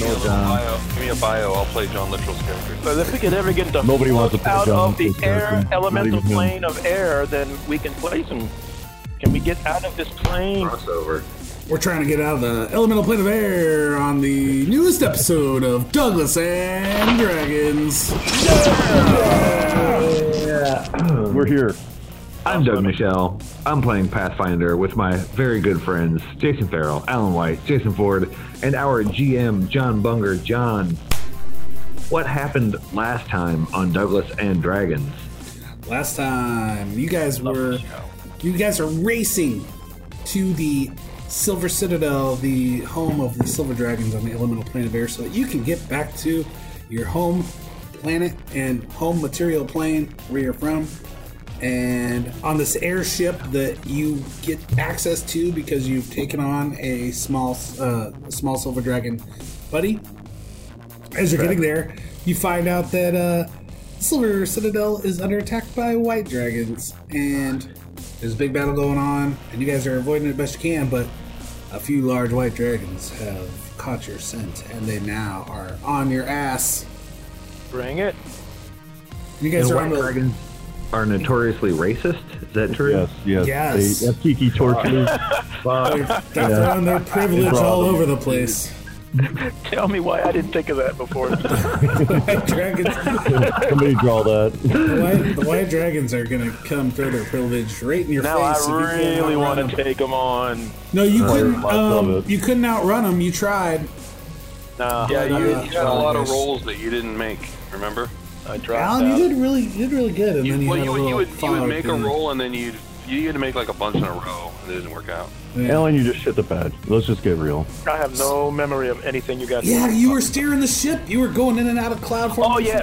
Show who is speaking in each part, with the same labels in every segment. Speaker 1: Bio. Give me a bio. I'll play John Littrell's character.
Speaker 2: But if we could ever get the
Speaker 3: Nobody wants to
Speaker 2: fuck
Speaker 3: play
Speaker 2: out
Speaker 3: John
Speaker 2: of the
Speaker 3: Lithgow character.
Speaker 2: air
Speaker 3: Not
Speaker 2: elemental
Speaker 3: even him.
Speaker 2: plane of air, then we can place him. Can we get out of this plane?
Speaker 1: Crossover.
Speaker 4: We're trying to get out of the elemental plane of air on the newest episode of Douglas and Dragons.
Speaker 3: We're here.
Speaker 5: I'm Doug Michelle. I'm playing Pathfinder with my very good friends Jason Farrell, Alan White, Jason Ford, and our GM John Bunger. John, what happened last time on Douglas and Dragons?
Speaker 4: Last time, you guys were you guys are racing to the Silver Citadel, the home of the Silver Dragons on the elemental plane of air, so that you can get back to your home planet and home material plane where you're from. And on this airship that you get access to because you've taken on a small, uh, small Silver Dragon buddy, as you're getting there, you find out that uh, Silver Citadel is under attack by white dragons, and there's a big battle going on, and you guys are avoiding it the best you can, but a few large white dragons have caught your scent, and they now are on your ass.
Speaker 2: Bring it.
Speaker 4: You guys
Speaker 5: and
Speaker 4: are
Speaker 5: white
Speaker 4: on the
Speaker 5: dragons are notoriously racist. Is that true?
Speaker 3: Yes, yes.
Speaker 4: Yes.
Speaker 3: They, that's Kiki torture.
Speaker 4: they're throwing their privilege
Speaker 3: brought
Speaker 4: all
Speaker 3: them.
Speaker 4: over the place.
Speaker 2: Tell me why I didn't think of that before.
Speaker 4: White dragons,
Speaker 3: Somebody draw that.
Speaker 4: the, white, the white dragons are gonna come throw their privilege right in your
Speaker 2: now I
Speaker 4: face. if you can't
Speaker 2: really
Speaker 4: outrun
Speaker 2: want
Speaker 4: them.
Speaker 2: to take him on.
Speaker 4: No, you couldn't.
Speaker 3: I love
Speaker 4: Um,
Speaker 3: it.
Speaker 4: you couldn't outrun them. You tried.
Speaker 2: Nah,
Speaker 1: Yeah, you,
Speaker 4: Uh,
Speaker 1: you had a lot of
Speaker 4: yes.
Speaker 1: rolls that you didn't make. Remember?
Speaker 2: I dropped
Speaker 4: Alan,
Speaker 2: out.
Speaker 4: you did really, you did really good, and
Speaker 1: You,
Speaker 4: then you
Speaker 1: well,
Speaker 4: had
Speaker 1: you,
Speaker 4: a
Speaker 1: would-
Speaker 4: little
Speaker 1: you would you would
Speaker 4: fog
Speaker 1: make a
Speaker 4: and-
Speaker 1: roll and then you'd you had to make like a bunch in a row and it didn't work out.
Speaker 4: Yeah.
Speaker 3: Alan, you just shit the bed. Let's just get real.
Speaker 2: I have no memory of anything you guys.
Speaker 4: Yeah, you were steering the ship. You were going in and out of cloud
Speaker 2: Oh
Speaker 4: formation.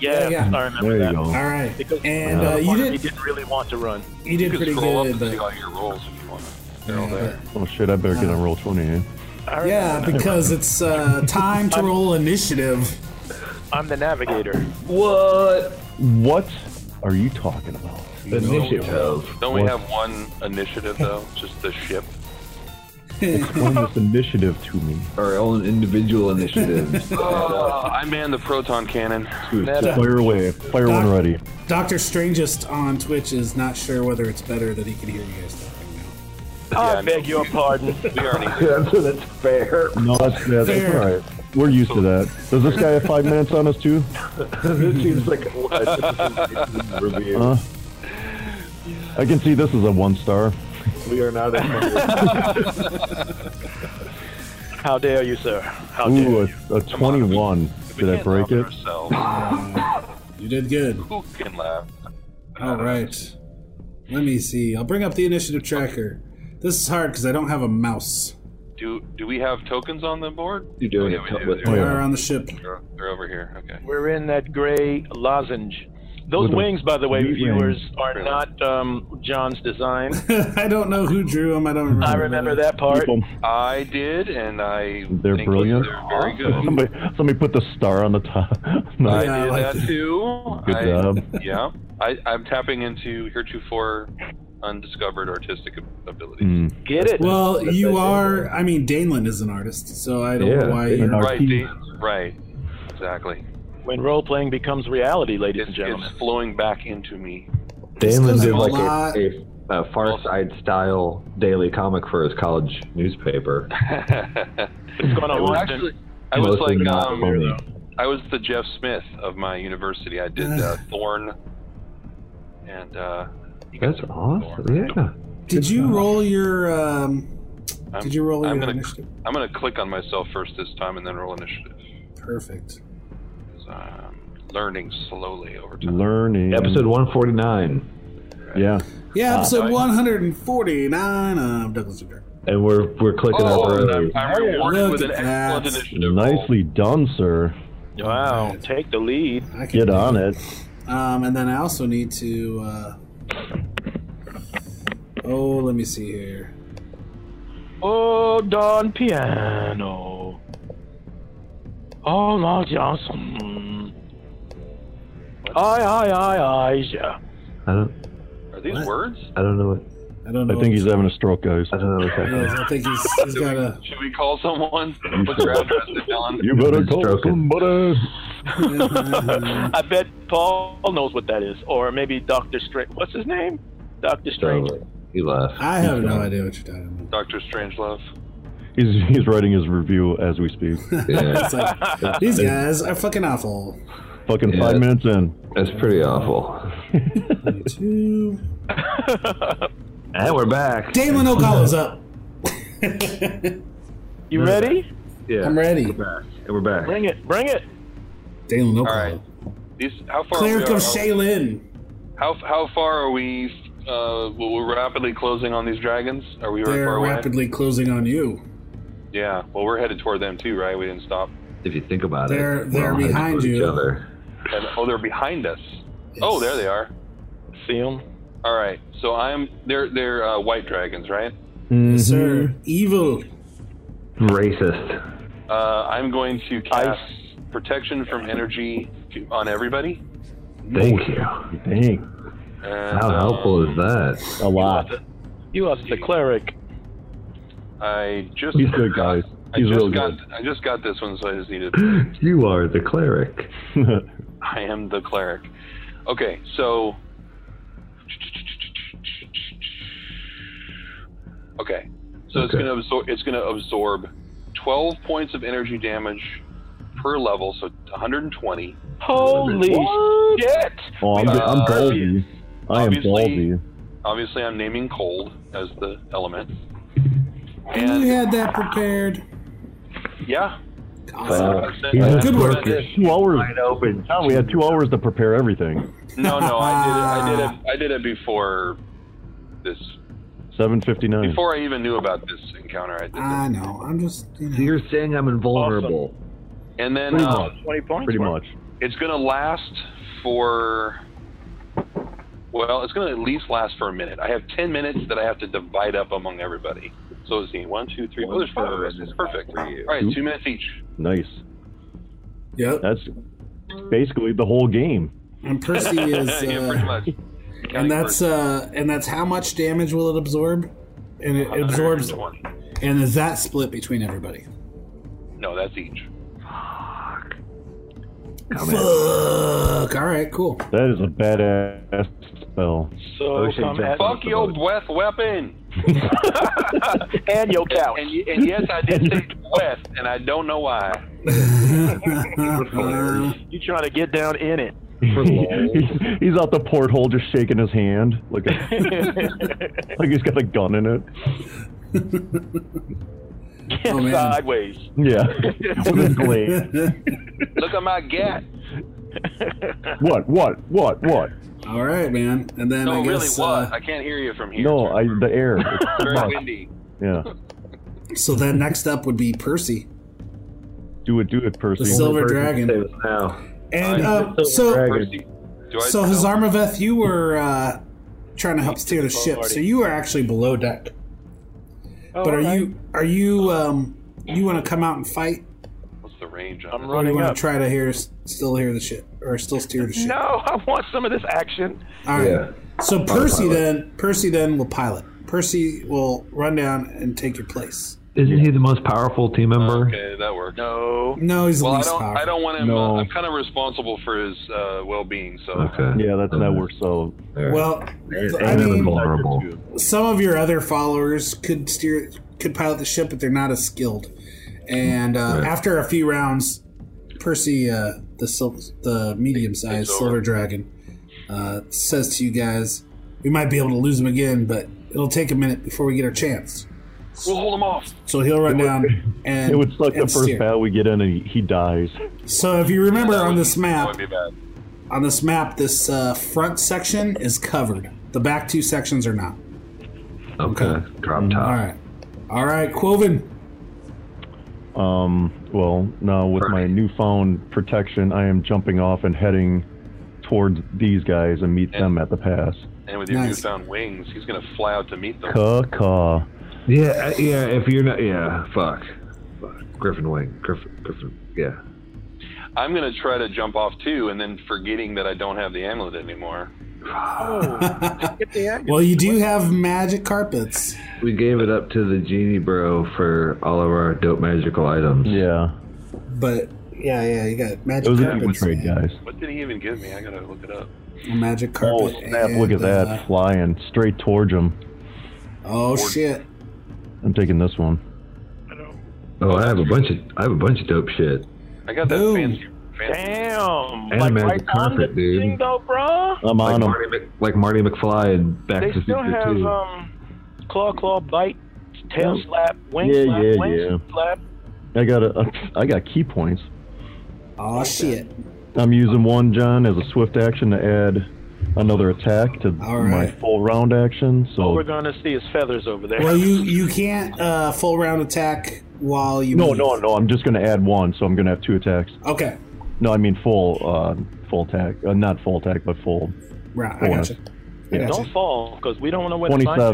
Speaker 2: yes, yes,
Speaker 4: yeah, yeah.
Speaker 2: I remember
Speaker 3: There you
Speaker 2: that.
Speaker 3: go.
Speaker 4: All right,
Speaker 2: Because
Speaker 4: and
Speaker 2: the
Speaker 4: uh,
Speaker 2: other
Speaker 4: you
Speaker 2: part of me
Speaker 4: did,
Speaker 2: didn't really want to run.
Speaker 4: you did
Speaker 1: You could
Speaker 4: pretty
Speaker 1: scroll up
Speaker 4: good,
Speaker 1: and see
Speaker 4: but
Speaker 1: all your rolls if you want. They're all
Speaker 4: yeah,
Speaker 1: there.
Speaker 3: Oh shit! I better get on roll twenty.
Speaker 2: I
Speaker 3: eh?
Speaker 4: but-
Speaker 2: remember
Speaker 4: yeah,
Speaker 2: that.
Speaker 4: because it's uh, time to roll initiative.
Speaker 2: I'm the navigator.
Speaker 3: What are you talking about?
Speaker 5: The initiative.
Speaker 1: Don't we
Speaker 3: What?
Speaker 1: have one initiative though? Just the ship.
Speaker 3: Explain this initiative to me.
Speaker 5: Our own individual initiatives.
Speaker 1: Uh, I man the proton cannon.
Speaker 3: Fire away. Fire one ready.
Speaker 4: Doctor Strangest on Twitch is not sure whether it's better that he can hear you guys talking now.
Speaker 2: I
Speaker 1: Yeah,
Speaker 2: beg your pardon.
Speaker 1: We already
Speaker 5: so that's fair.
Speaker 3: No, that's that's,
Speaker 4: Fair.
Speaker 3: all right. We're used to that. Does this guy have five minutes on us too?
Speaker 5: this seems like a lot review.
Speaker 3: Huh? I can see this is a one star.
Speaker 5: We are not a
Speaker 2: How dare you, sir? How dare
Speaker 3: Ooh,
Speaker 2: you?
Speaker 3: a, a twenty-one. Did I
Speaker 1: can't
Speaker 3: break
Speaker 1: laugh
Speaker 3: it?
Speaker 1: at ourselves.
Speaker 4: You did good.
Speaker 1: Who can laugh?
Speaker 4: All right. Let me see. I'll bring up the initiative tracker. This is hard because I don't have a mouse.
Speaker 1: Do do we have tokens on the board?
Speaker 5: You're doing
Speaker 1: Oh, yeah,
Speaker 5: it
Speaker 1: we do,
Speaker 5: with-
Speaker 1: we do.
Speaker 4: We are on the ship.
Speaker 1: They're, they're over here. Okay.
Speaker 2: We're in that gray lozenge. Those
Speaker 3: With the
Speaker 2: wings, by the way,
Speaker 3: meat
Speaker 2: viewers,
Speaker 3: wings.
Speaker 2: are not um, John's design.
Speaker 4: I don't know who drew them. I don't remember.
Speaker 2: I remember that part.
Speaker 3: People.
Speaker 1: I did, and I.
Speaker 3: They're
Speaker 1: think
Speaker 3: brilliant.
Speaker 1: They're very good.
Speaker 3: Somebody, somebody put the star on the top.
Speaker 1: I
Speaker 3: Nice.
Speaker 4: Yeah, I
Speaker 1: did
Speaker 4: like
Speaker 1: that
Speaker 4: that.
Speaker 1: too.
Speaker 3: Good
Speaker 1: I,
Speaker 3: job.
Speaker 1: Yeah. I, I'm tapping into heretofore undiscovered artistic ab- abilities.
Speaker 3: Mm.
Speaker 2: Get it?
Speaker 4: Well,
Speaker 5: That's
Speaker 4: you
Speaker 5: what I
Speaker 4: are. I mean, Danelin is an artist, so I don't know
Speaker 5: Yeah,
Speaker 4: why
Speaker 5: Danelin.
Speaker 4: you're.
Speaker 3: Our
Speaker 1: Right,
Speaker 3: team-
Speaker 1: Dan- right. Exactly.
Speaker 2: when role playing becomes reality, ladies
Speaker 1: It's,
Speaker 2: and gentlemen.
Speaker 1: it's flowing back into me.
Speaker 5: Damon
Speaker 4: This
Speaker 5: did
Speaker 4: goes
Speaker 5: like
Speaker 4: a lot.
Speaker 5: a, a, a Far Side style daily comic for his college newspaper.
Speaker 2: It's going
Speaker 1: I
Speaker 2: to
Speaker 1: was
Speaker 2: London.
Speaker 1: actually, I was
Speaker 5: Mostly
Speaker 1: like,
Speaker 5: not
Speaker 1: um,
Speaker 5: funny.
Speaker 1: I was the Jeff Smith of my university. I did uh, Thorn, and uh, you
Speaker 5: That's
Speaker 1: guys-
Speaker 5: awesome. Yeah.
Speaker 4: Did you roll your? Um,
Speaker 1: I'm,
Speaker 4: did you roll
Speaker 1: I'm
Speaker 4: your
Speaker 1: gonna-
Speaker 4: initiative?
Speaker 1: I'm gonna click on myself first this time, and then roll initiative.
Speaker 4: Perfect.
Speaker 1: 'cause I'm learning slowly over time.
Speaker 3: Learning.
Speaker 5: Episode 149.
Speaker 3: Yeah.
Speaker 4: Yeah, episode 149 of Douglas and Dragons.
Speaker 3: and we're we're clicking
Speaker 1: Oh,
Speaker 3: over.
Speaker 1: and I'm, I'm rewarded
Speaker 4: Look
Speaker 1: with an
Speaker 4: at
Speaker 1: excellent
Speaker 4: that.
Speaker 1: initiative. roll.
Speaker 3: Nicely done, sir.
Speaker 2: Wow, take the lead.
Speaker 4: I can
Speaker 3: Get
Speaker 4: do
Speaker 3: on it.
Speaker 4: Um, and then I also need to. Uh... Oh, let me see here.
Speaker 2: Oh, Don Piano. Oh, no, Johnson. Aye, aye, aye, aye, yeah.
Speaker 3: I don't
Speaker 1: Are these
Speaker 4: What?
Speaker 1: words?
Speaker 3: I don't know what
Speaker 4: I don't know.
Speaker 6: I think he's having a stroke, guys.
Speaker 3: I don't know what's
Speaker 4: Yes,
Speaker 3: happening.
Speaker 4: I think he's, he's got a.
Speaker 1: Should we call someone? What's your address, Dylan?
Speaker 6: You better
Speaker 3: He's
Speaker 6: call
Speaker 3: stroking.
Speaker 6: somebody.
Speaker 2: I bet Paul knows what that is. Or maybe Dr. Strange. What's his name? Dr. Strange.
Speaker 3: So, he left.
Speaker 4: I have no idea what you're talking
Speaker 1: Doctor Strangelove.
Speaker 6: He's he's writing his review as we speak.
Speaker 4: about.
Speaker 3: Yeah,
Speaker 4: It's like, these guys are fucking awful.
Speaker 6: Fucking
Speaker 3: Yeah.
Speaker 6: five minutes in.
Speaker 3: that's pretty awful.
Speaker 4: Two.
Speaker 3: And we're back.
Speaker 4: Damon O'Callow's up.
Speaker 2: You ready?
Speaker 3: Yeah,
Speaker 4: I'm ready.
Speaker 3: We're back. And we're back.
Speaker 2: Bring it. Bring it.
Speaker 4: Dalen O'Call.
Speaker 1: All right. These how far?
Speaker 4: Cleric
Speaker 1: we are,
Speaker 4: of Shaylin.
Speaker 1: How how far are we? Uh, well, we're rapidly closing on these dragons. Are we very
Speaker 4: They're
Speaker 1: far away?
Speaker 4: rapidly closing on you.
Speaker 1: Yeah. Well, we're headed toward them too, right? We didn't stop.
Speaker 3: If you think about it,
Speaker 4: They're-
Speaker 3: we're
Speaker 4: they're
Speaker 3: all headed
Speaker 4: behind
Speaker 3: toward each
Speaker 4: you.
Speaker 3: other.
Speaker 1: And oh, they're behind us. Oh, there they are.
Speaker 2: See him?
Speaker 1: All right. So I'm. They're they're uh, white dragons, right?
Speaker 4: Yes,
Speaker 6: Mm-hmm.
Speaker 4: sir. Evil.
Speaker 3: Racist.
Speaker 1: Uh, I'm going to cast protection from energy to, on everybody.
Speaker 3: Thank you.
Speaker 6: Dang.
Speaker 1: And,
Speaker 3: How
Speaker 1: uh,
Speaker 3: helpful is that?
Speaker 6: A lot.
Speaker 2: You are the cleric.
Speaker 1: I just
Speaker 6: He's good,
Speaker 1: got-
Speaker 6: guys. He's
Speaker 1: I just
Speaker 6: real
Speaker 1: got,
Speaker 6: good.
Speaker 1: I just got this one, so I just needed.
Speaker 3: You are the cleric.
Speaker 1: I am the cleric. Okay, so. Okay, so it's
Speaker 3: Okay.
Speaker 1: gonna absorb. It's gonna absorb twelve points of energy damage per level, so 120.
Speaker 2: Holy shit!
Speaker 6: Oh, I'm,
Speaker 1: Uh,
Speaker 6: I'm ballsy. I am
Speaker 1: obviously-
Speaker 6: ballsy.
Speaker 1: Obviously, I'm naming cold as the element.
Speaker 4: You
Speaker 1: And
Speaker 4: had that prepared.
Speaker 1: yeah,
Speaker 4: Awesome.
Speaker 1: that's it.
Speaker 6: He
Speaker 1: That's
Speaker 6: just
Speaker 4: Good
Speaker 1: what
Speaker 4: work.
Speaker 1: I did.
Speaker 6: Two hours.
Speaker 3: open.
Speaker 6: Tom, we had two hours to prepare everything.
Speaker 1: No, no, I did it. I did it. I did it before this.
Speaker 6: Seven fifty nine.
Speaker 1: Before I even knew about this encounter, I did. This.
Speaker 4: I know. I'm just. You know.
Speaker 3: You're saying I'm invulnerable.
Speaker 1: And then
Speaker 6: Pretty
Speaker 1: um,
Speaker 6: much.
Speaker 2: 20 points?
Speaker 6: Pretty much.
Speaker 1: it's going to last for well it's going to at least last for a minute i have 10 minutes that i have to divide up among everybody so let's see one two three oh there's five of us it's perfect all right two minutes each
Speaker 6: Nice.
Speaker 4: Yep.
Speaker 6: That's basically the whole game.
Speaker 4: And Percy is. Uh,
Speaker 1: yeah pretty much
Speaker 4: And that's uh, and that's how much damage will it absorb? And it absorbs.
Speaker 1: one
Speaker 4: And is that split between everybody?
Speaker 1: no that's each
Speaker 4: Fuck. All right. Cool.
Speaker 6: That is a badass spell.
Speaker 2: So
Speaker 3: Ocean
Speaker 2: come
Speaker 3: jump.
Speaker 2: at
Speaker 1: fuck your breath weapon
Speaker 2: and your couch.
Speaker 1: and, y- and yes i did say breath and i don't know why
Speaker 2: You trying to get down in it.
Speaker 6: he's, he's out the porthole just shaking his hand like a, like he's got a gun in it.
Speaker 4: Oh, man.
Speaker 2: Sideways.
Speaker 6: Yeah. With his blade.
Speaker 1: look at my gat
Speaker 6: What? What? What? What?
Speaker 4: All right, man. And then
Speaker 1: no
Speaker 4: I
Speaker 1: really
Speaker 4: guess
Speaker 1: what
Speaker 4: uh,
Speaker 1: i can't hear you from here
Speaker 6: No, I the air.
Speaker 1: very windy
Speaker 6: Yeah.
Speaker 4: so. Then next up would be Percy,
Speaker 6: Do it, do it,
Speaker 4: the
Speaker 6: Percy.
Speaker 4: silver dragon.
Speaker 3: Now.
Speaker 4: And uh,
Speaker 3: Silver
Speaker 4: so
Speaker 3: dragon.
Speaker 1: Percy, do I
Speaker 4: so Hazarmaveth, you were uh, trying to help steer the
Speaker 2: Oh,
Speaker 4: ship,
Speaker 2: Lordy.
Speaker 4: so you were actually below deck.
Speaker 2: Oh,
Speaker 4: But are you are you um you want to come out and fight?
Speaker 1: What's the range on
Speaker 2: I'm
Speaker 1: this?
Speaker 4: Or you
Speaker 2: running
Speaker 4: want
Speaker 2: up.
Speaker 4: to try to hear still hear the ship or still steer the ship?
Speaker 2: No, I want some of this action.
Speaker 4: All right.
Speaker 3: Yeah.
Speaker 4: So Percy then Percy then will pilot. Percy will run down and take your place.
Speaker 3: Isn't he the most powerful team member?
Speaker 1: Okay, that worked.
Speaker 2: No.
Speaker 4: No, he's the
Speaker 1: Well, I
Speaker 4: least
Speaker 1: don't.
Speaker 4: powerful.
Speaker 1: I don't want him.
Speaker 6: No.
Speaker 1: Uh, I'm kind of responsible for his uh, well-being. So
Speaker 6: Yeah, that's network, so.
Speaker 3: There.
Speaker 4: Well, I
Speaker 3: and I'm
Speaker 4: mean,
Speaker 3: invulnerable.
Speaker 4: some of your other followers could steer, could pilot the ship, but they're not as skilled. And uh,
Speaker 3: Right.
Speaker 4: after a few rounds, Percy, uh, the sil- the medium
Speaker 1: It's
Speaker 4: sized
Speaker 1: over.
Speaker 4: silver dragon, uh, says to you guys, "We might be able to lose him again, but it'll take a minute before we get our chance."
Speaker 1: we'll hold him off.
Speaker 4: So he'll run down and
Speaker 6: It would suck the
Speaker 4: and
Speaker 6: first
Speaker 4: steer.
Speaker 6: battle we get in and he, he dies.
Speaker 4: So if you remember
Speaker 1: That
Speaker 4: on
Speaker 1: would-
Speaker 4: this
Speaker 1: that
Speaker 4: map,
Speaker 1: would be bad.
Speaker 4: on this map, this uh, front section is covered. The back two sections are not.
Speaker 3: Okay, drop top.
Speaker 4: All right. All right, Quoven.
Speaker 6: Um, well, now with my newfound protection, I am jumping off and heading towards these guys and meet them at the pass.
Speaker 1: And with your
Speaker 4: Nice.
Speaker 1: newfound wings, he's going to fly out to meet them.
Speaker 6: Caw-caw.
Speaker 3: Yeah, uh, yeah. If you're not, yeah, fuck, fuck. Griffin wing, Griffin, Griffin. Yeah.
Speaker 1: I'm going to try to jump off too, and then forgetting that I don't have the amulet anymore.
Speaker 3: Oh.
Speaker 4: Well, you do have magic carpets.
Speaker 3: We gave it up to the genie bro for all of our dope magical items.
Speaker 6: Yeah.
Speaker 4: But yeah, yeah, you got
Speaker 6: It
Speaker 4: magic
Speaker 6: was an equal
Speaker 4: carpets.
Speaker 6: trade,
Speaker 4: man.
Speaker 6: guys.
Speaker 1: What did he even give me? I got to look it up.
Speaker 4: A magic
Speaker 6: Oh,
Speaker 4: carpet.
Speaker 6: snap. Look at
Speaker 4: and,
Speaker 6: that.
Speaker 4: uh,
Speaker 6: Flying straight towards them.
Speaker 4: oh shit.
Speaker 6: I'm taking this one.
Speaker 3: Oh, I have a bunch of I have a bunch of dope shit.
Speaker 1: I got that
Speaker 4: Boom.
Speaker 1: fancy. fancy
Speaker 2: Damn.
Speaker 3: And
Speaker 2: like
Speaker 3: Magic
Speaker 2: right on the
Speaker 3: Carpet, dude.
Speaker 2: thing though, bro.
Speaker 6: I'm
Speaker 3: Like
Speaker 6: on them.
Speaker 3: Marty, Mc, like Marty McFly and Back
Speaker 2: They
Speaker 3: to the
Speaker 2: still
Speaker 3: Future
Speaker 2: have
Speaker 3: too.
Speaker 2: um, claw, claw, bite, tail
Speaker 6: Yeah.
Speaker 2: slap, wing
Speaker 6: Yeah,
Speaker 2: slap,
Speaker 6: yeah,
Speaker 2: wing
Speaker 6: yeah.
Speaker 2: slap.
Speaker 6: I got a, I got key points.
Speaker 4: Oh shit.
Speaker 6: I'm using one, John, as a swift action to add another attack to
Speaker 4: All
Speaker 6: my
Speaker 4: right.
Speaker 6: full round action. So
Speaker 2: All we're gonna see is feathers over there.
Speaker 4: Well, you you can't uh, full round attack while you.
Speaker 6: no,
Speaker 4: move.
Speaker 6: no, no. I'm just going to add one, so I'm going to have two attacks.
Speaker 4: Okay,
Speaker 6: No, I mean full, uh, full attack. Uh, not full attack, but full.
Speaker 4: right. I
Speaker 6: Yeah.
Speaker 4: got you. I
Speaker 6: Yeah.
Speaker 4: got
Speaker 2: Don't fall, because we don't know where to find you.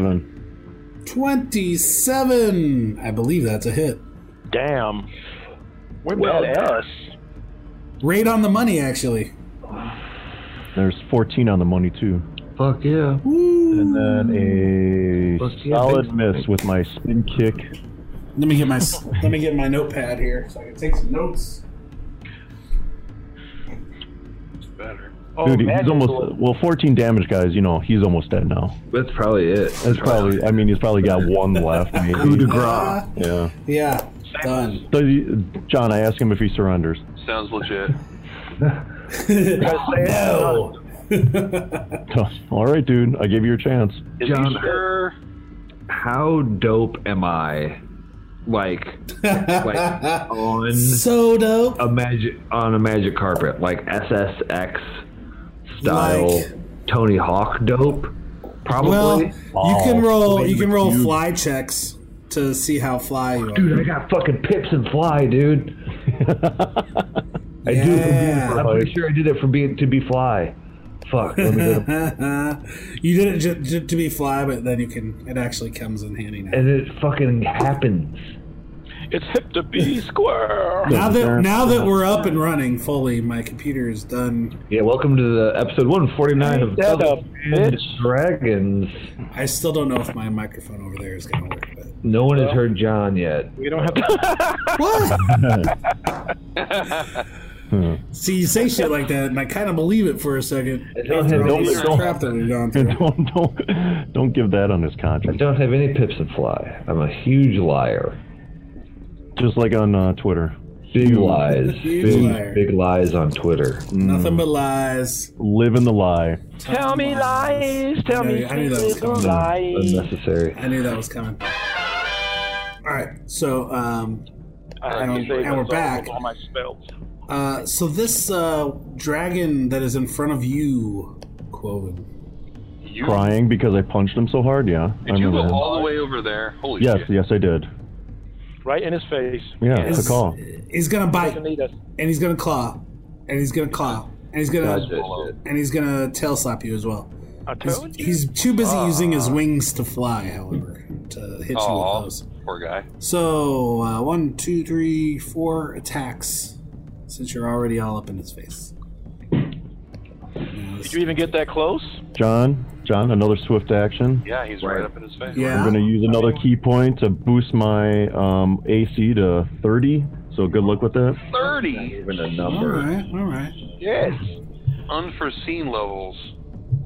Speaker 6: Twenty-seven.
Speaker 4: Twenty-seven. I believe that's a hit.
Speaker 2: Damn. We're
Speaker 3: Well,
Speaker 2: badass.
Speaker 4: Right on the money, actually.
Speaker 6: There's fourteen on the money too.
Speaker 3: Fuck yeah.
Speaker 6: And then
Speaker 3: Fuck
Speaker 6: a
Speaker 3: yeah,
Speaker 6: solid
Speaker 3: big
Speaker 6: miss
Speaker 3: spike.
Speaker 6: with my spin kick.
Speaker 4: Let me get my s- let me get my notepad here so I can take some notes.
Speaker 1: better.
Speaker 2: Oh,
Speaker 6: Dude, he's
Speaker 2: magic
Speaker 6: almost
Speaker 2: bullet.
Speaker 6: well. Fourteen damage, guys. You know he's almost dead now.
Speaker 3: That's probably it.
Speaker 6: That's probably. I mean, he's probably got one left.
Speaker 3: coup de
Speaker 6: Maybe.
Speaker 3: grace.
Speaker 6: Yeah.
Speaker 4: Yeah, done.
Speaker 6: Does he, John, I ask him if he surrenders.
Speaker 1: Sounds legit.
Speaker 4: no.
Speaker 6: All right, dude. I gave you a chance.
Speaker 1: Is
Speaker 3: John-
Speaker 1: he sure?
Speaker 3: How dope am I? Like, like on
Speaker 4: so dope.
Speaker 3: a magic on a magic carpet, like SSX style
Speaker 4: Like-
Speaker 3: Tony Hawk dope,
Speaker 4: Well,
Speaker 3: probably.
Speaker 4: you can
Speaker 6: Oh,
Speaker 4: roll. You
Speaker 3: maybe
Speaker 4: can roll
Speaker 3: you-
Speaker 4: fly checks to see how fly you are.
Speaker 3: dude, I got fucking pips and fly, dude. I do. it from being-
Speaker 4: Yeah.
Speaker 3: I'm pretty sure I did it for being to be fly. Fuck. Let me get a-
Speaker 4: you did it ju- ju- to be fly, but then you can. It actually comes in handy now.
Speaker 3: and it fucking happens.
Speaker 2: It's hip to be square.
Speaker 4: Now that now that we're up and running fully, my computer is done.
Speaker 3: Yeah, welcome to the episode 149 of
Speaker 2: Ain't that
Speaker 3: Dungeons
Speaker 2: a
Speaker 3: and
Speaker 2: bitch?
Speaker 3: Dragons.
Speaker 4: I still don't know if my microphone over there is gonna work. But
Speaker 3: No one has heard John yet.
Speaker 2: We don't have to.
Speaker 4: what? See, you say shit like that, and I kind of believe it for a second.
Speaker 3: don't-
Speaker 4: after all
Speaker 3: don't-
Speaker 4: this
Speaker 3: don't-
Speaker 4: crap that we've gone through.
Speaker 6: don't don't don't give that on his
Speaker 3: I
Speaker 6: conscience.
Speaker 3: don't have any pips and fly. I'm a huge liar.
Speaker 6: Just like on uh, Twitter,
Speaker 3: Big lies.
Speaker 4: Huge
Speaker 3: big,
Speaker 4: liar.
Speaker 3: big lies on Twitter.
Speaker 4: Nothing but lies.
Speaker 6: live in the lie.
Speaker 2: tell me lies. Tell me
Speaker 4: Yeah, I knew that was
Speaker 2: secrets
Speaker 4: coming.
Speaker 2: lies.
Speaker 3: Unnecessary.
Speaker 4: I knew that was coming. All right, so um,
Speaker 2: I
Speaker 4: And
Speaker 2: saved
Speaker 4: we're
Speaker 2: us all
Speaker 4: back.
Speaker 2: with All my spells.
Speaker 4: Uh, so this uh, dragon that is in front of you, Quoven.
Speaker 1: You,
Speaker 6: Crying because I punched him so hard. Yeah, I
Speaker 1: did you go
Speaker 6: remember.
Speaker 1: all the way over there? Holy
Speaker 6: yes,
Speaker 1: shit.
Speaker 6: yes, I did.
Speaker 2: Right in his face.
Speaker 6: Yeah,
Speaker 4: Is-
Speaker 6: it's a call.
Speaker 4: He's gonna bite,
Speaker 2: Doesn't need us.
Speaker 4: and he's gonna claw, and he's gonna claw, and he's gonna
Speaker 3: Gotcha.
Speaker 4: and he's gonna tail slap you as well.
Speaker 2: I
Speaker 4: He's,
Speaker 2: told you.
Speaker 4: he's too busy using his wings to fly, however, to hit you
Speaker 1: Aw.
Speaker 4: with those.
Speaker 1: Poor guy.
Speaker 4: So uh, one, two, three, four attacks. Since you're already all up in his face.
Speaker 2: Did you even get that close?
Speaker 6: John, John, another swift action.
Speaker 1: Yeah, he's right, up in his face.
Speaker 4: Yeah.
Speaker 6: I'm gonna use another key point to boost my um, AC to 30. So good luck with that.
Speaker 1: 30!
Speaker 3: Even a
Speaker 4: All
Speaker 3: number.
Speaker 4: right, all right.
Speaker 1: Yes! Unforeseen levels.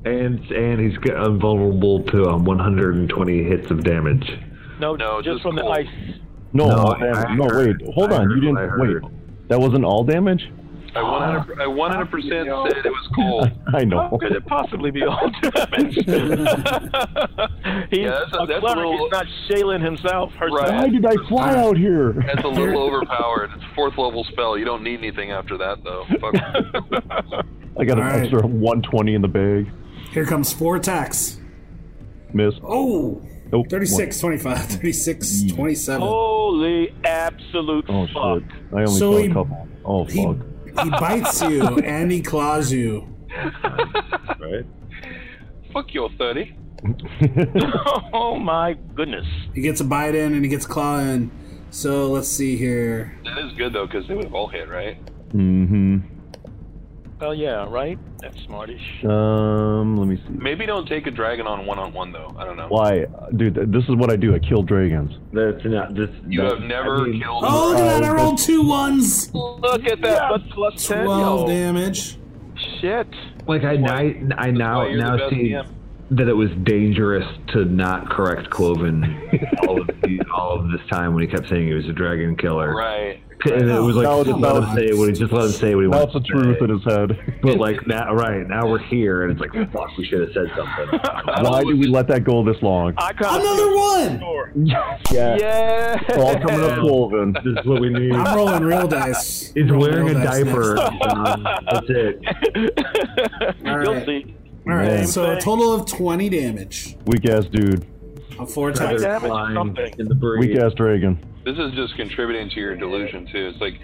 Speaker 3: And and he's get- uh, vulnerable to um, 120 hits of damage.
Speaker 2: No,
Speaker 1: No,
Speaker 2: just
Speaker 1: just
Speaker 2: from the
Speaker 1: cool.
Speaker 2: ice.
Speaker 6: No,
Speaker 3: No,
Speaker 6: all
Speaker 3: I-
Speaker 6: damage.
Speaker 3: I
Speaker 6: no,
Speaker 3: heard-
Speaker 6: wait, hold
Speaker 3: I
Speaker 6: on. You
Speaker 3: heard what
Speaker 6: didn't
Speaker 3: I heard.
Speaker 6: wait. That wasn't all damage.
Speaker 1: I 100, I 100% said it was cold.
Speaker 6: I know.
Speaker 2: How could it possibly be all damage? he's
Speaker 1: that's a-
Speaker 2: a
Speaker 1: that's a
Speaker 2: cleric,
Speaker 1: little-
Speaker 2: He's not shaling himself. Herself.
Speaker 1: Right.
Speaker 6: Why did I fly out here?
Speaker 1: That's a little overpowered. It's a fourth level spell. You don't need anything after that, though. Fuck.
Speaker 6: I got an
Speaker 4: All right.
Speaker 6: extra 120 in the bag.
Speaker 4: Here comes four attacks.
Speaker 6: Miss.
Speaker 4: Oh,
Speaker 6: Oh, one.
Speaker 4: 36, 25, 36, 27.
Speaker 2: Oh, Holy absolute
Speaker 6: Oh
Speaker 2: fuck.
Speaker 6: shit! I only
Speaker 4: So
Speaker 6: saw
Speaker 4: he-
Speaker 6: a couple. Oh
Speaker 4: He,
Speaker 6: fuck!
Speaker 4: he bites you and he claws you.
Speaker 6: Right?
Speaker 1: Fuck your 30.
Speaker 2: oh my goodness.
Speaker 4: He gets a bite in and he gets a claw in. So let's see here.
Speaker 1: That is good, though, because they would have all hit, right?
Speaker 6: mm-hmm.
Speaker 2: Hell yeah, right? That's smartish.
Speaker 6: Um, let me see.
Speaker 1: Maybe don't take a dragon on one on one, though. I don't know.
Speaker 6: Why, dude? th- This is what I do. I kill dragons.
Speaker 3: That's not this.
Speaker 1: You
Speaker 3: that-
Speaker 1: have never
Speaker 3: I mean,
Speaker 1: killed.
Speaker 4: Oh, look at that. I rolled two ones.
Speaker 2: Look at that. That's plus 10.
Speaker 4: 12
Speaker 2: yo.
Speaker 4: damage.
Speaker 2: Shit.
Speaker 3: Like I, I, I now
Speaker 1: why you're the
Speaker 3: now
Speaker 1: best
Speaker 3: see
Speaker 1: DM.
Speaker 3: that it was dangerous to not correct Cloven all of the, all of this time when he kept saying he was a dragon killer.
Speaker 1: Right.
Speaker 3: And it was like
Speaker 6: No,
Speaker 3: just let him
Speaker 4: no.
Speaker 3: say what he just let him say what he wants.
Speaker 6: That's the
Speaker 3: to say.
Speaker 6: truth in his head.
Speaker 3: But like now, right now we're here, and it's like "Oh, fuck, we should have said something.
Speaker 6: Why did we let that go this long?
Speaker 2: I kind
Speaker 4: Another one.
Speaker 6: Yeah.
Speaker 2: Yeah.
Speaker 6: It's all coming up Wolven.
Speaker 3: this is what we need.
Speaker 4: I'm rolling real dice.
Speaker 3: He's
Speaker 4: Rolling
Speaker 3: wearing a
Speaker 4: real dice
Speaker 3: diaper.
Speaker 4: next.
Speaker 3: John. That's it.
Speaker 2: You'll
Speaker 4: right.
Speaker 2: see.
Speaker 4: All right,
Speaker 6: Man.
Speaker 4: so a total of 20 damage
Speaker 6: Weak ass dude.
Speaker 4: on four attacks.
Speaker 3: Feathers
Speaker 2: damage,
Speaker 3: flying
Speaker 2: something.
Speaker 3: in the breeze.
Speaker 6: Weak ass dragon.
Speaker 1: This is just contributing to your delusion too. It's like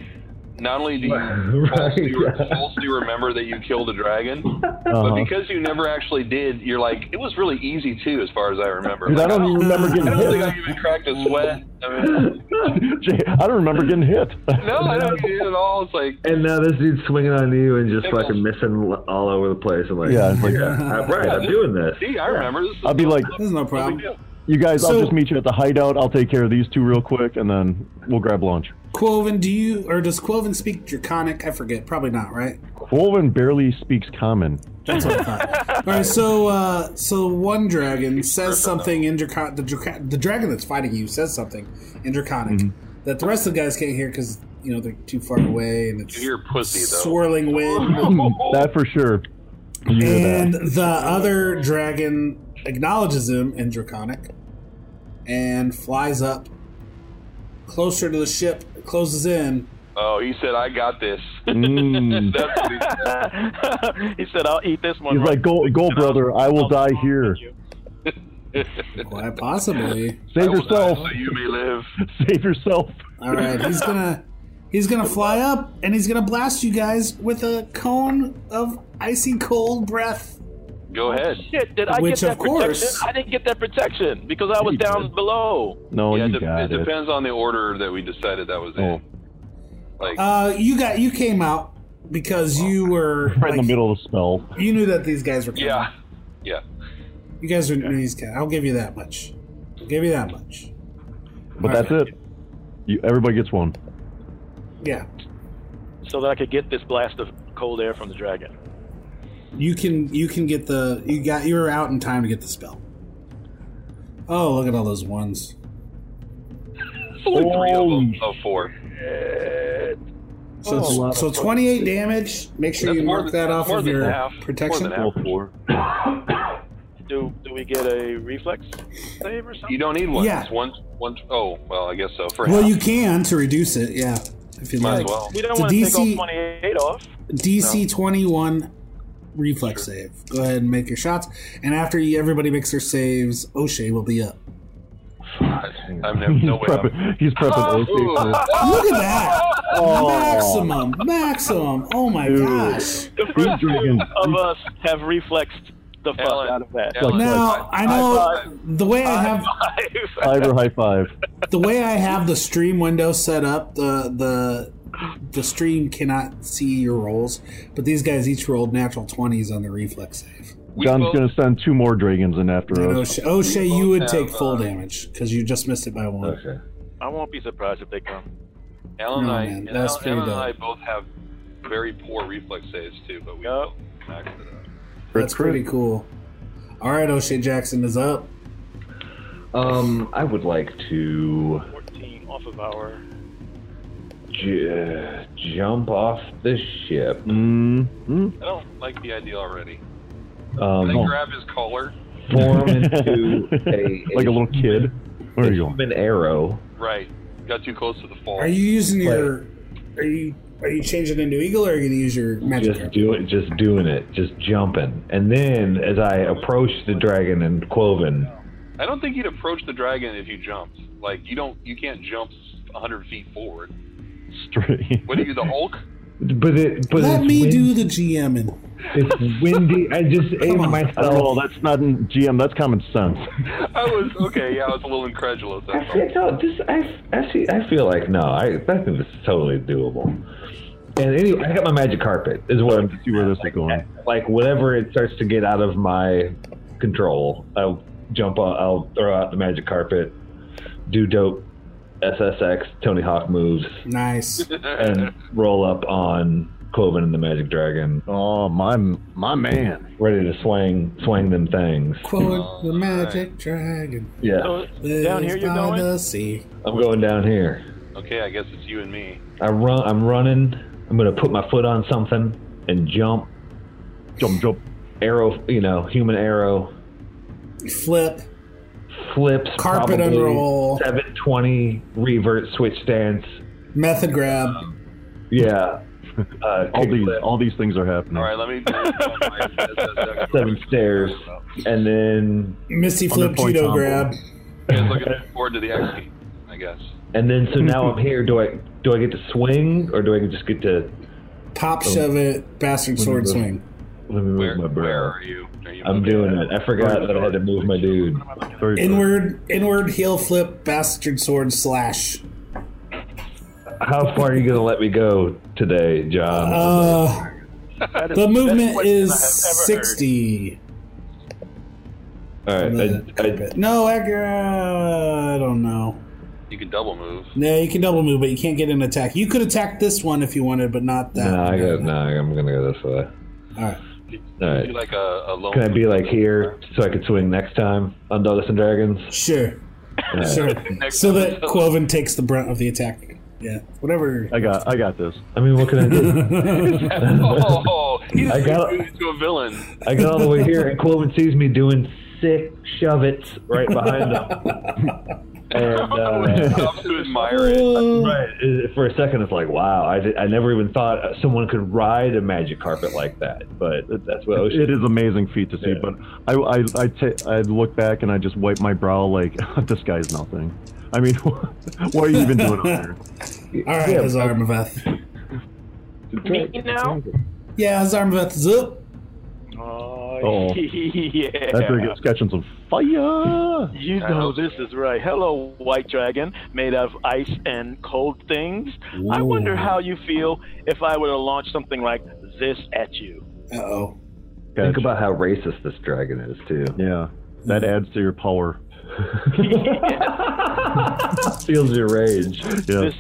Speaker 1: not only do you
Speaker 3: Right,
Speaker 1: falsely,
Speaker 3: yeah.
Speaker 1: falsely remember that you killed a dragon, but
Speaker 6: Uh-huh.
Speaker 1: because you never actually did, you're like it was really easy too, as far as I remember.
Speaker 6: Dude, I
Speaker 1: Like,
Speaker 6: don't even remember
Speaker 1: I
Speaker 6: getting
Speaker 1: don't think I
Speaker 6: hit.
Speaker 1: even cracked a sweat. I mean,
Speaker 6: Jay, I don't remember getting hit.
Speaker 1: no, I don't get it at all. It's like
Speaker 3: And now this dude's swinging on you and just
Speaker 1: Pickles.
Speaker 3: fucking missing l- all over the place. I'm like,
Speaker 6: Yeah, it's like-
Speaker 3: I'm right, I'm doing this.
Speaker 1: see, I remember this. is
Speaker 6: I'd be like,
Speaker 4: There's no
Speaker 1: no big
Speaker 4: problem.
Speaker 1: deal.
Speaker 6: you guys,
Speaker 4: So-
Speaker 6: I'll just meet you at the hideout. I'll take care of these two real quick, and then we'll grab lunch.
Speaker 4: Quoven, do you or does Quoven speak Draconic? I forget. Probably not, right?
Speaker 6: Wolven barely speaks common.
Speaker 4: That's what I thought. All right, so uh, so one dragon says something in Draconic. The, Draca- the dragon that's fighting you says something in Draconic
Speaker 3: Mm-hmm.
Speaker 4: that the rest of the guys can't hear because you know they're too far away and it's
Speaker 1: You hear pussy, though.
Speaker 4: swirling wind.
Speaker 6: That for sure. You hear
Speaker 4: and
Speaker 6: that.
Speaker 4: the other dragon acknowledges him in Draconic and flies up closer to the ship, closes in.
Speaker 1: oh, he said, "I got this."
Speaker 6: Mm.
Speaker 1: That's what he said.
Speaker 2: he said, "I'll eat this one."
Speaker 6: He's
Speaker 2: right
Speaker 6: like, go,
Speaker 2: quick,
Speaker 6: go,
Speaker 2: and I'll-
Speaker 6: brother. I will
Speaker 2: I'll-
Speaker 6: die here.
Speaker 4: Quite possibly.
Speaker 1: I
Speaker 6: Save
Speaker 1: will die
Speaker 6: yourself.
Speaker 1: so you may live.
Speaker 6: Save yourself.
Speaker 4: All right, he's gonna he's gonna fly up and he's gonna blast you guys with a cone of icy cold breath.
Speaker 1: Go ahead.
Speaker 2: Shit! Did I get
Speaker 4: Which,
Speaker 2: that
Speaker 4: of course-
Speaker 2: protection? I didn't get that protection because I was
Speaker 6: You
Speaker 2: down
Speaker 6: did.
Speaker 2: below.
Speaker 6: No,
Speaker 1: yeah,
Speaker 6: Oh, you
Speaker 1: it de-
Speaker 6: got
Speaker 1: it,
Speaker 6: it.
Speaker 1: depends on the order that we decided that was
Speaker 6: Oh.
Speaker 1: in. Like,
Speaker 4: Uh, you got you came out because you were
Speaker 6: Oh, Right in the
Speaker 4: like,
Speaker 6: middle of the spell.
Speaker 4: You knew that these guys were coming.
Speaker 1: yeah, yeah.
Speaker 4: you guys are these guys. I'll give you that much. I'll give you that much.
Speaker 6: But that's it. You, everybody gets one.
Speaker 4: Yeah,
Speaker 2: So that I could get this blast of cold air from the dragon.
Speaker 4: you can you can get the you got you were out in time to get the spell. Oh, look at all those ones.
Speaker 1: It's only three of them. Oh, four.
Speaker 4: So,
Speaker 6: Oh, a lot
Speaker 4: so 28 damage. Make sure
Speaker 1: That's
Speaker 4: you
Speaker 1: more
Speaker 4: mark
Speaker 1: than-
Speaker 4: that
Speaker 1: that's
Speaker 4: off
Speaker 1: more
Speaker 4: of
Speaker 1: than
Speaker 4: your
Speaker 1: half. More
Speaker 4: protection.
Speaker 1: than half.
Speaker 6: All four.
Speaker 2: Do do we get a reflex save or something?
Speaker 1: You don't need one.
Speaker 4: Yeah.
Speaker 1: It's one, one, oh, well, I guess so. For
Speaker 4: Well,
Speaker 1: half.
Speaker 4: you can to reduce it, yeah, if you'd
Speaker 1: might
Speaker 4: like.
Speaker 1: as well.
Speaker 2: We don't
Speaker 4: It's a
Speaker 2: want to take
Speaker 4: DC
Speaker 2: all 28 off.
Speaker 4: DC 21 reflex save. Go ahead and make your shots. And after you, everybody makes their saves, O'Shea will be up.
Speaker 1: I'm never, no way. I'm-
Speaker 6: Prepping, he's prepping
Speaker 1: Oh,
Speaker 6: those people.
Speaker 4: Look at that!
Speaker 6: Oh.
Speaker 4: Maximum! Maximum! Oh my
Speaker 6: Dude.
Speaker 4: gosh!
Speaker 2: The
Speaker 6: These
Speaker 2: first
Speaker 6: dragons.
Speaker 2: of us have reflexed the fuck
Speaker 1: Alan,
Speaker 2: out of that.
Speaker 1: Alan,
Speaker 4: Now I know the way I have
Speaker 6: Cyber high five.
Speaker 4: the way I have the stream window set up, the the the stream cannot see your rolls, but these guys each rolled natural twenties on the reflex save.
Speaker 1: we
Speaker 6: John's
Speaker 1: both-
Speaker 6: going to send two more dragons in after
Speaker 4: And
Speaker 6: us.
Speaker 4: O'Shea, O'Shea you would
Speaker 1: both
Speaker 4: take
Speaker 1: have,
Speaker 4: full
Speaker 1: uh,
Speaker 4: damage because you just missed it by one.
Speaker 3: Okay.
Speaker 2: I won't be surprised if they come.
Speaker 1: Alan
Speaker 4: No,
Speaker 1: and I,
Speaker 4: Oh, man,
Speaker 1: and
Speaker 4: that's
Speaker 1: Alan, Alan and I
Speaker 4: pretty
Speaker 1: both have very poor reflex saves too, but we
Speaker 2: Yep.
Speaker 1: both maxed it out.
Speaker 4: That's pretty cool. All right, O'Shea Jackson is up.
Speaker 3: Um, I would like to
Speaker 2: 14 off of our.
Speaker 3: j- jump off the ship.
Speaker 6: Mm, mm,
Speaker 1: I don't like the idea already. Can I
Speaker 3: Um,
Speaker 1: grab his collar?
Speaker 3: form into a,
Speaker 6: like a little kid. Where are you going?
Speaker 3: human arrow.
Speaker 1: Right. Got too close to the fall.
Speaker 4: Are you using your? Are you are you changing into eagle or are you gonna use your magic?
Speaker 3: Just
Speaker 4: arrow?
Speaker 3: do it, just doing it, just jumping. And then as I approach the dragon and Cloven,
Speaker 1: I don't think you'd approach the dragon if you jumped. Like you don't, you can't jump 100 feet forward.
Speaker 6: Straight.
Speaker 1: What are you, the Hulk?
Speaker 3: But it, but
Speaker 4: Let
Speaker 3: it's
Speaker 4: me
Speaker 3: win-
Speaker 4: do the GM and
Speaker 3: It's windy. I just aimed
Speaker 4: on.
Speaker 3: myself.
Speaker 6: Oh, that's not in GM. That's common sense.
Speaker 1: I was okay. Yeah, I was a little incredulous. That's
Speaker 3: I
Speaker 1: all.
Speaker 3: feel, no, this I actually I feel like no. I, I think this is totally doable. And anyway, I got my magic carpet. Is what I'm
Speaker 6: See where this is going.
Speaker 3: like. Whenever it starts to get out of my control, I'll jump on. I'll throw out the magic carpet, do dope SSX Tony Hawk moves,
Speaker 4: nice.
Speaker 3: and roll up on Cloven and the Magic Dragon,
Speaker 6: Oh, my my man.
Speaker 3: ready to swing swing them things.
Speaker 4: Quote the magic dragon.
Speaker 3: Yeah,
Speaker 2: So down here
Speaker 4: lives
Speaker 2: you're
Speaker 4: by
Speaker 2: going.
Speaker 4: The sea.
Speaker 3: I'm going down here.
Speaker 1: Okay, I guess it's you and me.
Speaker 3: I run. I'm running. I'm gonna put my foot on something and jump.
Speaker 6: Jump, jump.
Speaker 3: Arrow, you know, human arrow
Speaker 4: Flip.
Speaker 3: flips.
Speaker 4: Carpet
Speaker 3: probably
Speaker 4: unroll.
Speaker 3: 720 revert switch stance.
Speaker 4: Method grab.
Speaker 3: Yeah. Uh,
Speaker 6: All these
Speaker 3: kickflip,
Speaker 6: all these things are happening.
Speaker 1: All right, let me.
Speaker 3: seven stairs, and then
Speaker 4: Misty
Speaker 6: On the
Speaker 4: flip
Speaker 6: point
Speaker 4: judo
Speaker 6: combo.
Speaker 4: grab.
Speaker 1: Just looking forward to the X team, I guess.
Speaker 3: and then so now I'm here. Do I do I get to swing or do I just get to
Speaker 4: Pop
Speaker 3: Oh.
Speaker 4: shove it. Bastard sword
Speaker 3: the-
Speaker 4: swing.
Speaker 3: let me move
Speaker 1: Where,
Speaker 3: my
Speaker 1: where
Speaker 3: bro?
Speaker 1: are you? Are you
Speaker 3: I'm doing it. I forgot that I had to move my dude.
Speaker 6: Very good.
Speaker 4: Inward inward heel flip. Bastard sword slash.
Speaker 3: How far are you gonna let me go today, John?
Speaker 4: Uh,
Speaker 2: That is
Speaker 4: the
Speaker 2: best
Speaker 4: movement
Speaker 2: question
Speaker 4: is
Speaker 2: I have ever heard.
Speaker 4: sixty.
Speaker 3: All
Speaker 4: on
Speaker 3: right,
Speaker 4: the
Speaker 3: I, I,
Speaker 4: carpet. no, I, uh, I don't know.
Speaker 1: You can double move.
Speaker 4: No, you can double move, but you can't get an attack. You could attack this one if you wanted, but not that.
Speaker 3: No, I got no. I'm gonna go this way.
Speaker 4: All right.
Speaker 3: All
Speaker 1: You
Speaker 3: right.
Speaker 1: do like a, a lone.
Speaker 3: Can I be like here so I could swing next time on Douglas and Dragons?
Speaker 4: Sure.
Speaker 3: Yeah.
Speaker 4: Sure.
Speaker 1: Next
Speaker 4: so that
Speaker 1: episode.
Speaker 4: Quoven takes the brunt of the attack. Yeah. Whatever.
Speaker 6: I got I got this.
Speaker 3: I mean, what can I do?
Speaker 1: oh, he just
Speaker 3: I got-
Speaker 1: turned you into a villain.
Speaker 3: I got all the way here, and Cloven sees me doing sick shove it's right behind him. And uh,
Speaker 1: Stop to admire it.
Speaker 3: right uh, for a second, it's like, wow, I, did, I never even thought someone could ride a magic carpet like that. But that's what
Speaker 6: It is amazing feat to see,
Speaker 3: Yeah.
Speaker 6: but I I I, ta- I look back and I just wipe my brow like this guy's nothing. I mean, what are you even doing up there?
Speaker 4: All right,
Speaker 3: Yeah,
Speaker 4: Azarmaveth.
Speaker 2: Me now?
Speaker 4: Yeah, Azarmaveth's up.
Speaker 2: Oh, yeah.
Speaker 6: That dude gets catching some fire.
Speaker 2: You
Speaker 1: I
Speaker 2: know
Speaker 1: hope
Speaker 2: this is right. Hello, white dragon, made of ice and cold things. I wonder how you feel if I were to launch something like this at you.
Speaker 4: Uh oh.
Speaker 3: Think
Speaker 6: Gotcha.
Speaker 3: about how racist this dragon is too.
Speaker 6: Yeah, that adds to your power.
Speaker 3: Feels your rage.
Speaker 6: Yeah.
Speaker 2: This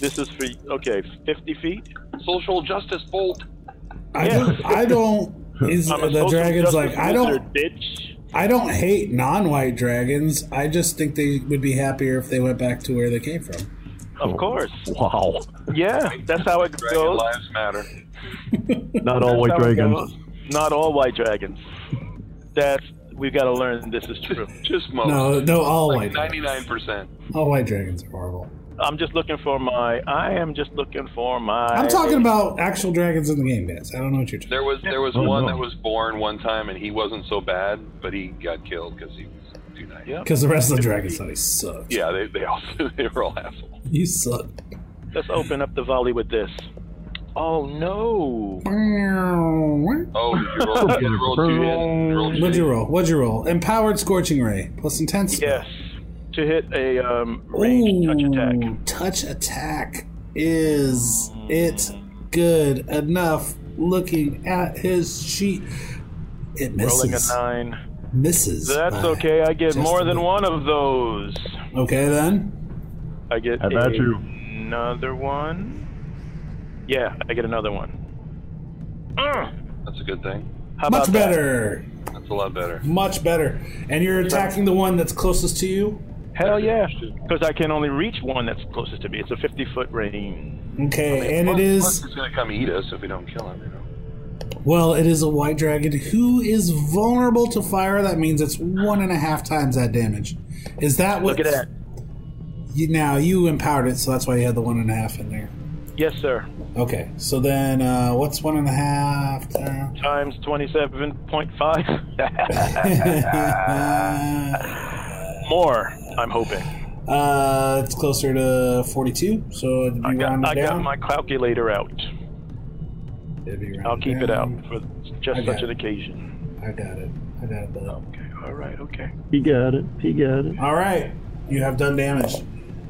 Speaker 2: this is for okay, fifty feet.
Speaker 1: Social justice bolt.
Speaker 4: I don't. I don't is,
Speaker 2: I'm a
Speaker 4: the
Speaker 2: social
Speaker 4: dragon's
Speaker 2: justice
Speaker 4: like I don't.
Speaker 2: wizard, bitch.
Speaker 4: I don't hate non-white dragons. I just think they would be happier if they went back to where they came from. Oh.
Speaker 2: Of course.
Speaker 6: Wow.
Speaker 2: Yeah, that's how it
Speaker 1: Dragon
Speaker 2: goes.
Speaker 1: lives matter.
Speaker 6: Not all white
Speaker 2: That's how it goes.
Speaker 6: dragons.
Speaker 2: Not all white dragons. That's we've got to learn this is true.
Speaker 1: Just most.
Speaker 4: No, no, all
Speaker 1: Oh. like
Speaker 4: white. Dragons.
Speaker 1: 99%.
Speaker 4: All white dragons are horrible.
Speaker 2: I'm just looking for my. I am just looking for my.
Speaker 4: I'm talking about actual dragons in the game, guys. I don't know what you're talking.
Speaker 1: There was there was
Speaker 6: Oh,
Speaker 1: one
Speaker 6: no.
Speaker 1: that was born one time and he wasn't so bad, but he got killed because he was too nice.
Speaker 2: Yeah.
Speaker 4: Because the rest of the dragons thought he sucked.
Speaker 1: Yeah, they they all they were all assholes.
Speaker 4: You sucked.
Speaker 2: Let's open up the volley with this. Oh no!
Speaker 4: What'd
Speaker 1: Oh, you rolled, you rolled two hits. You rolled two
Speaker 4: you roll? What'd you roll? Empowered scorching ray plus intense.
Speaker 2: Yes, to hit a um, range touch attack.
Speaker 4: Ooh, Touch attack. Is it good enough? Looking at his sheet, it
Speaker 2: Rolling a
Speaker 4: misses.
Speaker 2: nine.
Speaker 4: Misses.
Speaker 2: That's
Speaker 4: by-
Speaker 2: okay. I get
Speaker 4: just
Speaker 2: more
Speaker 4: a
Speaker 2: than
Speaker 4: bit.
Speaker 2: one of those.
Speaker 4: Okay then.
Speaker 2: I get
Speaker 6: How about
Speaker 2: a-
Speaker 6: you?
Speaker 2: another one. Yeah, I get another one. Mm,
Speaker 1: That's a good thing.
Speaker 2: How about
Speaker 4: Much
Speaker 2: that?
Speaker 4: better.
Speaker 1: That's a lot better.
Speaker 4: Much better. And you're attacking the one that's closest to you.
Speaker 2: Hell yeah! Because I can only reach one that's closest to me. It's a 50 foot range.
Speaker 4: Okay, and it
Speaker 1: Plus-
Speaker 4: is.
Speaker 1: plus He's gonna come eat us if we don't kill him. You know.
Speaker 4: Well, it is a white dragon who is vulnerable to fire. That means it's one and a half times that damage. Is that what?
Speaker 2: Look at that.
Speaker 4: You, now you empowered it, so that's why you had the one and a half in there.
Speaker 2: Yes, sir.
Speaker 4: Okay, so then uh, what's one and a half times?
Speaker 2: Times 27.5. more. I'm hoping.
Speaker 4: Uh, it's closer to 42, so it'd be
Speaker 2: I got,
Speaker 4: rounded
Speaker 2: I got
Speaker 4: down.
Speaker 2: my calculator out.
Speaker 4: It'd be
Speaker 2: I'll
Speaker 4: rounded
Speaker 2: keep it out
Speaker 4: down.
Speaker 2: for
Speaker 4: I
Speaker 2: just
Speaker 4: got
Speaker 2: such an
Speaker 4: it.
Speaker 2: occasion.
Speaker 4: I got it. I got it, bud.
Speaker 2: Okay. All right. Okay.
Speaker 6: He got it. He got it.
Speaker 4: All right, you have done damage,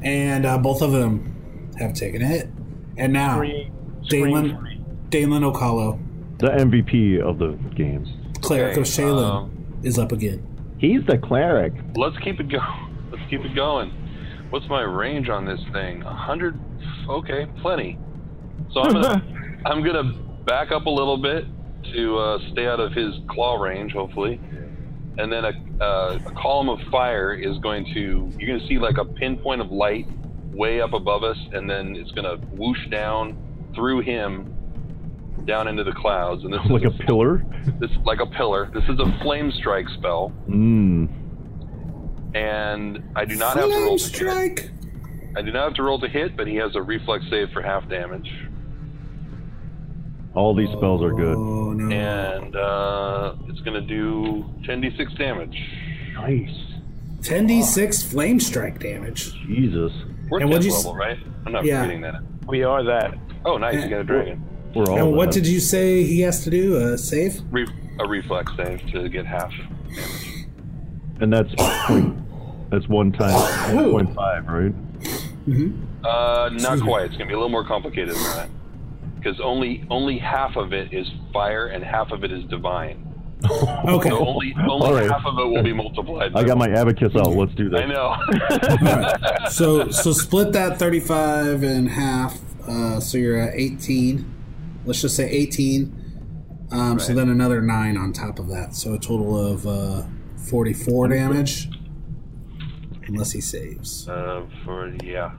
Speaker 4: and uh, both of them have taken a hit. And now,
Speaker 2: Three.
Speaker 4: Damon.
Speaker 2: screen free.
Speaker 4: Dalen Ocalo,
Speaker 6: The MVP of the game.
Speaker 4: cleric
Speaker 1: Okay,
Speaker 4: of Shalen,
Speaker 1: um,
Speaker 4: is up again.
Speaker 6: He's the cleric.
Speaker 1: Let's keep it going. Let's keep it going. What's my range on this thing? A hundred. Okay, plenty. So I'm gonna I'm gonna back up a little bit to uh, stay out of his claw range, hopefully. And then a, uh, a column of fire is going to you're gonna see like a pinpoint of light way up above us, and then it's gonna whoosh down through him down into the clouds. And this
Speaker 6: Like
Speaker 1: is
Speaker 6: a pillar.
Speaker 1: this like a pillar. This is a flame strike spell
Speaker 6: Mmm.
Speaker 1: and I do not have to roll
Speaker 4: Flame
Speaker 1: to hit.
Speaker 4: strike.
Speaker 1: I do not have to roll to hit, but he has a reflex save for half damage.
Speaker 6: All these spells are good.
Speaker 4: Oh no!
Speaker 1: And uh, it's going to do 10d6 damage.
Speaker 6: Nice.
Speaker 4: 10d6
Speaker 1: uh,
Speaker 4: flame strike damage.
Speaker 6: Jesus.
Speaker 1: We're
Speaker 4: And
Speaker 1: and 10th
Speaker 4: what'd you s-
Speaker 1: level, right? I'm not
Speaker 4: Yeah.
Speaker 1: forgetting that.
Speaker 2: We are that.
Speaker 1: Oh, nice. You got a dragon.
Speaker 6: We're all.
Speaker 4: and what
Speaker 6: that.
Speaker 4: did you say he has to do? A save?
Speaker 1: Re- a reflex save to get half.
Speaker 6: And that's point, that's one time
Speaker 4: Ooh.
Speaker 6: point five, right?
Speaker 1: Uh, not quite. It's going to be a little more complicated than that. Because only only half of it is fire and half of it is divine.
Speaker 4: Okay.
Speaker 1: So only only
Speaker 6: Oh. All right.
Speaker 1: half of it will be multiplied.
Speaker 6: I got my abacus out. Let's do this.
Speaker 1: I know.
Speaker 4: So so split that 35 in half. Uh, so you're at 18. Let's just say 18. Um, So then another nine on top of that. So a total of uh, 44 damage. Unless he saves.
Speaker 1: uh, for yeah.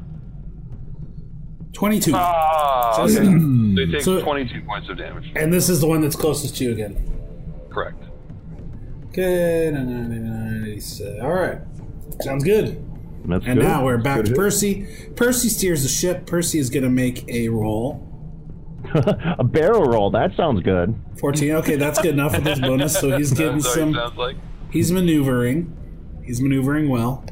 Speaker 4: 22.
Speaker 6: Uh,
Speaker 1: Ah,
Speaker 4: Just-
Speaker 1: okay. So you take
Speaker 4: So-
Speaker 1: 22 points of damage.
Speaker 4: And this is the one that's closest to you again.
Speaker 1: Correct.
Speaker 4: Good. and then- and then it's, uh, All right. Sounds good.
Speaker 6: That's
Speaker 4: And
Speaker 6: good.
Speaker 4: now we're back
Speaker 6: Good
Speaker 4: to
Speaker 6: hit.
Speaker 4: Percy. Percy steers the ship. Percy is going to make a roll.
Speaker 6: a barrel roll. That sounds good.
Speaker 4: 14. Okay, that's good enough with his bonus. So he's getting
Speaker 1: That's how he
Speaker 4: some.
Speaker 1: sounds like.
Speaker 4: He's maneuvering. He's maneuvering well.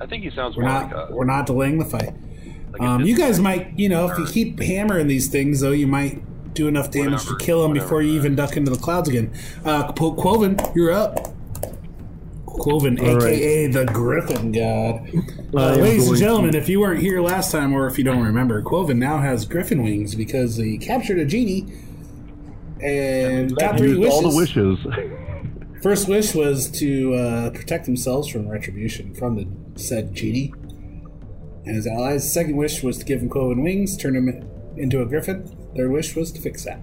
Speaker 1: I think he sounds
Speaker 4: We're
Speaker 1: more
Speaker 4: not.
Speaker 1: like a.
Speaker 4: We're not delaying the fight.
Speaker 1: Oh Like a
Speaker 4: Um, you
Speaker 1: dis-
Speaker 4: guys might. You know, if you keep hammering these things, though, you might do enough damage
Speaker 1: Whatever,
Speaker 4: to kill him
Speaker 1: whatever.
Speaker 4: before you even duck into the clouds again. Uh, Qu- Quoven, you're up. Quoven,
Speaker 6: All right.
Speaker 4: aka the Griffin God.
Speaker 6: I
Speaker 4: Uh,
Speaker 6: am
Speaker 4: ladies and
Speaker 6: going
Speaker 4: gentlemen, if you weren't here last time, or if you don't remember, Quoven now has Griffin wings because he captured a genie and got three
Speaker 6: Used
Speaker 4: wishes.
Speaker 6: all the wishes.
Speaker 4: First wish was to uh, protect themselves from retribution from the said genie and his allies. Second wish was to give him cloven wings, turn him into a griffin. Third wish was to fix that.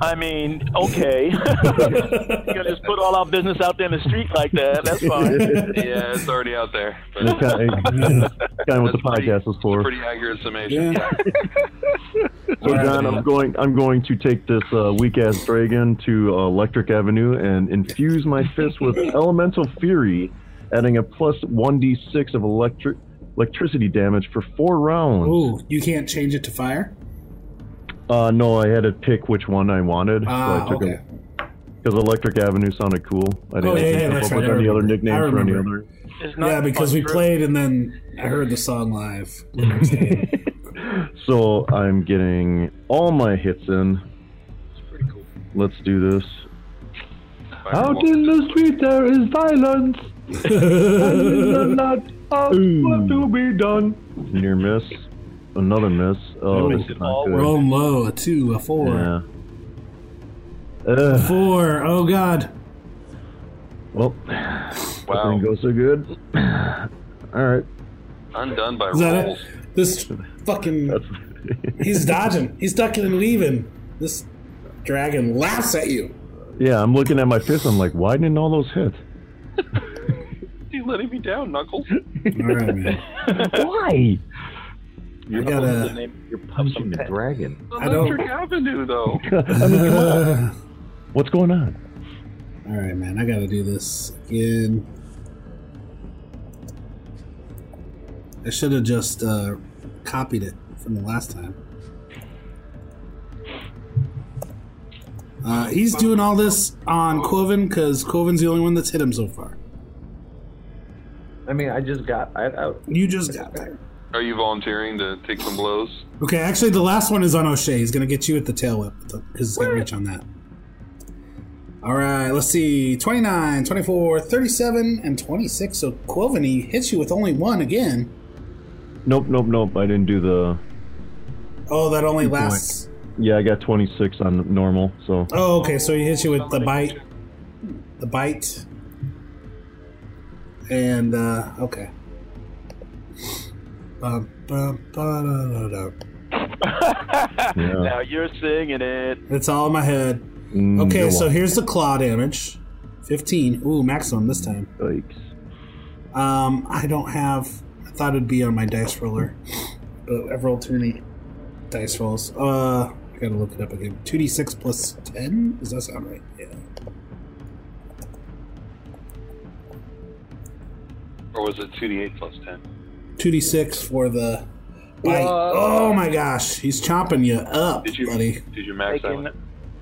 Speaker 2: I mean, okay. You're gonna just put all our business out there in the street like that. That's fine.
Speaker 1: Yeah, it's already out there. But
Speaker 6: That's kind of, what the
Speaker 1: that's pretty-
Speaker 6: podcast was for.
Speaker 1: Pretty accurate summation.
Speaker 4: Yeah.
Speaker 1: Yeah.
Speaker 6: So John,
Speaker 4: Uh,
Speaker 6: I'm going. I'm going to take this uh, weak ass dragon to uh, Electric Avenue and infuse my fist with elemental fury, adding a plus one d six of electric electricity damage for four rounds.
Speaker 4: Ooh, you can't change it to fire?
Speaker 6: Uh, no, I had to pick which one I wanted.
Speaker 4: Ah,
Speaker 6: so I took
Speaker 4: okay.
Speaker 6: Because Electric Avenue sounded cool. I didn't
Speaker 4: Oh, yeah,
Speaker 6: think
Speaker 4: yeah,
Speaker 6: come
Speaker 4: that's
Speaker 6: up
Speaker 4: right,
Speaker 6: with
Speaker 4: I
Speaker 6: any
Speaker 4: remember.
Speaker 6: other nickname
Speaker 4: I
Speaker 6: for any
Speaker 4: remember.
Speaker 6: other.
Speaker 2: It's not
Speaker 4: Yeah, because we
Speaker 2: untrue.
Speaker 4: played and then I heard the song live the next day.
Speaker 6: So I'm getting all my hits in. Let's do this. Out in the street there is violence. and not of what to be done. Near miss. Another miss. Oh, this is not good.
Speaker 4: Roll low, a two, a four.
Speaker 6: Yeah. Ugh,
Speaker 4: Four. Oh god.
Speaker 6: well,
Speaker 1: Wow.
Speaker 6: didn't go so good. All right.
Speaker 1: Undone by
Speaker 4: Is that
Speaker 1: rolls.
Speaker 4: it? This fucking He's dodging. He's ducking and leaving. This dragon laughs at you.
Speaker 6: Yeah, I'm looking at my fist. I'm like, why didn't all those hit?
Speaker 1: He's letting me down, Knuckles.
Speaker 4: All right, man.
Speaker 6: Why?
Speaker 4: I gotta.
Speaker 3: You're punching the dragon.
Speaker 4: I don't.
Speaker 1: Electric Avenue, though.
Speaker 6: What's going on?
Speaker 4: All right, man. I gotta do this again. I should have just uh, copied it from the last time. Uh, he's doing all this on Quoven because Quoven's the only one that's hit him so far.
Speaker 3: I mean, I just got I, I,
Speaker 4: You just got there.
Speaker 1: Are you volunteering to take some blows?
Speaker 4: Okay, actually, the last one is on O'Shea. He's going to get you with the tail whip because he's got reach on that. All right, let's see. 29, 24, 37, and 26. So Quoven, he hits you with only one again.
Speaker 6: Nope, nope, nope. I didn't do the.
Speaker 4: Oh, that only lasts.
Speaker 6: Yeah, I got 26 on normal, so
Speaker 4: Oh, okay. So he hits you with the bite, the bite, and uh, okay. Bum, bum, ba-da-da-da.
Speaker 2: now you're singing it.
Speaker 4: It's all in my head.
Speaker 6: Mm,
Speaker 4: Okay,
Speaker 6: no
Speaker 4: so here's the claw damage, fifteen. Ooh, maximum this time.
Speaker 6: yikes.
Speaker 4: Um, I don't have. I thought it'd be on my dice roller, but I've rolled too many dice rolls. Uh, I gotta look it up again. Two d six plus ten. Does that sound right? Yeah.
Speaker 1: Or was it 2d8 plus 10?
Speaker 4: Two d six for the bite. oh my gosh, he's chomping you up,
Speaker 1: Did you,
Speaker 4: buddy.
Speaker 1: did you max out?
Speaker 2: Making,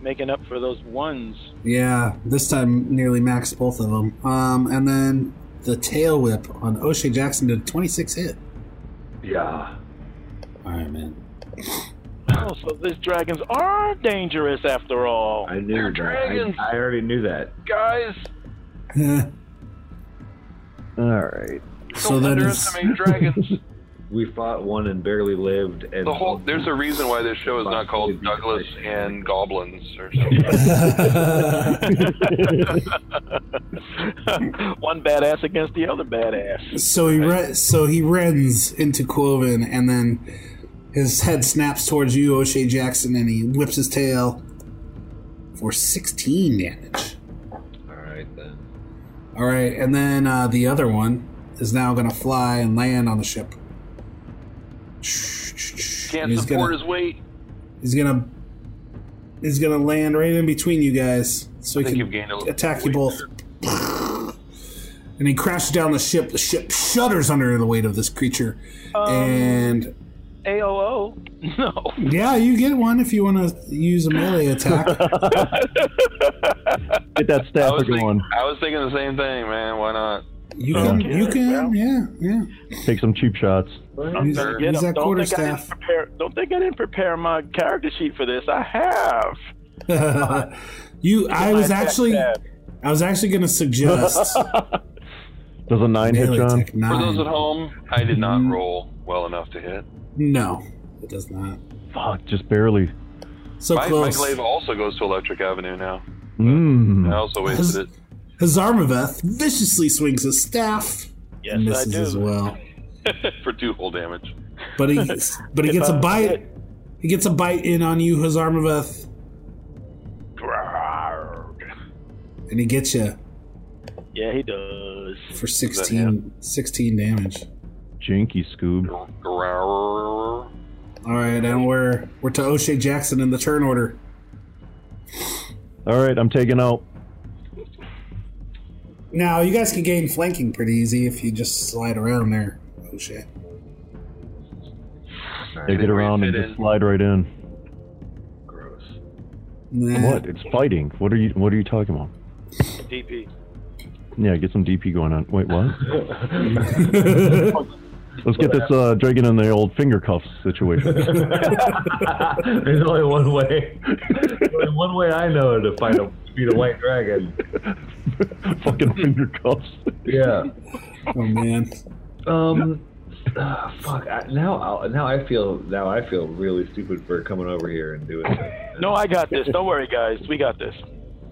Speaker 2: making up for those ones.
Speaker 4: Yeah, this time nearly maxed both of them. Um, and then the tail whip on O'Shea Jackson did twenty six hit.
Speaker 3: yeah.
Speaker 4: All right, man.
Speaker 2: Oh, so these dragons are dangerous after all.
Speaker 3: I knew that.
Speaker 1: dragons.
Speaker 3: I, I already knew that.
Speaker 1: Guys,
Speaker 6: All right.
Speaker 4: so
Speaker 1: don't
Speaker 4: that is
Speaker 1: underestimate dragons.
Speaker 3: We fought one and barely lived. And
Speaker 1: The whole there's a reason why this show is not called Douglas and Goblins or something.
Speaker 2: One badass against the other badass.
Speaker 4: so he re- so he runs into Quoven, and then his head snaps towards you, O'Shea Jackson, and he whips his tail for sixteen damage.
Speaker 3: All right then.
Speaker 4: All right, and then uh, the other one is now going to fly and land on the ship.
Speaker 1: Can't
Speaker 4: And he's
Speaker 1: support
Speaker 4: gonna,
Speaker 1: his weight.
Speaker 4: He's gonna he's gonna land right in between you guys, so
Speaker 1: I
Speaker 4: he
Speaker 1: think you've
Speaker 4: can
Speaker 1: gained a little
Speaker 4: attack you
Speaker 1: weight
Speaker 4: both.
Speaker 1: there.
Speaker 4: And he crashes down the ship. The ship shudders under the weight of this creature, and
Speaker 2: AOO? No.
Speaker 4: yeah, you get one if you want to use a melee attack.
Speaker 6: Get that
Speaker 1: I
Speaker 6: staff
Speaker 1: was,
Speaker 6: going.
Speaker 1: thinking, I was thinking the same thing, man. Why not?
Speaker 4: You can,
Speaker 2: Okay.
Speaker 4: you can,
Speaker 2: Well.
Speaker 4: yeah, yeah.
Speaker 6: Take some cheap shots.
Speaker 4: Use,
Speaker 1: sure.
Speaker 2: Get
Speaker 4: use
Speaker 2: 'em. don't,
Speaker 4: that
Speaker 2: think I
Speaker 4: quarterstaff.
Speaker 2: didn't prepare, don't think I didn't prepare my character sheet for this. I have.
Speaker 4: you, I was
Speaker 2: My attack
Speaker 4: actually,
Speaker 2: tab.
Speaker 4: I was actually gonna suggest
Speaker 6: Does a nine hit,
Speaker 4: melee
Speaker 6: John?
Speaker 4: attack
Speaker 1: For those at
Speaker 4: nine.
Speaker 1: home, I did not
Speaker 4: Mm.
Speaker 1: roll well enough to hit.
Speaker 4: No, it does not.
Speaker 6: Fuck, just barely.
Speaker 4: So
Speaker 1: my, my
Speaker 4: close.
Speaker 1: glaive also goes to Electric Avenue now. I
Speaker 6: Mmm.
Speaker 1: also wasted it.
Speaker 4: Hazarmaveth viciously swings his staff
Speaker 2: Yes,
Speaker 4: and
Speaker 2: I
Speaker 4: misses
Speaker 2: do.
Speaker 4: as well.
Speaker 1: for two whole damage.
Speaker 4: But he gets, but he gets a
Speaker 2: I-
Speaker 4: bite. He gets a bite in on you, Hazarmaveth, and he gets you
Speaker 2: Yeah, he does.
Speaker 4: for 16, 16 damage.
Speaker 6: Janky Scoob.
Speaker 1: Grrrr.
Speaker 4: All right, and we're we're to O'Shea Jackson in the turn order.
Speaker 6: All right, I'm taking out.
Speaker 4: Now you guys can gain flanking pretty easy if you just slide around there. O'Shea.
Speaker 6: They
Speaker 1: Did
Speaker 6: get
Speaker 1: we
Speaker 6: around and
Speaker 1: fit
Speaker 6: just
Speaker 1: in?
Speaker 6: slide right in.
Speaker 3: Gross.
Speaker 4: Nah.
Speaker 6: What? It's fighting. What are you? What are you talking about?
Speaker 2: DP.
Speaker 6: Yeah, get some DP going on. Wait, what? Let's get this uh, dragon in the old finger cuffs situation.
Speaker 3: There's only one way. There's only one way I know to fight a beat a white dragon.
Speaker 6: Fucking finger cuffs.
Speaker 3: Yeah.
Speaker 4: Oh man.
Speaker 3: Um. ah, fuck. I, now, I, now I feel now I feel really stupid for coming over here and doing it.
Speaker 2: No, I got this. Don't worry, guys. We got this.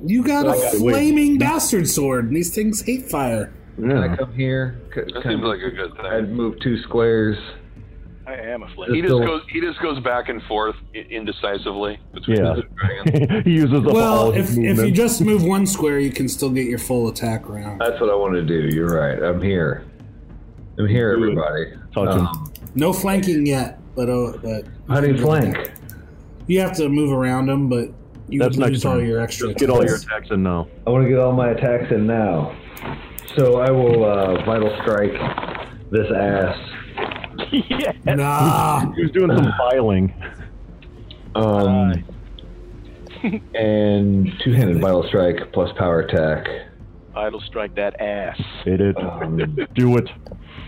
Speaker 4: You got a
Speaker 6: got- wait.
Speaker 4: flaming bastard sword. and These things hate fire.
Speaker 3: I
Speaker 6: Yeah.
Speaker 3: come here. c-
Speaker 1: That
Speaker 3: kind
Speaker 1: seems
Speaker 3: of-
Speaker 1: like a good
Speaker 3: I'd
Speaker 1: thing.
Speaker 3: move two squares.
Speaker 2: I am a flame.
Speaker 1: He just
Speaker 3: still-
Speaker 1: goes. He just goes back and forth i- indecisively between
Speaker 6: Yeah.
Speaker 1: the two dragons.
Speaker 6: he uses up all
Speaker 4: Well,
Speaker 6: his
Speaker 4: if, if
Speaker 6: movement.
Speaker 4: you just move one square, you can still get your full attack round.
Speaker 3: That's what I want to do. You're right. I'm here. I'm here,
Speaker 6: Do it.
Speaker 3: everybody.
Speaker 6: Touch 'em.
Speaker 3: Um,
Speaker 4: No flanking yet, but oh, but
Speaker 3: how do you flank?
Speaker 4: you have to move around them. But you
Speaker 6: That's
Speaker 4: would
Speaker 6: next
Speaker 4: lose all
Speaker 6: turn.
Speaker 4: your extra.
Speaker 6: get all your
Speaker 4: attacks.
Speaker 6: attacks in now.
Speaker 3: I want to get all my attacks in now. So I will uh, vital strike this ass.
Speaker 2: yeah.
Speaker 4: Nah.
Speaker 6: He was doing some filing.
Speaker 3: Um, and two-handed vital strike plus power attack.
Speaker 2: Idle strike that ass.
Speaker 6: Hit it.
Speaker 3: Um,
Speaker 6: Do it.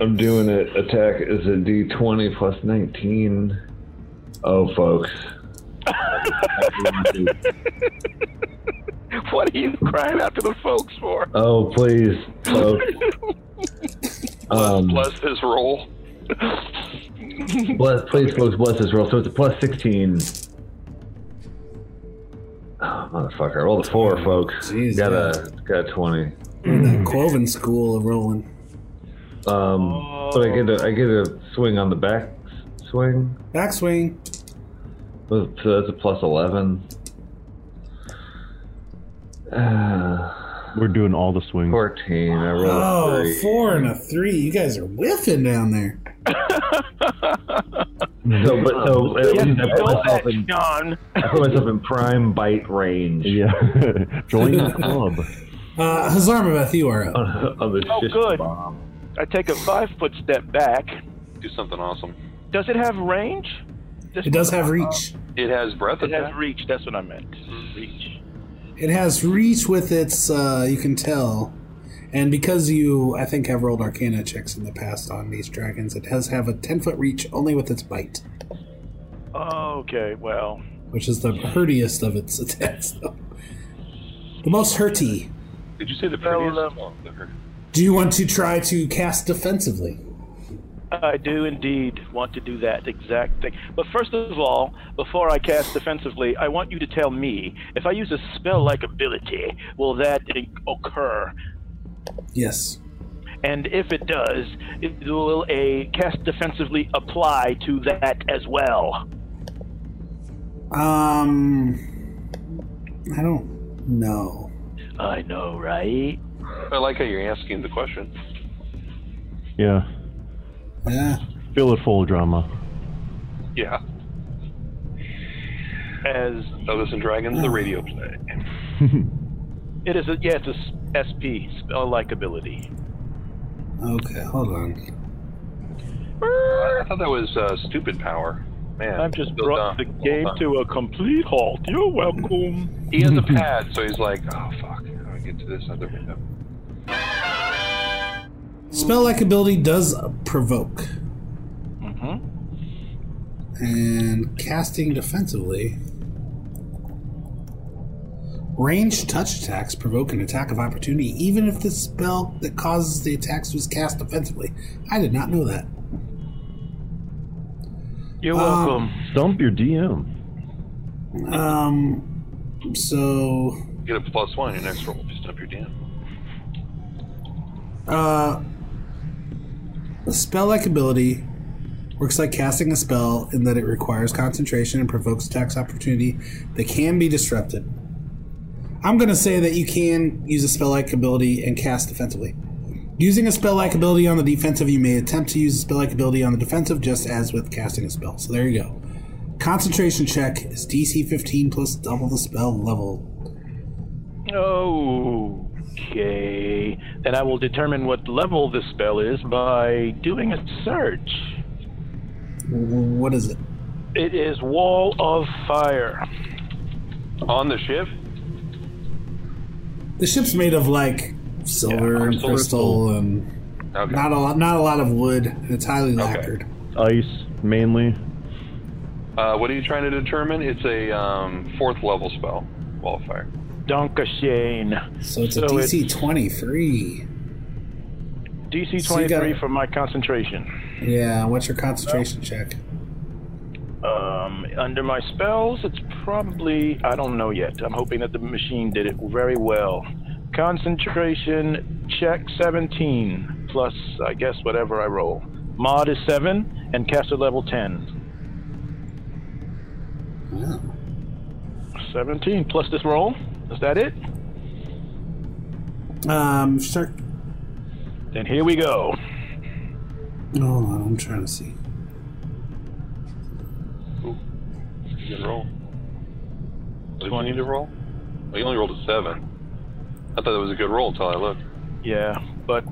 Speaker 3: I'm doing it. Attack is a D20 plus 19. Oh, folks.
Speaker 2: What are you crying out to the folks for?
Speaker 3: Oh, please, folks. Um,
Speaker 1: Bless his roll.
Speaker 3: bless, please, folks, bless this roll. So it's a plus 16. Oh, motherfucker. I rolled a four, folks.
Speaker 4: Jeez,
Speaker 3: got a got a 20.
Speaker 4: That Cloven school of rolling.
Speaker 3: Um, But I get a I get a swing on the back swing.
Speaker 4: Backswing.
Speaker 3: So that's a plus eleven. Uh,
Speaker 6: We're doing all the swings.
Speaker 3: Fourteen. I rolled a
Speaker 4: Oh,
Speaker 3: three.
Speaker 4: four and a three. You guys are whiffing down there.
Speaker 3: So, but
Speaker 4: Oh,
Speaker 3: so at least I put,
Speaker 2: Go
Speaker 3: myself
Speaker 2: back,
Speaker 3: in,
Speaker 2: John.
Speaker 3: I put myself in prime bite range.
Speaker 6: Yeah. Join the club.
Speaker 4: Uh, Hazarmaveth, you are up.
Speaker 3: On, on the
Speaker 2: Oh,
Speaker 3: shish
Speaker 2: good.
Speaker 3: bomb.
Speaker 2: I take a five foot step back.
Speaker 1: Do something awesome.
Speaker 2: Does it have range? This
Speaker 4: It does have reach.
Speaker 1: It has breath
Speaker 2: It has
Speaker 1: attack.
Speaker 2: reach. That's what I meant. Reach.
Speaker 4: It has reach with its, uh, you can tell. And because you, I think, have rolled arcana checks in the past on these dragons, it does have a 10 foot reach only with its bite,
Speaker 2: Oh, Okay. Well,
Speaker 4: which is the hurtiest of its attacks. the most hurty.
Speaker 1: Did you say the
Speaker 2: Well,
Speaker 1: prettiest?
Speaker 2: um,
Speaker 1: Oh, the-
Speaker 4: Do you want to try to cast defensively?
Speaker 2: I do indeed want to do that exact thing. But first of all, before I cast defensively, I want you to tell me if I use a spell like ability, will that occur?
Speaker 4: Yes.
Speaker 2: And if it does, it- will a cast defensively apply to that as well?
Speaker 4: Um, I don't know.
Speaker 2: I know, right?
Speaker 1: I like how you're asking the question.
Speaker 6: Yeah.
Speaker 4: Yeah.
Speaker 6: Fill it full drama.
Speaker 1: Yeah.
Speaker 2: As
Speaker 1: Douglas and Dragons, the radio play.
Speaker 2: it is, a, yeah, it's a s- SP spell like ability.
Speaker 4: Okay, hold on.
Speaker 1: I thought that was uh, stupid power. Man,
Speaker 2: I've just
Speaker 1: Bill
Speaker 2: brought the
Speaker 1: Dunn.
Speaker 2: game to a complete halt. You're welcome.
Speaker 1: He has a pad, so he's like, oh fuck, I get to this other window.
Speaker 4: Spell like ability does provoke,
Speaker 2: hmm
Speaker 4: and casting defensively. Range touch attacks provoke an attack of opportunity, even if the spell that causes the attacks was cast defensively. I did not know that.
Speaker 2: You're
Speaker 4: Um,
Speaker 2: welcome.
Speaker 6: Stump your DM.
Speaker 4: Um, so
Speaker 1: You get a plus one in your next roll. Just up your damn.
Speaker 4: Uh, a spell like ability works like casting a spell in that it requires concentration and provokes attacks opportunity that can be disrupted. I'm going to say that you can use a spell like ability and cast defensively. Using a spell like ability on the defensive, you may attempt to use a spell like ability on the defensive, just as with casting a spell. So there you go. Concentration check is DC 15 plus double the spell level.
Speaker 2: Okay. And I will determine what level this spell is by doing a search.
Speaker 4: W- w- What is it?
Speaker 2: It is Wall of Fire.
Speaker 1: On the ship,
Speaker 4: The ship's made of like silver and
Speaker 1: crystal.
Speaker 4: crystal and
Speaker 1: okay.
Speaker 4: Not a lot. Not a lot of wood. and It's highly lacquered.
Speaker 6: Ice, mainly.
Speaker 1: Uh, what are you trying to determine? It's a um, fourth level spell, wall of fire.
Speaker 2: Donkashane.
Speaker 4: So it's
Speaker 2: So
Speaker 4: a DC twenty three.
Speaker 2: DC
Speaker 4: So you
Speaker 2: 23
Speaker 4: got-
Speaker 2: for my concentration.
Speaker 4: Yeah. What's your concentration check?
Speaker 2: Um, under my spells, it's probably, I don't know yet. I'm hoping that the machine did it very well. Concentration check 17, plus, I guess, whatever I roll. Mod is 7, and caster level 10.
Speaker 4: Wow.
Speaker 2: 17 plus this roll. Is that it?
Speaker 4: Um. Start.
Speaker 2: Then here we go.
Speaker 4: Hold on. I'm trying to see.
Speaker 1: You can roll. Did you need to roll? Well, you only rolled a seven. I thought that was a good roll until I looked.
Speaker 2: Yeah, but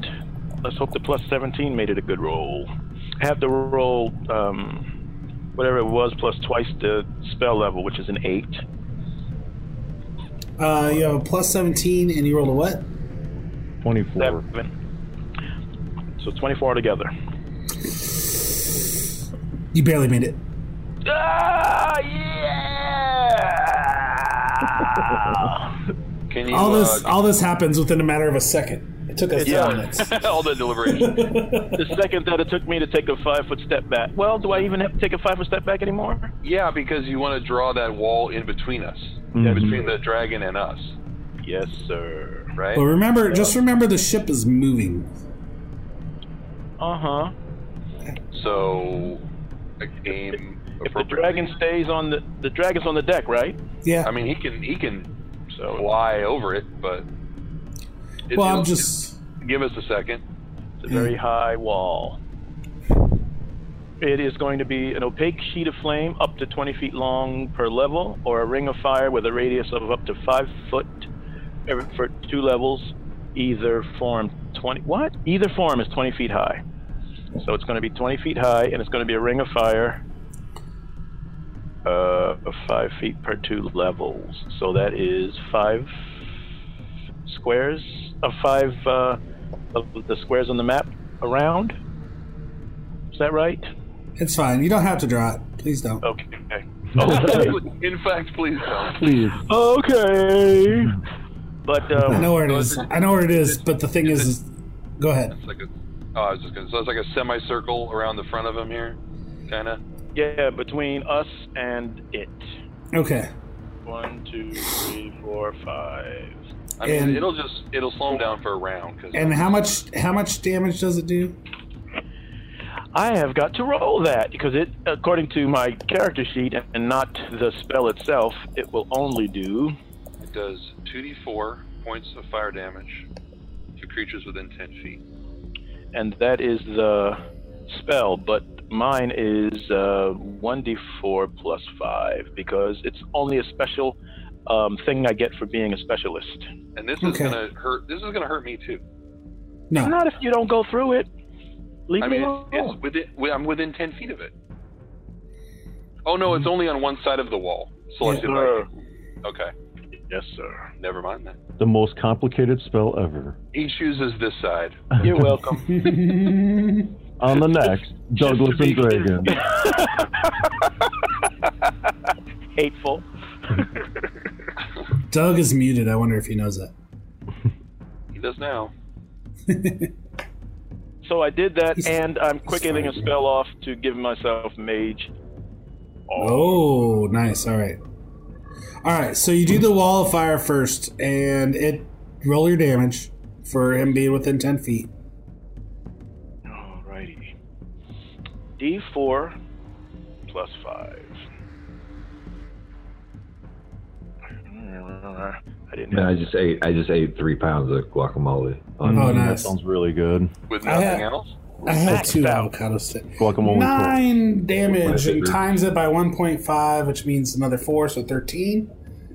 Speaker 2: let's hope the plus 17 made it a good roll. I have to roll um, whatever it was plus twice the spell level, which is an 8.
Speaker 4: Uh, you have a plus 17 and you rolled a what?
Speaker 6: 24.
Speaker 2: Seven. So 24 together.
Speaker 4: You barely made it.
Speaker 2: Ah, yeah!
Speaker 1: Can you?
Speaker 4: All this
Speaker 1: uh,
Speaker 4: all this happens within a matter of a second. It took us
Speaker 2: Yeah.
Speaker 4: five minutes.
Speaker 1: all the deliberation.
Speaker 2: the second that it took me to take a five foot step back. Well, do I even have to take a five foot step back anymore?
Speaker 1: Yeah, because you want to draw that wall in between us,
Speaker 4: Mm-hmm.
Speaker 1: in between the dragon and us,
Speaker 2: Yes, sir.
Speaker 1: right?
Speaker 4: But remember, just remember the ship is moving.
Speaker 2: Uh huh.
Speaker 1: So, like, aim
Speaker 2: If the
Speaker 1: appropriately.
Speaker 2: dragon stays on the the dragon's on the deck, right?
Speaker 4: Yeah.
Speaker 1: I mean, he can he can
Speaker 2: So
Speaker 1: fly over it, but it-
Speaker 4: well,
Speaker 1: it'll-
Speaker 4: I'm just.
Speaker 1: give us a second.
Speaker 2: it's a very high wall. It is going to be an opaque sheet of flame up to 20 feet long per level, or a ring of fire with a radius of up to five foot every, for two levels. Either form 20. What? Either form is 20 feet high. So it's going to be 20 feet high, and it's going to be a ring of fire uh, of five feet per two levels. So that is five squares of five uh, of the squares on the map around. Is that right?
Speaker 4: It's fine. You don't have to draw it. Please don't.
Speaker 2: Okay.
Speaker 1: In fact, please don't.
Speaker 6: Please.
Speaker 2: Okay. But
Speaker 4: I
Speaker 2: um,
Speaker 4: know where it is. I know where it is. But the thing is, is go ahead.
Speaker 1: It's like a, oh, I was just gonna. So it's like a semicircle around the front of him here, kind of.
Speaker 2: yeah, between us and it.
Speaker 4: Okay.
Speaker 2: One, two, three, four, five.
Speaker 1: I mean,
Speaker 4: And-
Speaker 1: it'll just it'll slow him down for a round because
Speaker 4: And how much? How much damage does it do?
Speaker 2: I have got to roll that because it, according to my character sheet and not the spell itself, it will only do.
Speaker 1: it does two d four points of fire damage to creatures within ten feet.
Speaker 2: and that is the spell. But mine is uh, 1d4 plus 5 because it's only a special um, thing I get for being a specialist.
Speaker 1: And this
Speaker 4: Okay.
Speaker 1: is gonna hurt. This is gonna hurt me too.
Speaker 4: No.
Speaker 2: Not if you don't go through it. Leave
Speaker 1: I
Speaker 2: me
Speaker 1: mean, it's,
Speaker 2: alone.
Speaker 1: it's within. wi- I'm within ten feet of it. Oh no, it's only on one side of the wall. Selected
Speaker 2: Yes,
Speaker 1: by.
Speaker 2: sir.
Speaker 1: Okay,
Speaker 2: Yes, sir.
Speaker 1: never mind that.
Speaker 6: The most complicated spell ever.
Speaker 1: He chooses this side.
Speaker 2: You're welcome.
Speaker 6: On the next, Douglas and Dragon.
Speaker 2: Hateful.
Speaker 4: Doug is muted. I wonder if he knows that.
Speaker 1: He does now.
Speaker 2: So I did that,
Speaker 4: He's-
Speaker 2: and I'm quickening a
Speaker 4: sorry.
Speaker 2: spell off to give myself mage.
Speaker 4: Oh, nice. All right. All right. So you do the wall of fire first, and it roll your damage for him being within ten feet.
Speaker 2: Alrighty. D4 plus 5. I didn't
Speaker 3: Man, I just ate. I just ate three pounds of guacamole. On
Speaker 4: Oh,
Speaker 6: Mm, That
Speaker 4: nice.
Speaker 6: sounds really good.
Speaker 1: With
Speaker 4: I
Speaker 2: Oh,
Speaker 1: nothing
Speaker 4: have-
Speaker 1: else.
Speaker 4: I have
Speaker 2: Maxed
Speaker 4: two
Speaker 2: out.
Speaker 4: avocado sticks.
Speaker 6: Guacamole.
Speaker 4: Nine damage and
Speaker 3: Fifty.
Speaker 4: times it by 1.5, which means another four, so 13.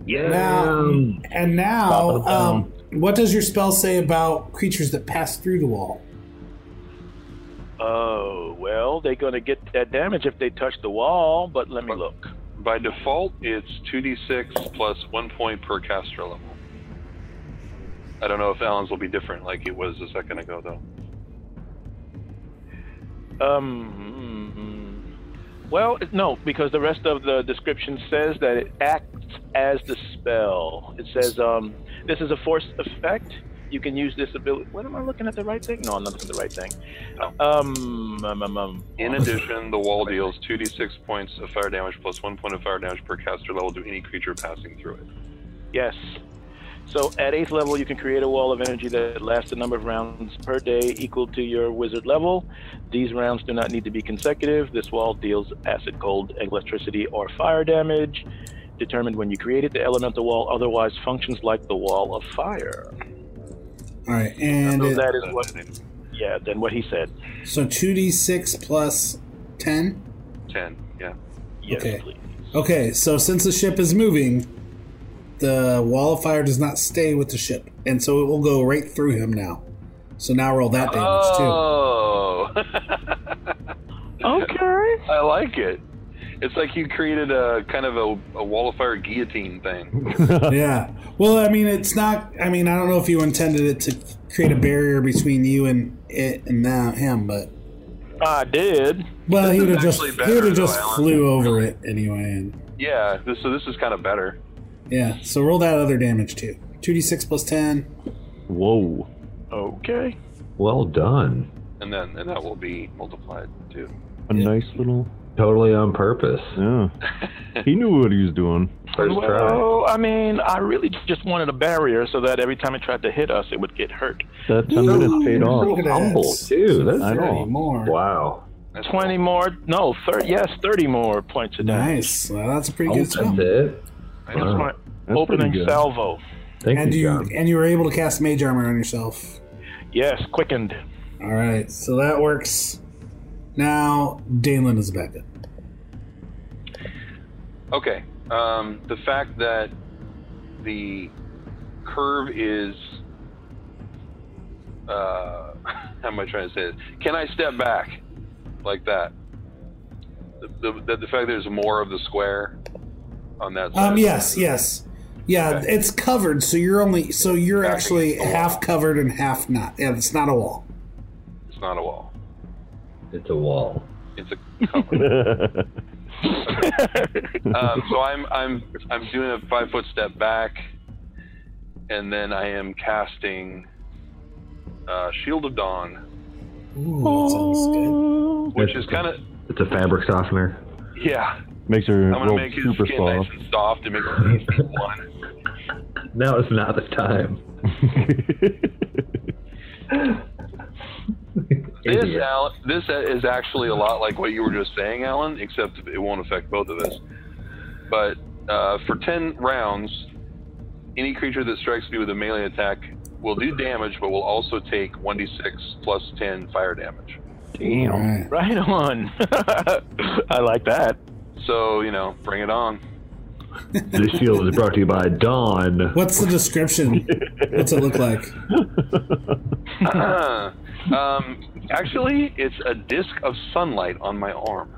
Speaker 3: Yeah.
Speaker 4: Now- And
Speaker 6: Top
Speaker 4: now,
Speaker 6: of the
Speaker 4: um, what does your spell say about creatures that pass through the wall?
Speaker 2: Oh, well, they're going to get that damage if they touch the wall, but let me look.
Speaker 1: By default, it's 2d6 plus one point per caster level. I don't know if Alan's will be different, like it was a second ago, though.
Speaker 2: Um, mm, well, no, because the rest of the description says that it acts as the spell. It says um, this is a force effect. You can use this ability. What am I looking at the right thing? No, I'm not looking at the right thing. Um, um, um, um.
Speaker 1: In addition, the wall deals 2d6 points of fire damage plus one point of fire damage per caster level to any creature passing through it.
Speaker 2: Yes. So at eighth level, you can create a wall of energy that lasts a number of rounds per day equal to your wizard level. These rounds do not need to be consecutive. This wall deals acid, cold, electricity, or fire damage. Determined when you created the elemental wall, otherwise functions like the wall of fire.
Speaker 4: All right, and
Speaker 2: so
Speaker 4: it,
Speaker 2: that is what, yeah, then what he said.
Speaker 4: so 2d6 plus 10.
Speaker 1: 10, yeah.
Speaker 2: Yes,
Speaker 4: Okay.
Speaker 2: please.
Speaker 4: Okay, so since the ship is moving, the wall of fire does not stay with the ship, and so it will go right through him now. So now roll that damage too.
Speaker 1: Oh!
Speaker 2: Okay.
Speaker 1: I like it. It's like you created a kind of a, a wall of fire guillotine thing.
Speaker 4: yeah. Well, I mean, it's not. I mean, I don't know if you intended it to create a barrier between you and it and now him, but
Speaker 2: I did.
Speaker 4: well,
Speaker 1: This
Speaker 4: he
Speaker 1: is
Speaker 4: would have just
Speaker 1: actually
Speaker 4: he would
Speaker 1: better,
Speaker 4: have just
Speaker 1: though, Alan.
Speaker 4: flew over it anyway. And
Speaker 1: Yeah. This, so this is kind of better.
Speaker 4: yeah. So roll that other damage too. Two d six plus ten.
Speaker 6: Whoa.
Speaker 2: Okay.
Speaker 3: Well done.
Speaker 1: And then and that will be multiplied too.
Speaker 6: A nice little.
Speaker 3: Totally on purpose.
Speaker 6: Yeah. He knew what he was doing.
Speaker 3: First try.
Speaker 2: well, I mean, I really just wanted a barrier so that every time it tried to hit us, it would get hurt.
Speaker 6: That 10 minutes paid off.
Speaker 4: Look at that.
Speaker 3: Humble too. That's
Speaker 6: I know.
Speaker 4: Thirty more.
Speaker 3: wow.
Speaker 1: That's
Speaker 2: Twenty more? No, thirty. Yes, thirty more points a day.
Speaker 4: Nice. Well, that's a pretty
Speaker 3: Oh,
Speaker 4: good
Speaker 3: that's
Speaker 4: spell.
Speaker 3: it.
Speaker 1: That's
Speaker 2: That's
Speaker 3: Wow.
Speaker 2: my
Speaker 6: That's
Speaker 2: opening
Speaker 6: pretty good.
Speaker 2: salvo.
Speaker 3: Thank
Speaker 4: And
Speaker 3: you,
Speaker 4: you
Speaker 3: John.
Speaker 4: and you were able to cast mage armor on yourself.
Speaker 2: Yes, quickened.
Speaker 4: All right. So that works. Now Dalen is back up.
Speaker 1: Okay. Um, the fact that the curve is. Uh, how am I trying to say this? Can I step back like that? The, the, the, the fact there's more of the square on that side.
Speaker 4: Um. Yes. Yes. Yeah.
Speaker 1: Okay.
Speaker 4: It's covered, so you're only so you're
Speaker 1: Back
Speaker 4: actually
Speaker 1: against the
Speaker 4: half covered and half not. Yeah. It's not a wall.
Speaker 1: It's not a wall,
Speaker 3: It's a wall.
Speaker 1: it's a cover. um, so I'm I'm I'm doing a five foot step back, and then I am casting uh, Shield of Dawn,
Speaker 4: Ooh, that sounds good.
Speaker 1: which is kind of
Speaker 3: It's a fabric softener.
Speaker 1: yeah.
Speaker 6: Makes her
Speaker 1: I'm gonna
Speaker 6: roll
Speaker 1: make his
Speaker 6: super
Speaker 1: skin nice
Speaker 6: soft.
Speaker 1: and soft and make it easy one.
Speaker 3: Now is not the time.
Speaker 1: This
Speaker 3: Idiot.
Speaker 1: Alan, this is actually a lot like what you were just saying, Alan, except it won't affect both of us. But uh, for ten rounds, any creature that strikes me with a melee attack will do damage, but will also take 1d6 plus 10 fire damage.
Speaker 4: All
Speaker 6: Damn.
Speaker 4: right.
Speaker 2: Right on. I like that.
Speaker 1: So you know, bring it on.
Speaker 3: This shield is brought to you by Dawn.
Speaker 4: What's the description? What's it look like?
Speaker 1: um, actually, it's a disc of sunlight on my arm.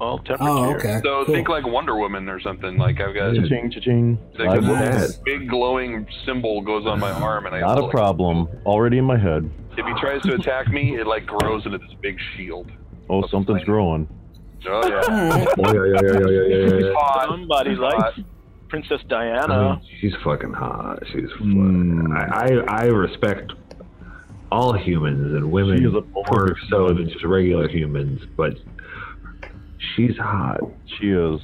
Speaker 2: Well, temperature.
Speaker 4: Oh, okay.
Speaker 1: So
Speaker 4: cool.
Speaker 1: think like Wonder Woman or something. Like I've got
Speaker 6: Cha-ching, cha-ching.
Speaker 1: like
Speaker 6: I-
Speaker 4: Nice.
Speaker 1: a big glowing symbol goes on my arm, and I
Speaker 6: Not a
Speaker 1: like,
Speaker 6: problem. Already in my head.
Speaker 1: If he tries to attack me, it like grows into this big shield.
Speaker 6: Oh, something's growing.
Speaker 1: Oh yeah.
Speaker 4: All right.
Speaker 3: Oh, yeah, yeah, yeah, yeah, yeah, yeah, yeah.
Speaker 1: Hot.
Speaker 2: Somebody likes Princess
Speaker 3: I
Speaker 2: Diana.
Speaker 3: mean, she's fucking hot. She's
Speaker 6: Uh-huh. Mm.
Speaker 3: fucking. I, I I respect all humans and women
Speaker 6: She is a
Speaker 3: more
Speaker 6: perfect
Speaker 3: so
Speaker 6: woman.
Speaker 3: than just regular humans, but she's hot.
Speaker 6: She is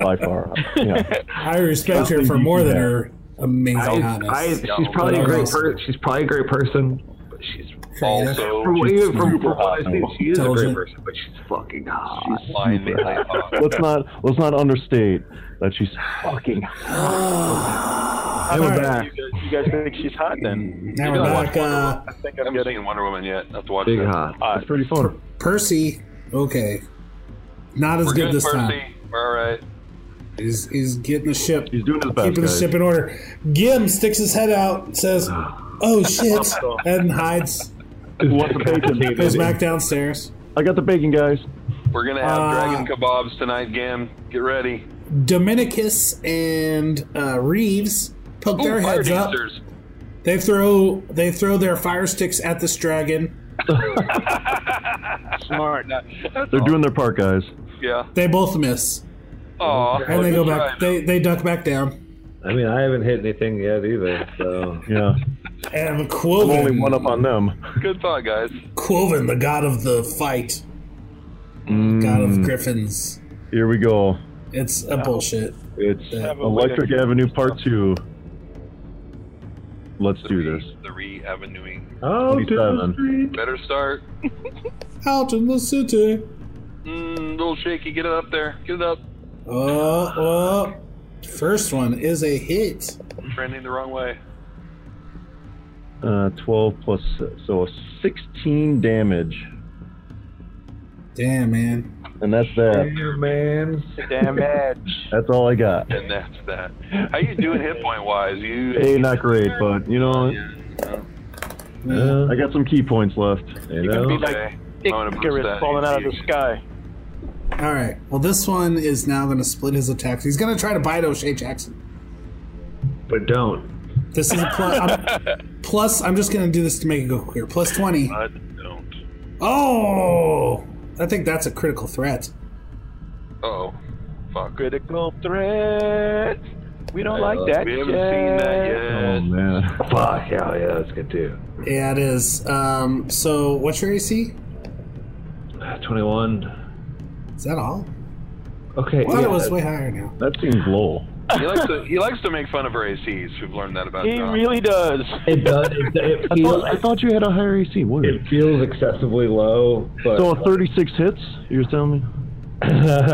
Speaker 6: by far. Yeah.
Speaker 4: I respect her for more than her amazing
Speaker 3: I,
Speaker 4: hotness.
Speaker 3: I,
Speaker 1: Yeah,
Speaker 3: she's probably a
Speaker 4: but
Speaker 3: great
Speaker 4: also-
Speaker 3: person. She's probably a great person. But she's
Speaker 1: Also,
Speaker 3: from, what- even from,
Speaker 4: super
Speaker 3: from what
Speaker 6: hot.
Speaker 3: I see, she is a great
Speaker 4: Intelligent.
Speaker 3: person, but she's fucking hot.
Speaker 1: blindly hot.
Speaker 6: Let's not let's not understate that she's fucking.
Speaker 4: All right,
Speaker 2: You, guys, you guys think she's hot then?
Speaker 4: Now we're back. Uh,
Speaker 2: I think
Speaker 1: I
Speaker 2: I'm
Speaker 1: haven't
Speaker 2: getting.
Speaker 1: seen Wonder Woman yet. I have to watch
Speaker 3: Big
Speaker 1: that.
Speaker 3: hot.
Speaker 2: hot.
Speaker 6: It's pretty fun.
Speaker 4: Percy. Okay. Not as
Speaker 1: We're
Speaker 4: good,
Speaker 1: good,
Speaker 4: this
Speaker 1: Percy.
Speaker 4: time.
Speaker 1: We're all right.
Speaker 4: He's, he's getting the ship,
Speaker 6: He's doing his best.
Speaker 4: keeping the
Speaker 6: Guys.
Speaker 4: ship in order. Gim sticks his head out, and says, "Oh shit!" and hides.
Speaker 6: Who wants a bacon?
Speaker 4: Goes back downstairs.
Speaker 6: I got the bacon, guys.
Speaker 1: We're gonna have
Speaker 4: Uh,
Speaker 1: dragon kebabs tonight, Gam. Get ready.
Speaker 4: Dominicus and uh, Reeves poke their
Speaker 1: Ooh, fire
Speaker 4: heads up.
Speaker 1: dancers.
Speaker 4: They throw they throw their fire sticks at this dragon.
Speaker 2: Smart.
Speaker 6: They're doing their part, guys.
Speaker 1: Yeah.
Speaker 4: They both miss,
Speaker 1: Oh.
Speaker 4: and they go back. They they duck back down.
Speaker 3: I mean, I haven't hit anything yet either, so.
Speaker 6: Yeah,
Speaker 4: And
Speaker 6: I'm only
Speaker 4: Quoven,
Speaker 6: one up on them.
Speaker 1: Good thought, guys.
Speaker 4: Quoven, the god of the fight, god
Speaker 6: Mm.
Speaker 4: of griffins.
Speaker 6: Here we go.
Speaker 4: It's a bullshit.
Speaker 6: It's
Speaker 4: Have
Speaker 2: a
Speaker 6: Electric
Speaker 2: way to-
Speaker 6: Avenue Part Two. Let's do this.
Speaker 1: The re-avenuing.
Speaker 3: Oh,
Speaker 1: Better start.
Speaker 4: Out in the city.
Speaker 1: Mm, little shaky. Get it up there. Get it up.
Speaker 4: Oh, oh. First one is a hit.
Speaker 1: Trending the wrong way.
Speaker 6: Uh, Twelve plus so sixteen damage,
Speaker 4: Damn, man.
Speaker 6: and that's that.
Speaker 3: man.
Speaker 2: Damage.
Speaker 6: That's all I got.
Speaker 1: And that's that. How you doing hit point wise? You.
Speaker 6: Hey, not great, but you know,
Speaker 1: Yeah, no.
Speaker 6: I got some key points left.
Speaker 3: you
Speaker 2: Be
Speaker 3: know?
Speaker 2: like
Speaker 1: Okay. I'm gonna boost
Speaker 2: Icarus
Speaker 1: that
Speaker 2: falling out of the
Speaker 1: AC.
Speaker 2: sky.
Speaker 4: All right. Well, this one is now going to split his attacks. He's going to try to bite O'Shea Jackson.
Speaker 3: But don't.
Speaker 4: This is a plus. I'm, plus, I'm just going to do this to make it go quicker. Plus 20.
Speaker 1: I don't.
Speaker 4: Oh! I think that's a critical threat.
Speaker 1: Oh, fuck. Uh,
Speaker 2: Critical threat. We don't like that.
Speaker 1: We haven't seen that
Speaker 3: Oh
Speaker 1: yet.
Speaker 3: man. Fuck hell yeah, that's good too.
Speaker 4: Yeah, it is. Um, so, what's your AC?
Speaker 3: Uh, Twenty-one.
Speaker 4: Is that all?
Speaker 3: Okay.
Speaker 4: I thought
Speaker 3: yeah.
Speaker 4: it was way higher now.
Speaker 6: That seems low.
Speaker 1: He likes to he likes to make fun of our ACs. We've learned that about
Speaker 2: He
Speaker 1: John.
Speaker 2: really does.
Speaker 3: It does. It, it
Speaker 6: I
Speaker 3: feels.
Speaker 6: thought, I thought you had a higher AC. What?
Speaker 3: It feels excessively low, but
Speaker 6: So a 36 hits? You're telling me?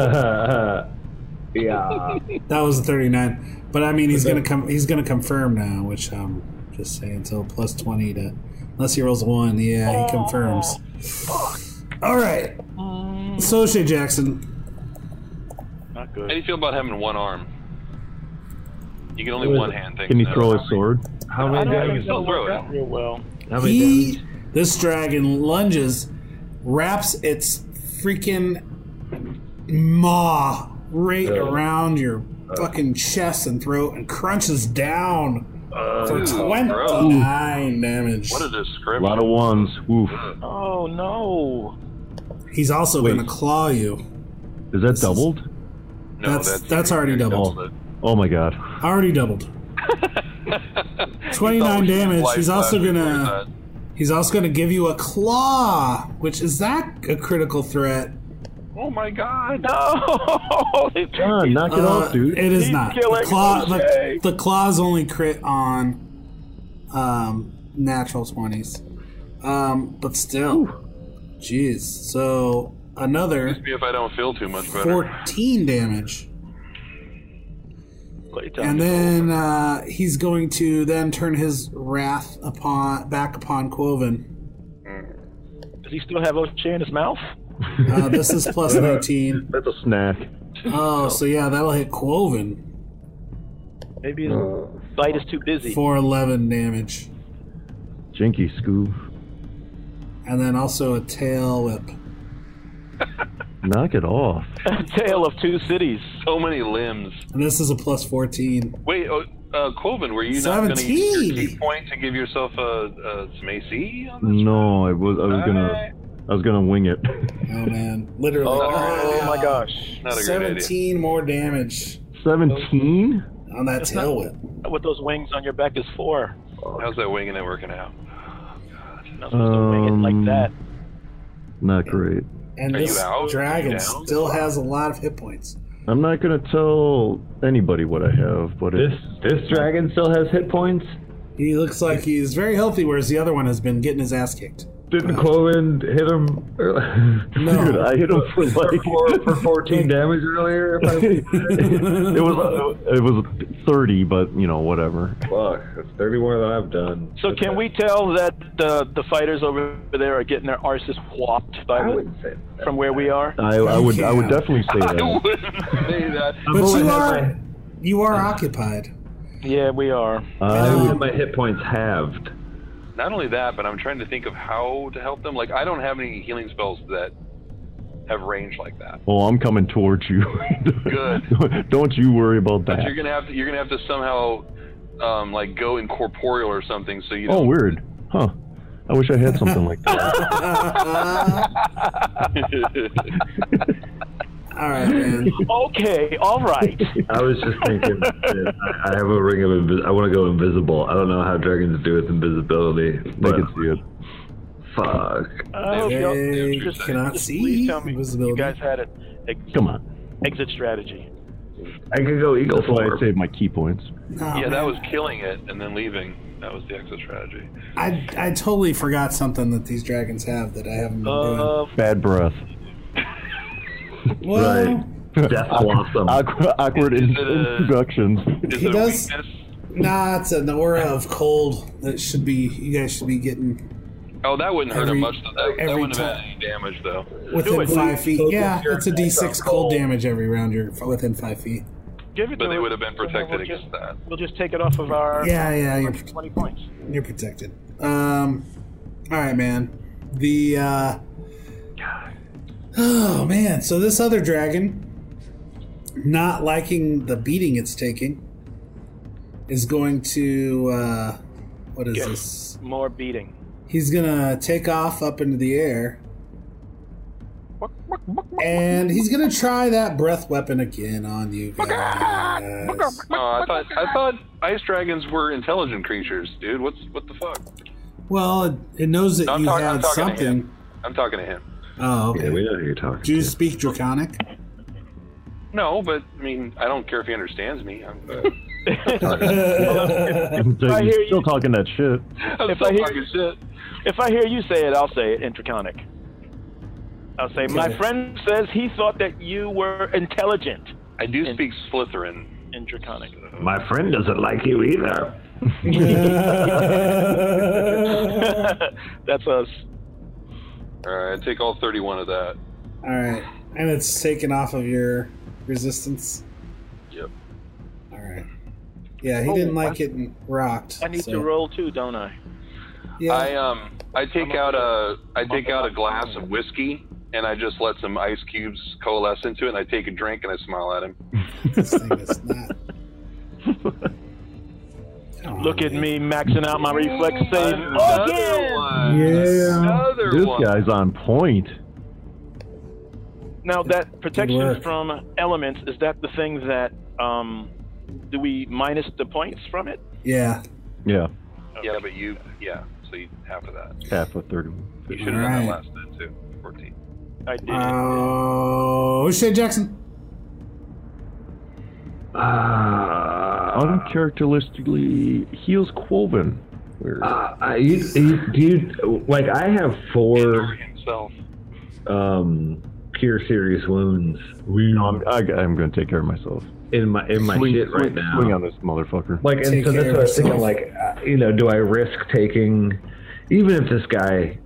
Speaker 3: yeah.
Speaker 4: That was a 39. But I mean, he's going to come. He's going to confirm now, which I'm just saying. So plus 20 to, unless he rolls a one. Yeah, he confirms. All right. So O'Shea Jackson.
Speaker 2: Not
Speaker 1: How do
Speaker 2: good.
Speaker 1: you feel about having one arm? You can only
Speaker 3: What is
Speaker 1: one
Speaker 3: it?
Speaker 1: hand things.
Speaker 6: Can you
Speaker 1: now.
Speaker 6: throw his sword?
Speaker 3: How
Speaker 2: I
Speaker 3: many
Speaker 2: don't
Speaker 3: daggers?
Speaker 2: think
Speaker 1: Don't
Speaker 2: that'll
Speaker 1: throw
Speaker 2: work
Speaker 1: it.
Speaker 2: out real well.
Speaker 3: How many
Speaker 4: He.
Speaker 3: daggers?
Speaker 4: This dragon lunges, wraps its freaking maw right around your fucking chest and throat and crunches down for
Speaker 1: Ooh, gross.
Speaker 4: 29 damage.
Speaker 1: What a
Speaker 6: A
Speaker 1: description.
Speaker 6: lot of ones. Woof.
Speaker 2: Oh no.
Speaker 4: He's also
Speaker 6: Wait.
Speaker 4: going to claw you.
Speaker 6: Is that
Speaker 4: is-
Speaker 6: doubled?
Speaker 1: no,
Speaker 4: that's- that's already doubled.
Speaker 6: Oh my god.
Speaker 4: Already doubled. 29 damage. He's also gonna- He's also going to give you a claw, which is that a critical threat?
Speaker 1: Oh my god.
Speaker 2: No.
Speaker 6: God, knock it
Speaker 4: Uh,
Speaker 6: off, dude.
Speaker 4: It is
Speaker 2: He's
Speaker 4: not. The
Speaker 2: killing
Speaker 4: claw, the,
Speaker 2: O'Shea.
Speaker 4: the claw's only crit on um, natural 20s. Um, but still. Jeez. So another
Speaker 1: Maybe if I don't feel too much better.
Speaker 4: 14 damage. And then uh, he's going to then turn his wrath upon back upon Quoven.
Speaker 2: Does he still have O'Shea in his mouth?
Speaker 4: Uh, this is
Speaker 6: Uh-huh.
Speaker 4: plus 19.
Speaker 6: That's a snack.
Speaker 4: Oh, so yeah, that'll hit Quoven
Speaker 2: Maybe his
Speaker 6: Uh,
Speaker 2: bite is too busy.
Speaker 4: for 11 damage.
Speaker 6: Jinky scoop.
Speaker 4: And then also a tail whip.
Speaker 6: Knock it off.
Speaker 2: Tale of two cities.
Speaker 1: So many limbs.
Speaker 4: And this is a plus 14.
Speaker 1: Wait, oh, uh, Quoven, were you not going to use your
Speaker 4: 17.
Speaker 1: key point to give yourself uh, uh, some AC on this?
Speaker 6: No, I was I was gonna I was gonna wing it.
Speaker 4: Oh, man. Literally.
Speaker 2: Oh
Speaker 4: Ah,
Speaker 2: my gosh.
Speaker 1: Not a great idea.
Speaker 4: 17 more damage
Speaker 6: Seventeen?
Speaker 4: on that tail whip.
Speaker 2: What those wings on your back is for.
Speaker 1: How's that winging it working out?
Speaker 2: You're not supposed to wing it
Speaker 6: Um,
Speaker 2: like that.
Speaker 6: Not great.
Speaker 4: And
Speaker 1: Are you
Speaker 4: this
Speaker 1: out? Are you
Speaker 4: dragon
Speaker 1: down?
Speaker 4: still has a lot of hit points.
Speaker 6: I'm not gonna tell anybody what I have, but
Speaker 3: This
Speaker 6: it's
Speaker 3: this dragon still has hit points.
Speaker 4: He looks like he's very healthy, whereas the other one has been getting his ass kicked.
Speaker 3: Didn't Cloven hit him? earl-
Speaker 4: No.
Speaker 6: dude, I hit him for
Speaker 3: for,
Speaker 6: like
Speaker 3: four, for 14 damage earlier? If I,
Speaker 6: it was it was thirty, but you know whatever.
Speaker 3: fuck, that's 30 more than I've done.
Speaker 2: So can we tell that the the fighters over there are getting their arses whopped by
Speaker 3: I
Speaker 2: the,
Speaker 3: wouldn't say that.
Speaker 2: from where we are?
Speaker 6: I, I would I would definitely say
Speaker 1: I
Speaker 6: that.
Speaker 1: wouldn't say that.
Speaker 3: I've
Speaker 4: But
Speaker 3: only
Speaker 4: you
Speaker 3: had
Speaker 4: are-
Speaker 3: my-
Speaker 4: You are occupied.
Speaker 2: Yeah, we are.
Speaker 3: I
Speaker 6: I
Speaker 3: only
Speaker 6: would,
Speaker 3: had my hit points halved.
Speaker 1: Not only that, but I'm trying to think of how to help them. Like, I don't have any healing spells that have range like that.
Speaker 6: oh, I'm coming towards you.
Speaker 1: Good.
Speaker 6: Don't you worry about
Speaker 1: But you're
Speaker 6: that.
Speaker 1: gonna have to. You're gonna have to somehow, um, like go incorporeal or something. So you.
Speaker 6: Oh,
Speaker 1: Don't,
Speaker 6: weird. Huh. I wish I had something like that.
Speaker 4: Uh-huh. All right, man.
Speaker 2: Okay, all right.
Speaker 3: I was just thinking, that I, I have a ring of invis- I want to go invisible. I don't know how dragons do with invisibility,
Speaker 6: They
Speaker 3: but
Speaker 6: can see it.
Speaker 3: fuck.
Speaker 2: I hope y'all-
Speaker 4: They
Speaker 2: just-
Speaker 4: cannot
Speaker 2: just
Speaker 4: see
Speaker 2: Please tell me you
Speaker 4: invisibility.
Speaker 2: guys had an ex-
Speaker 6: Come on.
Speaker 2: exit strategy.
Speaker 3: I could go eagle
Speaker 6: That's why I
Speaker 3: form.
Speaker 6: saved my key points.
Speaker 4: No,
Speaker 1: yeah,
Speaker 4: Oh, man.
Speaker 1: that was killing it and then leaving. That was the exit strategy.
Speaker 4: I, I totally forgot something that these dragons have that I haven't been
Speaker 2: Uh,
Speaker 6: Bad breath.
Speaker 4: doing. Well,
Speaker 3: right. Death blossom.
Speaker 6: Awkward, awkward
Speaker 1: Is
Speaker 6: in-
Speaker 1: it a-
Speaker 6: introductions.
Speaker 1: Is
Speaker 4: He
Speaker 1: it a
Speaker 4: does-
Speaker 1: weakness?
Speaker 4: Nah, it's an aura of cold that should be. You guys should be getting
Speaker 1: Oh, that wouldn't hurt
Speaker 4: Every-
Speaker 1: him much. Though. That, that
Speaker 4: every
Speaker 1: wouldn't have
Speaker 4: time.
Speaker 1: had any damage though.
Speaker 4: within
Speaker 2: it.
Speaker 4: five feet.
Speaker 3: Focus
Speaker 4: Yeah,
Speaker 3: your
Speaker 4: it's a
Speaker 3: attacks on
Speaker 4: D6 cold
Speaker 3: cold.
Speaker 4: damage every round. You're f- within five feet.
Speaker 2: give it
Speaker 1: But
Speaker 2: to
Speaker 1: they
Speaker 2: us,
Speaker 1: would have been
Speaker 2: and then
Speaker 1: protected
Speaker 2: we'll
Speaker 1: against
Speaker 2: just,
Speaker 1: that.
Speaker 2: We'll just take it off of our
Speaker 4: Yeah, yeah, you're,
Speaker 2: 20 points.
Speaker 4: you're protected. Um, all right, man. The uh, Oh man! So this other dragon, not liking the beating it's taking, is going to uh, what is this?
Speaker 2: More beating.
Speaker 4: He's gonna take off up into the air, and he's gonna try that breath weapon again on you guys.
Speaker 1: Oh, I thought I thought ice dragons were intelligent creatures, dude. What's what the fuck?
Speaker 4: Well, it, it knows that
Speaker 1: No, I'm
Speaker 4: you
Speaker 1: talk- I'm
Speaker 4: had
Speaker 1: talking to
Speaker 4: something.
Speaker 1: him. I'm talking to him.
Speaker 4: Oh,
Speaker 3: Yeah,
Speaker 4: okay.
Speaker 3: we know who you're talking
Speaker 4: Do you
Speaker 3: to.
Speaker 4: speak Draconic?
Speaker 1: No, but I mean, I don't care if he understands me. I'm, uh,
Speaker 6: I'm
Speaker 2: I hear
Speaker 6: still
Speaker 2: you.
Speaker 6: talking that shit.
Speaker 1: I'm
Speaker 2: If
Speaker 1: so
Speaker 2: I hear-
Speaker 1: fucking shit.
Speaker 2: If I hear you say it, I'll say it in Draconic. I'll say, my friend says he thought that you were intelligent
Speaker 1: I do
Speaker 2: And-
Speaker 1: speak Slytherin.
Speaker 2: in Draconic.
Speaker 3: My friend doesn't like you either.
Speaker 2: That's us.
Speaker 1: All right, I take all 31 of that.
Speaker 4: All right, and it's taken off of your resistance.
Speaker 1: Yep.
Speaker 4: All right. Yeah, he
Speaker 2: Oh,
Speaker 4: didn't like
Speaker 2: I-
Speaker 4: it and rocked.
Speaker 2: I need
Speaker 4: so-
Speaker 2: to roll too, don't I?
Speaker 4: Yeah.
Speaker 1: I um, I take out a, I take out a glass of whiskey, and I just let some ice cubes coalesce into it. and I take a drink and I smile at him.
Speaker 4: this thing is not. Come
Speaker 2: Look
Speaker 4: on,
Speaker 2: at
Speaker 4: man.
Speaker 2: me maxing out my reflex save
Speaker 1: Another
Speaker 2: again.
Speaker 1: one. Another
Speaker 6: This
Speaker 1: one.
Speaker 6: guy's on point.
Speaker 2: Now that protection
Speaker 4: work.
Speaker 2: from elements is that the thing that um, do we minus the points from it?
Speaker 4: Yeah.
Speaker 6: Yeah,
Speaker 1: Yeah, but you, yeah. So you half of that.
Speaker 6: half of 31.
Speaker 1: You should have done
Speaker 4: Alright.
Speaker 1: that last time too. 14.
Speaker 2: I did.
Speaker 4: Uh, Oh, O'Shea Jackson.
Speaker 3: Uh,
Speaker 6: Uncharacteristically heals Quoven. Where?
Speaker 3: uh, I- you, you, do you, like, I have four
Speaker 1: Or himself.
Speaker 3: um, pure serious wounds
Speaker 6: No, I'm, I, I'm going to take care of myself.
Speaker 3: in my in my
Speaker 6: swing,
Speaker 3: shit right
Speaker 6: swing-
Speaker 3: now.
Speaker 6: swing on this motherfucker.
Speaker 3: Like, and
Speaker 4: Take
Speaker 3: so
Speaker 4: care
Speaker 3: that's
Speaker 4: of
Speaker 3: what I was
Speaker 4: yourself.
Speaker 3: thinking. Like, uh, you know, do I risk taking, even if this guy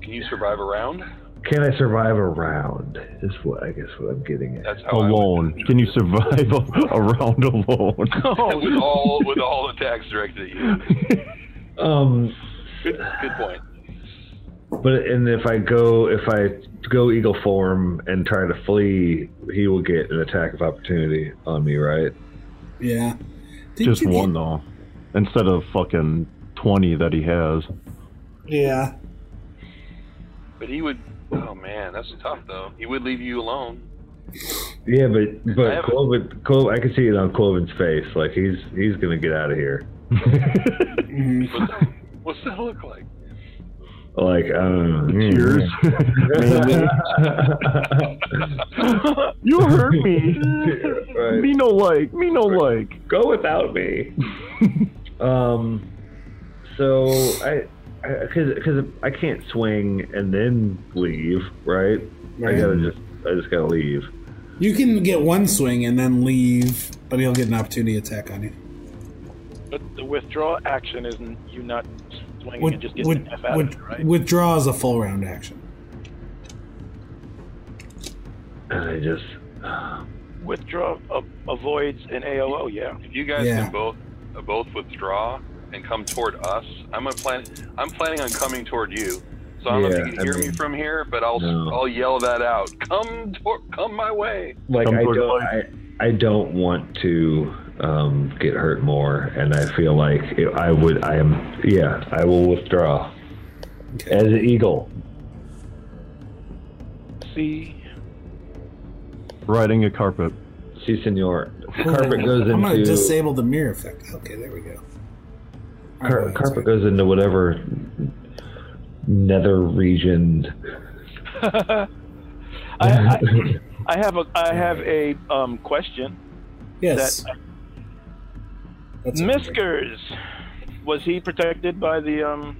Speaker 1: Can you survive a round?
Speaker 3: can I survive a round? Is what I guess what I'm getting at.
Speaker 1: That's how I would-
Speaker 6: alone. Can you survive a, a round alone?
Speaker 1: Oh, with all with all attacks directed at you.
Speaker 3: Um,
Speaker 1: Good good point.
Speaker 3: but and if I go if I go eagle form and try to flee, he will get an attack of opportunity on me, right?
Speaker 4: Yeah. Didn't
Speaker 6: Just
Speaker 4: you get-
Speaker 6: one, though. Instead of fucking 20 that he has.
Speaker 4: Yeah.
Speaker 1: But he would. Oh man, that's tough though. He would leave you alone.
Speaker 3: Yeah, but
Speaker 1: I
Speaker 3: but
Speaker 1: have-
Speaker 3: Cloven, Clo I can see it on Cloven's face. Like he's he's gonna get out of here.
Speaker 4: Mhm.
Speaker 1: What's that, what's that look like?
Speaker 3: Like um, hmm.
Speaker 6: Cheers. you hurt me.
Speaker 3: Right.
Speaker 6: Me no like. Me no like.
Speaker 3: go without me. um, so I, because because I can't swing and then leave, right? I gotta just I just gotta leave.
Speaker 4: You can get one swing and then leave, but he'll get an opportunity attack on you.
Speaker 2: But the withdraw action isn't you not swinging and just getting
Speaker 4: With-
Speaker 2: the F out
Speaker 4: with-
Speaker 2: of it, right?
Speaker 4: Withdraw is a full round action.
Speaker 3: And I just uh,
Speaker 2: Withdraw a- avoids an AOO, yeah.
Speaker 1: If you guys
Speaker 4: Yeah.
Speaker 1: can both uh, both withdraw and come toward us, I'm a plan. I'm planning on coming toward you. So I don't know
Speaker 3: Yeah,
Speaker 1: if you can
Speaker 3: I
Speaker 1: hear
Speaker 3: mean,
Speaker 1: me from here, but I'll
Speaker 3: no.
Speaker 1: I'll yell that out. Come toward, come my way.
Speaker 3: like
Speaker 6: Come
Speaker 3: I
Speaker 6: toward the
Speaker 3: don't I,
Speaker 6: light.
Speaker 3: I don't want to um get hurt more, and I feel like it, I would I am yeah I will withdraw
Speaker 4: Okay.
Speaker 3: as an eagle.
Speaker 2: See,
Speaker 6: Riding a carpet.
Speaker 3: See, senor. Carpet goes into
Speaker 4: I'm gonna disable the mirror effect. Okay, there we go.
Speaker 3: Car-
Speaker 4: Alright,
Speaker 3: carpet goes into whatever nether region.
Speaker 2: I, I, I have a I have a um, question.
Speaker 4: Yes.
Speaker 2: that-
Speaker 4: That's okay.
Speaker 2: Miskers, was he protected by the um,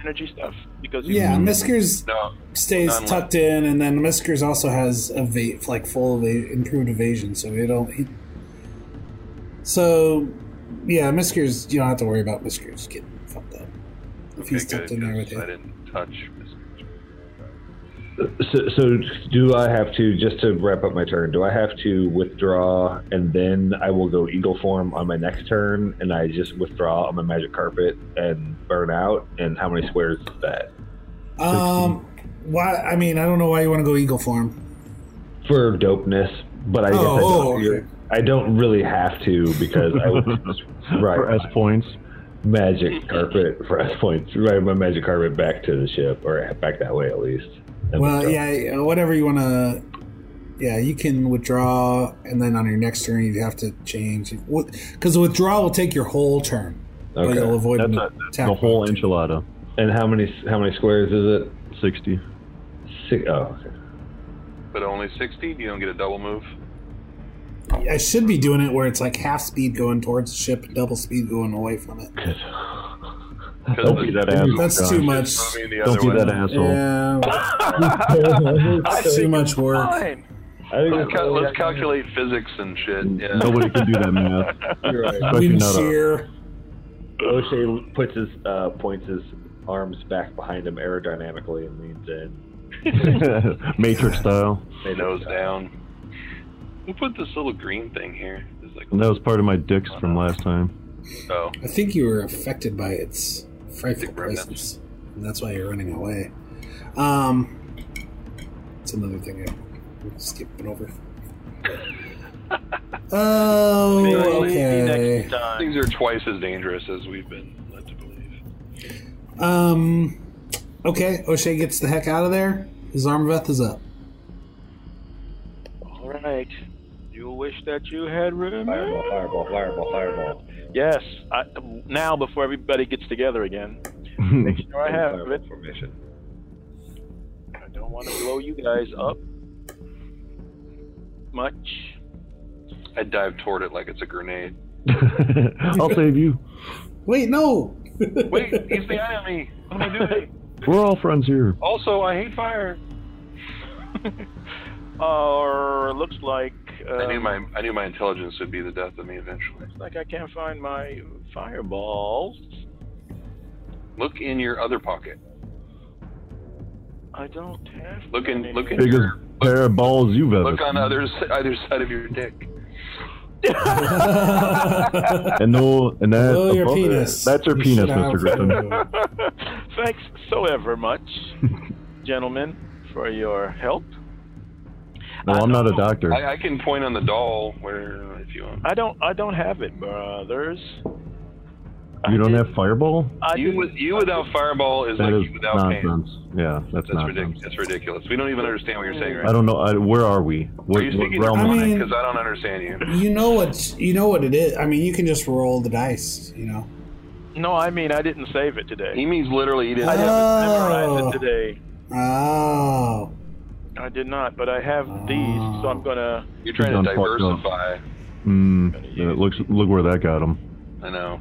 Speaker 2: energy stuff? Because he
Speaker 4: Yeah, Miskers
Speaker 1: No,
Speaker 4: stays
Speaker 1: None
Speaker 4: tucked in, and then Miskers also has evade, like full eva- improved evasion, so we don't. He, so, yeah, Miskers, you don't have to worry about Miskers getting fucked up if he's
Speaker 1: Okay,
Speaker 4: tucked
Speaker 1: good,
Speaker 4: in there
Speaker 1: 'cause
Speaker 4: with
Speaker 1: I
Speaker 4: you.
Speaker 1: didn't touch. Miss-
Speaker 3: So, so do I have to just to wrap up my turn? Do I have to withdraw and then I will go eagle form on my next turn, and I just withdraw on my magic carpet and burn out? And how many squares is that?
Speaker 4: Um, Why? I mean, I don't know why you want to go eagle form.
Speaker 3: for dopeness, but I guess I,
Speaker 4: Oh,
Speaker 3: don't,
Speaker 4: oh, okay.
Speaker 3: I don't really have to because I would just
Speaker 6: For S
Speaker 3: ride
Speaker 6: points.
Speaker 3: my magic carpet for S points, ride my magic carpet back to the ship or back that way at least. And
Speaker 4: Well,
Speaker 3: withdraw.
Speaker 4: yeah, whatever you want to. Yeah, you can withdraw, and then on your next turn you have to change because the withdrawal will take your whole turn. But
Speaker 3: Okay.
Speaker 4: you'll avoid
Speaker 6: That's
Speaker 4: an
Speaker 6: a-
Speaker 4: attack
Speaker 6: The whole
Speaker 4: roll.
Speaker 6: enchilada.
Speaker 3: And how many how many squares is it?
Speaker 6: 60.
Speaker 3: Six, oh, okay.
Speaker 1: But only 60? You don't get a double move?
Speaker 4: I should be doing it where it's like half speed going towards the ship, double speed going away from it.
Speaker 1: Because
Speaker 6: Don't be that asshole.
Speaker 4: That's
Speaker 6: Josh.
Speaker 4: too much.
Speaker 6: Don't be that asshole.
Speaker 4: Yeah,
Speaker 3: I
Speaker 4: that's too much work.
Speaker 2: Fine.
Speaker 3: think
Speaker 1: Let's,
Speaker 3: it's
Speaker 1: cal-
Speaker 3: probably-
Speaker 1: let's calculate physics and shit. Yeah.
Speaker 6: Nobody can do that math.
Speaker 3: You're right.
Speaker 6: Especially
Speaker 4: Wind
Speaker 6: not a,
Speaker 4: shear.
Speaker 3: O'Shea puts his uh, points his arms back behind him aerodynamically and leans in.
Speaker 6: Matrix style.
Speaker 3: They
Speaker 1: Nose down. Who put this little green thing here? It's like,
Speaker 6: And that was part of my dicks from last time.
Speaker 1: oh,
Speaker 4: I think you were affected by its frightful
Speaker 1: Big remnants.
Speaker 4: presence, and that's why you're running away. Um, it's another thing I'm skipping over. Oh,
Speaker 2: Maybe
Speaker 4: okay.
Speaker 2: next time.
Speaker 1: things are twice as dangerous as we've been led to believe.
Speaker 4: Um, okay. O'Shea gets the heck out of there. His armveth is up.
Speaker 2: All right. You wish that you had room.
Speaker 3: Fireball, fireball, fireball, fireball.
Speaker 2: Yes. I, now, before everybody gets together again. Make sure I have it.
Speaker 3: Fireball formation.
Speaker 2: I don't want to blow you guys up much.
Speaker 1: I dive toward it like it's a grenade.
Speaker 6: I'll save you.
Speaker 4: Wait, no.
Speaker 1: Wait, he's the enemy. What am I doing?
Speaker 6: We're all friends here.
Speaker 1: Also, I hate fire.
Speaker 2: Or looks like. Uh,
Speaker 1: I knew my I knew my intelligence would be the death of me eventually.
Speaker 2: Looks like I can't find my fireballs.
Speaker 1: Look in your other pocket.
Speaker 2: I don't have.
Speaker 1: Look in-
Speaker 2: any.
Speaker 1: look in-
Speaker 6: Biggest pair of balls you've ever
Speaker 1: Look on
Speaker 6: seen.
Speaker 1: other s- either side of your dick.
Speaker 6: And no, and that,
Speaker 4: Blow Oh, your
Speaker 6: above it.
Speaker 4: penis.
Speaker 6: That's your
Speaker 4: You
Speaker 6: penis,
Speaker 4: should have-
Speaker 6: Mr. Griffin.
Speaker 2: Thanks so ever much, gentlemen, for your help.
Speaker 6: No, I'm not a doctor.
Speaker 1: I, I can point on the doll where if you want.
Speaker 2: I don't. I don't have it, brothers. I
Speaker 6: You don't
Speaker 2: didn't-
Speaker 6: have fireball?
Speaker 2: I
Speaker 1: You with you without fireball is
Speaker 6: That
Speaker 1: like
Speaker 6: is
Speaker 1: you without pants.
Speaker 6: nonsense. Yeah, that's,
Speaker 1: That's
Speaker 6: nonsense.
Speaker 1: ridiculous. That's ridiculous. We don't even understand what you're saying
Speaker 6: I
Speaker 1: right now.
Speaker 6: don't know. I, where are we? What,
Speaker 1: Are you
Speaker 6: what
Speaker 1: speaking
Speaker 6: realm?
Speaker 4: I
Speaker 6: am I
Speaker 4: mean-
Speaker 1: Because I don't understand you.
Speaker 4: you know what? You know what it is. I mean, you can just roll the dice. You know.
Speaker 2: No, I mean I didn't save it today.
Speaker 1: He means literally he
Speaker 2: I
Speaker 1: didn't.
Speaker 4: Uh,
Speaker 2: haven't
Speaker 4: Oh.
Speaker 2: memorized it today.
Speaker 4: Oh.
Speaker 2: I did not, but I have these, so I'm gonna.
Speaker 1: You're trying to
Speaker 6: He's done fucked up.
Speaker 1: diversify.
Speaker 6: Mm, and it looks. Look where that got him.
Speaker 1: I know.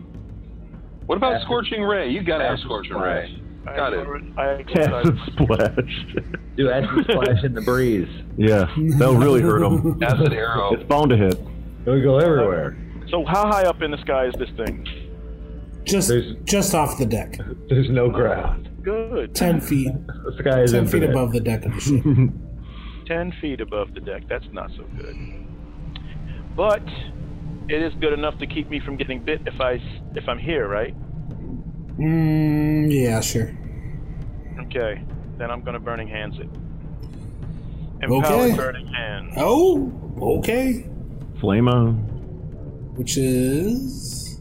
Speaker 1: What about scorching ray? You gotta have
Speaker 3: Acid
Speaker 1: scorching
Speaker 3: splash.
Speaker 1: ray.
Speaker 2: I
Speaker 1: Got it.
Speaker 2: already- I,
Speaker 6: Acid splash.
Speaker 3: Do acid splash in the breeze.
Speaker 6: yeah, that'll really hurt him.
Speaker 1: Acid arrow.
Speaker 6: It's bound to hit.
Speaker 3: It'll go everywhere.
Speaker 2: so how high up in the sky is this thing?
Speaker 4: Just
Speaker 3: There's-
Speaker 4: just off the deck,
Speaker 3: There's no ground.
Speaker 2: Good.
Speaker 4: ten feet,
Speaker 3: The sky is
Speaker 4: ten
Speaker 3: infinite.
Speaker 4: feet above the deck of the ship.
Speaker 2: Ten feet above the deck. That's not so good. But it is good enough to keep me from getting bit if I s- if I'm here, right?
Speaker 4: mm, yeah, sure.
Speaker 2: Okay. Then I'm gonna burning hands it. Empowered
Speaker 4: Okay.
Speaker 2: burning hands.
Speaker 4: Oh, okay.
Speaker 6: Flame on.
Speaker 4: Which is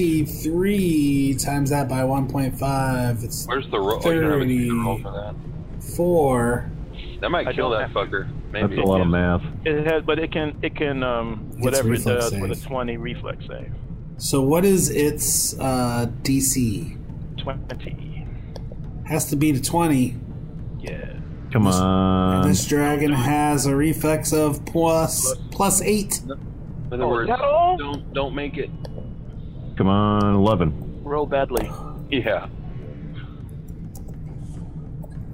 Speaker 4: twenty-three times that by one point five. It's
Speaker 1: Where's the roll? Oh, you don't have a
Speaker 4: Thirty.
Speaker 1: secret roll for that.
Speaker 4: four.
Speaker 1: That
Speaker 2: I
Speaker 1: might kill
Speaker 2: don't
Speaker 1: that
Speaker 2: have-
Speaker 1: fucker. Maybe.
Speaker 6: That's a lot of math.
Speaker 2: It has, but it can it can um
Speaker 4: It's
Speaker 2: whatever it
Speaker 4: reflex
Speaker 2: does with a
Speaker 4: save.
Speaker 2: twenty reflex save.
Speaker 4: So what is its uh, DC?
Speaker 2: Twenty.
Speaker 4: Has to be to twenty.
Speaker 2: Yeah.
Speaker 6: Come
Speaker 4: This-
Speaker 6: on.
Speaker 4: this dragon has a reflex of plus plus eight.
Speaker 1: In other
Speaker 2: Oh,
Speaker 1: words,
Speaker 2: is that all?
Speaker 1: don't don't make it.
Speaker 6: Come on. Eleven.
Speaker 2: Roll badly.
Speaker 1: Yeah.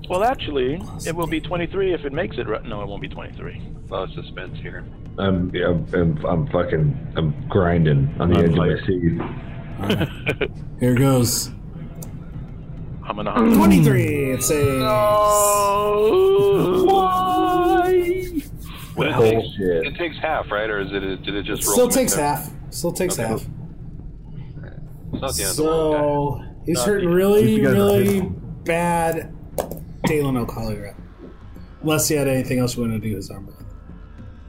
Speaker 2: Well, actually, it will be 23 if it makes it. Right. No, it won't be 23.
Speaker 1: A lot of suspense here.
Speaker 3: I'm, yeah, I'm, I'm, I'm fucking, I'm grinding on the
Speaker 6: I'm
Speaker 3: edge of
Speaker 6: like-
Speaker 3: my seat.
Speaker 4: Here goes
Speaker 2: I'm gonna. hop.
Speaker 4: twenty-three. It saves.
Speaker 1: But it
Speaker 3: "Oh,
Speaker 1: takes,
Speaker 3: Bullshit.
Speaker 1: it takes half, right? Or is it? Did it just roll?
Speaker 4: Still takes
Speaker 1: No,
Speaker 4: half. Still takes
Speaker 1: Okay.
Speaker 4: half.
Speaker 1: It's not the end of the world.
Speaker 4: So he's
Speaker 2: Not
Speaker 4: hurting
Speaker 2: the-
Speaker 4: really,
Speaker 6: You guys are
Speaker 4: really
Speaker 6: hitting.
Speaker 4: bad. Dalen, I'll call you up. Unless you had anything else you wanted to do his armor.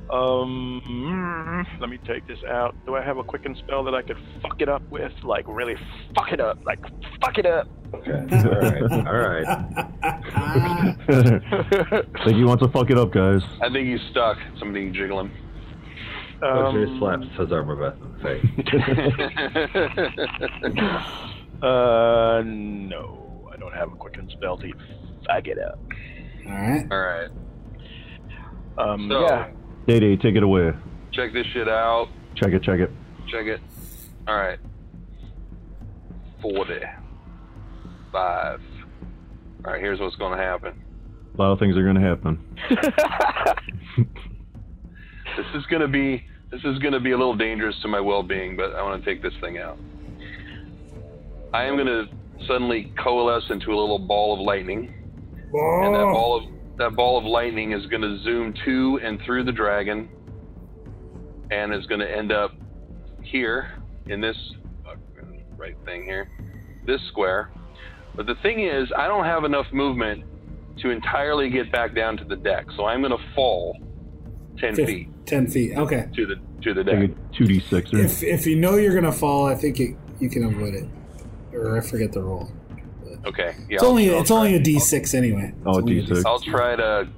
Speaker 2: Um, mm, let me take this out. Do I have a quicken spell that I could fuck it up with? Like really fuck it up? Like fuck it up?
Speaker 3: Okay. All right. All right.
Speaker 6: Think he wants to fuck it up, guys.
Speaker 1: I think he's stuck. Somebody jiggle him.
Speaker 3: Luxury
Speaker 2: Um,
Speaker 3: slaps his armor vest in the face.
Speaker 2: Uh, no, I don't have a quicken spell to fuck it up.
Speaker 4: All right.
Speaker 1: All right.
Speaker 2: Um,
Speaker 1: So-
Speaker 2: yeah.
Speaker 6: Day Day, take it away.
Speaker 1: Check this shit out.
Speaker 6: Check it, check it.
Speaker 1: Check it. All right. 40. 5. All right, here's what's going to happen.
Speaker 6: A lot of things are gonna happen.
Speaker 1: This is going to be this is going to be a little dangerous to my well-being, but I want to take this thing out. I am going to suddenly coalesce into a little ball of lightning, and that
Speaker 4: Oh,
Speaker 1: ball of that ball of lightning is going to zoom to and through the dragon, and is going to end up here in this fuck, right thing here, this square. But the thing is, I don't have enough movement to entirely get back down to the deck, so I'm going to fall ten
Speaker 4: Fif-
Speaker 1: feet
Speaker 4: 10 feet. Okay.
Speaker 1: to the to the
Speaker 6: Take
Speaker 1: deck.
Speaker 6: it two D six or
Speaker 4: If, if you know you're going to fall, I think it, you can avoid it. Or I forget the roll.
Speaker 1: Okay, yeah.
Speaker 4: It's only
Speaker 1: I'll
Speaker 4: it's
Speaker 1: try-
Speaker 4: only a D6 anyway.
Speaker 6: oh
Speaker 4: It's only a
Speaker 6: D six.
Speaker 1: I'll try to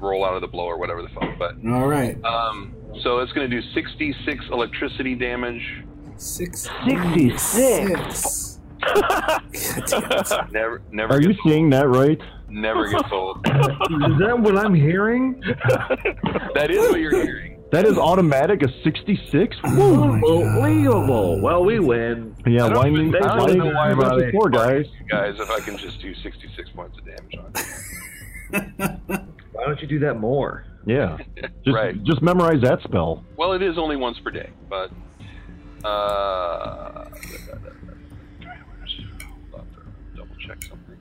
Speaker 1: roll out of the blow or whatever the fuck. But
Speaker 4: All right.
Speaker 1: um, so it's going to do 66 electricity damage.
Speaker 4: Six. 66. God damn it.
Speaker 1: Never, never.
Speaker 6: Are
Speaker 1: get
Speaker 6: you seeing that right?
Speaker 1: Never gets old.
Speaker 3: Is that what I'm hearing?
Speaker 1: that is what you're hearing.
Speaker 6: That is automatic a sixty six?
Speaker 3: Oh
Speaker 6: Whoa.
Speaker 3: Unbelievable. Well, we win.
Speaker 6: Yeah,
Speaker 1: I don't
Speaker 6: why
Speaker 1: even-
Speaker 6: need
Speaker 1: I don't even
Speaker 3: know why about it.
Speaker 6: four guys?
Speaker 1: Guys, if I can just do 66 points of damage on it.
Speaker 3: Why don't you do that more?
Speaker 6: Yeah. Just
Speaker 1: Right.
Speaker 6: just memorize that spell.
Speaker 1: Well, it is only once per day, but. Uh, double check something.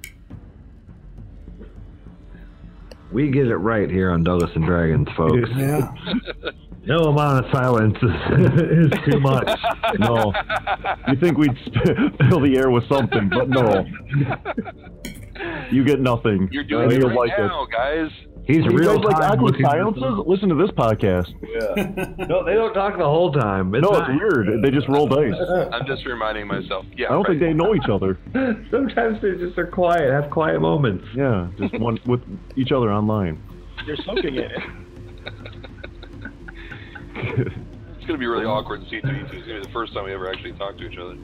Speaker 5: We get it right here on Douglas and Dragons, folks.
Speaker 4: Yeah.
Speaker 5: no amount of silence is, is too much.
Speaker 6: No. you think we'd sp- fill the air with something, but no. You get nothing.
Speaker 1: You're doing
Speaker 6: you
Speaker 1: it
Speaker 6: don't
Speaker 1: right
Speaker 6: like it.
Speaker 1: now, guys.
Speaker 5: He's
Speaker 6: You
Speaker 5: real
Speaker 6: guys like
Speaker 5: time
Speaker 6: awkward
Speaker 5: looking for
Speaker 6: silences?
Speaker 5: something.
Speaker 6: Listen to this podcast.
Speaker 3: No, they don't talk the whole time. It's
Speaker 6: no,
Speaker 3: not-
Speaker 6: it's weird. They just roll dice.
Speaker 1: I'm just reminding myself. Yeah,
Speaker 6: I don't
Speaker 1: right.
Speaker 6: think they know each other.
Speaker 3: Sometimes they just are quiet, have quiet moments.
Speaker 6: Yeah, just one with each other online.
Speaker 2: You're soaking in it.
Speaker 1: It's gonna be really awkward in C3E2. It's gonna be the first time we ever actually talk to each other.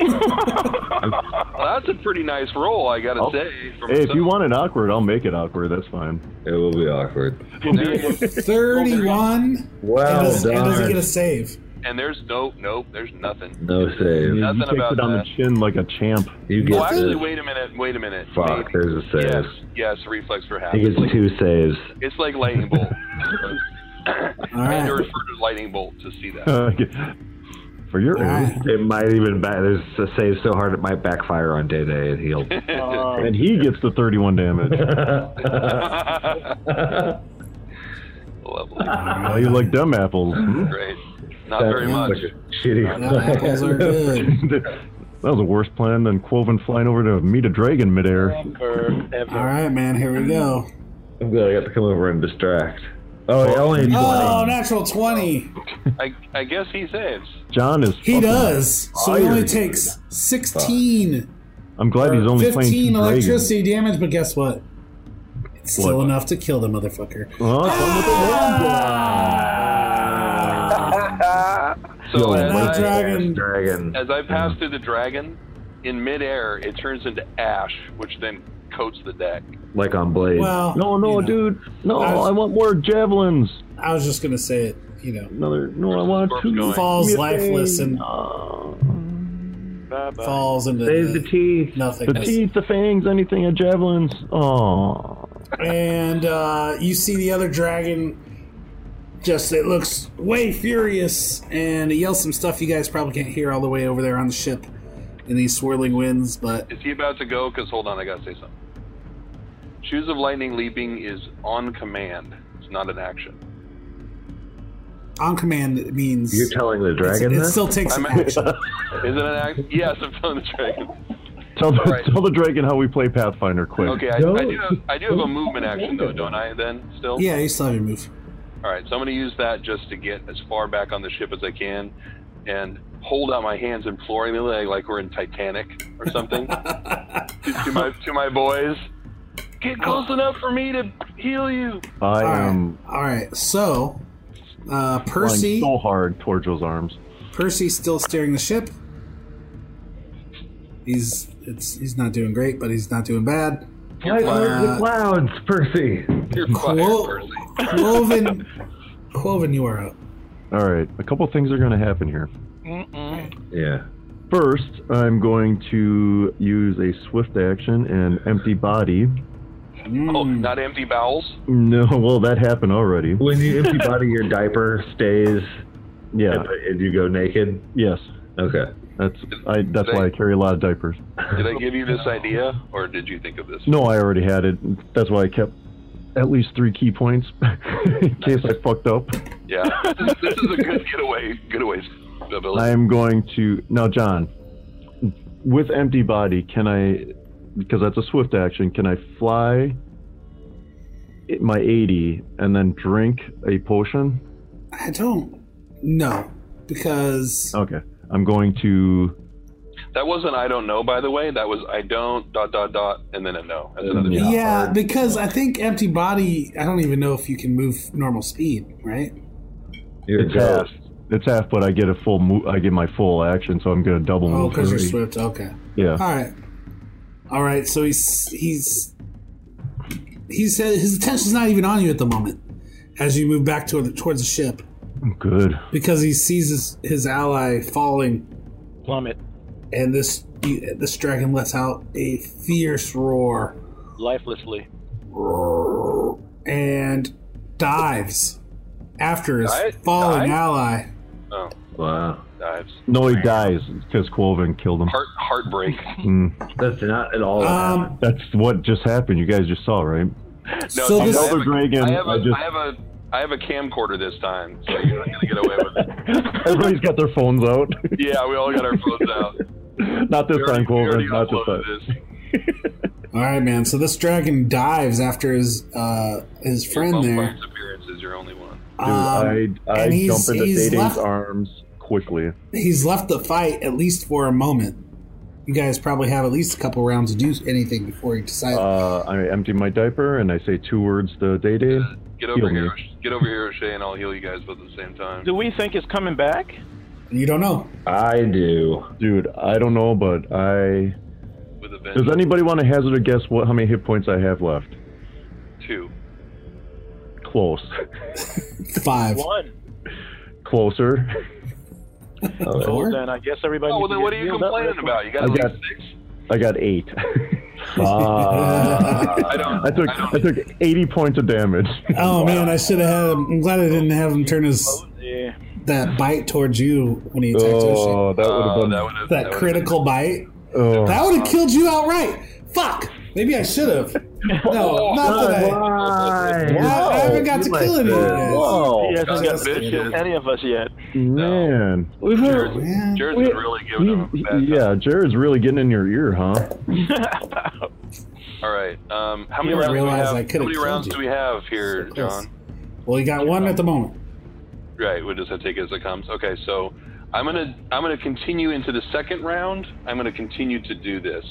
Speaker 1: well, that's a pretty nice roll, I gotta
Speaker 6: Oh.
Speaker 1: say. From
Speaker 6: Hey, if you
Speaker 1: myself.
Speaker 6: want it awkward, I'll make it awkward. That's fine.
Speaker 3: It will be awkward.
Speaker 1: There you go.
Speaker 4: 31. and
Speaker 3: Well
Speaker 4: doesn't, and doesn't get
Speaker 3: done.
Speaker 4: a save.
Speaker 1: and there's no, nope, there's nothing.
Speaker 3: No save.
Speaker 1: Nothing
Speaker 6: he takes
Speaker 1: about
Speaker 6: it on
Speaker 1: that.
Speaker 6: the chin like a champ.
Speaker 3: You get
Speaker 1: Well, actually,
Speaker 3: this.
Speaker 1: wait a minute, wait a minute. Maybe.
Speaker 3: Fuck, there's a save.
Speaker 1: Yes, yes, reflex for half.
Speaker 3: He
Speaker 1: It's
Speaker 3: gets
Speaker 1: like,
Speaker 3: two saves.
Speaker 1: it's like lightning bolt. I had
Speaker 4: right.
Speaker 1: to refer to lightning bolt to see that.
Speaker 6: For your
Speaker 4: All
Speaker 6: age.
Speaker 4: right.
Speaker 3: It might even back. There's a save so hard it might backfire on Day Day and he'll.
Speaker 2: Um,
Speaker 6: And he gets the 31 damage.
Speaker 1: Lovely.
Speaker 6: oh, you like dumb apples. Hmm?
Speaker 1: Great. Not very much.
Speaker 3: Shitty.
Speaker 4: Now apples are good.
Speaker 6: that was a worse plan than Quoven flying over to meet a dragon midair.
Speaker 4: All right, man. Here we go.
Speaker 3: I'm glad I got to come over and distract. Oh, yeah, only
Speaker 4: Oh, natural 20.
Speaker 1: I, I guess he saves.
Speaker 6: John is.
Speaker 4: He
Speaker 6: fucking-
Speaker 4: does. So he only
Speaker 3: fired.
Speaker 4: takes 16.
Speaker 6: I'm glad he's only playing
Speaker 4: 15
Speaker 6: two dragons.
Speaker 4: electricity damage, but guess what? It's still
Speaker 6: What?
Speaker 4: enough to kill the motherfucker.
Speaker 6: Oh,
Speaker 4: Ah,
Speaker 1: So
Speaker 6: someone with a wand Yeah.
Speaker 1: as
Speaker 4: My
Speaker 1: I-
Speaker 4: dragon.
Speaker 3: dragon.
Speaker 1: As I pass through the dragon, in midair, it turns into ash, which then coats the deck.
Speaker 3: Like on Blade.
Speaker 4: Well,
Speaker 6: Oh, No, no,
Speaker 4: you know,
Speaker 6: dude. No,
Speaker 4: I
Speaker 6: I,
Speaker 4: was-
Speaker 6: want more javelins.
Speaker 4: I was just gonna say it. You know,
Speaker 6: Another. No, I want
Speaker 1: Scorp's
Speaker 6: two.
Speaker 1: going.
Speaker 4: falls
Speaker 6: Give me a
Speaker 4: lifeless
Speaker 6: thing.
Speaker 4: and
Speaker 6: Oh.
Speaker 4: falls into
Speaker 3: Save the teeth.
Speaker 6: the
Speaker 4: nothingness.
Speaker 6: teeth, the fangs, anything at javelins. Oh.
Speaker 4: and uh, you see the other dragon just it looks way furious and he yells some stuff you guys probably can't hear all the way over there on the ship in these swirling winds but
Speaker 1: Is he about to go? Because hold on, I gotta say something. Shoes of Lightning Leaping is on command. It's not an action.
Speaker 4: on command means
Speaker 3: You're telling the
Speaker 4: it's-
Speaker 3: dragon
Speaker 4: it
Speaker 3: this?
Speaker 4: still takes
Speaker 1: I'm-
Speaker 4: an action
Speaker 1: Is it an action? Yes, I'm telling the dragon.
Speaker 6: Tell the,
Speaker 1: Alright.
Speaker 6: tell the dragon how we play Pathfinder quick.
Speaker 1: Okay, I, I, do have, I do have a movement action though, don't I? Then still.
Speaker 4: Yeah, you still have your move.
Speaker 1: All right, so I'm going to use that just to get as far back on the ship as I can, and hold out my hands imploringly, like, like we're in Titanic or something, to, to my to my boys. Get close enough for me to heal you.
Speaker 6: I
Speaker 4: All right.
Speaker 6: am
Speaker 4: All right. So, uh,
Speaker 6: flying
Speaker 4: Percy.
Speaker 6: so hard towards those arms.
Speaker 4: Percy's still steering the ship. He's it's he's not doing great, but he's not doing bad.
Speaker 3: Fly over the
Speaker 4: Uh,
Speaker 3: clouds, Percy.
Speaker 1: You're fired,
Speaker 4: Whoa.
Speaker 1: Percy.
Speaker 4: Cloven, Cloven, you are up.
Speaker 6: All right, a couple things are going to happen here.
Speaker 3: Yeah.
Speaker 6: First, I'm going to use a swift action and empty body.
Speaker 1: Oh,
Speaker 4: Hmm. Mm.
Speaker 1: not empty bowels.
Speaker 6: No, well, that happened already.
Speaker 3: When you empty body, your diaper stays,
Speaker 6: Yeah,
Speaker 3: and, and you go naked.
Speaker 6: yes.
Speaker 3: Okay.
Speaker 6: That's I. That's why I carry a lot of diapers.
Speaker 1: Did I give you this idea, or did you think of this?
Speaker 6: No, I already had it. That's why I kept at least three key points in case I fucked up.
Speaker 1: Yeah, this is, this is a good getaway. Getaway ability.
Speaker 6: I am going to now, John. With empty body, can I? Because that's a swift action. Can I fly it- my 80 and then drink a potion?
Speaker 4: I don't know because
Speaker 6: Okay, I'm going to.
Speaker 1: That wasn't I don't know, by the way. That was I don't dot dot dot and then a no. That's another
Speaker 4: yeah,
Speaker 6: Yeah.
Speaker 4: because I think empty body. I don't even know if you can move normal speed, right?
Speaker 3: You're a
Speaker 6: It's half.
Speaker 3: ghost.
Speaker 6: It's half, but I get a full. Mo- I get my full action, so I'm going to double
Speaker 4: Oh,
Speaker 6: move.
Speaker 4: because you're
Speaker 6: 30.
Speaker 4: swift. Okay.
Speaker 6: Yeah.
Speaker 4: All right. All right. So he's he's he said his attention's not even on you at the moment as you move back toward the, towards the ship
Speaker 6: Good.
Speaker 4: because he sees his, his ally falling
Speaker 2: Plummet.
Speaker 4: and this this dragon lets out a fierce roar
Speaker 2: Lifelessly.
Speaker 4: and dives after his
Speaker 1: Di-
Speaker 4: fallen
Speaker 1: dive?
Speaker 4: ally.
Speaker 1: Oh,
Speaker 3: Wow.
Speaker 6: Mm.
Speaker 1: dives.
Speaker 6: No, he dies because Quoven killed him.
Speaker 1: Heart heartbreak.
Speaker 6: Mm.
Speaker 3: That's not at all. what happened.
Speaker 4: Um,
Speaker 6: That's what just happened. You guys just saw, right?
Speaker 1: No,
Speaker 4: so
Speaker 1: dude,
Speaker 4: this
Speaker 1: I have
Speaker 6: Elder
Speaker 1: a-
Speaker 6: Dragon.
Speaker 1: I have a,
Speaker 6: I just-
Speaker 1: I have a, I have a camcorder this time, so you're not gonna get away with it.
Speaker 6: Everybody's got their phones out.
Speaker 1: Yeah, we all got our phones out.
Speaker 6: Not this
Speaker 1: We
Speaker 6: time,
Speaker 1: already- we already
Speaker 6: Quoven. Not this time.
Speaker 1: uploaded this.
Speaker 4: all right, man. So this dragon dives after his uh, his friend
Speaker 1: Bump
Speaker 4: there.
Speaker 1: Bumps appearance is your only one.
Speaker 6: Dude,
Speaker 4: Um,
Speaker 6: I, I
Speaker 4: and he's-
Speaker 6: jump into
Speaker 4: he's
Speaker 6: Day
Speaker 4: left-
Speaker 6: arms quickly.
Speaker 4: he's left the fight at least for a moment. You guys probably have at least a couple rounds to do anything before he decides.
Speaker 6: Uh, I empty my diaper and I say two words to Day Day.
Speaker 1: Get over
Speaker 6: Heal me.
Speaker 1: here, O'Sh- get over here, O'Shea, and I'll heal you guys both at the same time.
Speaker 2: Do we think it's coming back?
Speaker 4: you don't know.
Speaker 3: I do.
Speaker 6: Dude, I don't know, but I.
Speaker 1: With a
Speaker 6: Does
Speaker 1: vengeance,
Speaker 6: anybody want to hazard a guess what how many hit points I have left?
Speaker 1: two.
Speaker 6: Close.
Speaker 4: Five.
Speaker 2: One.
Speaker 6: Closer.
Speaker 2: Well,
Speaker 4: Four?
Speaker 2: then I guess everybody.
Speaker 1: Oh, well,
Speaker 2: needs to
Speaker 1: then
Speaker 2: get
Speaker 1: what are you complaining
Speaker 2: healed up real quick.
Speaker 1: about? You got
Speaker 6: I
Speaker 1: at least
Speaker 6: got-
Speaker 1: six.
Speaker 6: I got eight. Uh,
Speaker 1: I don't.
Speaker 6: I took
Speaker 1: I
Speaker 6: I,
Speaker 1: don't.
Speaker 6: took 80 points of damage.
Speaker 4: Oh man, I should have had him. I'm glad I didn't have him turn his
Speaker 2: Yeah.
Speaker 4: that bite towards you when he attacked Oshi.
Speaker 6: oh, that would have
Speaker 1: Oh,
Speaker 6: been.
Speaker 1: that would have.
Speaker 4: That critical bite.
Speaker 6: oh.
Speaker 4: That would have killed you outright. Fuck. Maybe I should have. No, not that. I,
Speaker 3: Why?
Speaker 4: I haven't got to kill any of you guys.
Speaker 6: Whoa.
Speaker 2: He hasn't got
Speaker 4: Just
Speaker 2: to
Speaker 1: kidding.
Speaker 2: kill Eh, any of us yet.
Speaker 6: Man.
Speaker 1: Jared's,
Speaker 4: Man.
Speaker 1: Jared's been really giving him a
Speaker 6: You-
Speaker 1: bad time.
Speaker 6: yeah, Jared's really getting in your ear, huh?
Speaker 1: All right. Um, how many
Speaker 4: You don't
Speaker 1: rounds do we
Speaker 4: realize
Speaker 1: have? How
Speaker 4: I could've
Speaker 1: many
Speaker 4: killed
Speaker 1: rounds
Speaker 4: you.
Speaker 1: do we have here,
Speaker 4: So close.
Speaker 1: John?
Speaker 4: Well, you got one at the moment.
Speaker 1: Right, we'll just have to take it as it comes. Okay, so I'm gonna I'm gonna continue into the second round. I'm gonna continue to do this,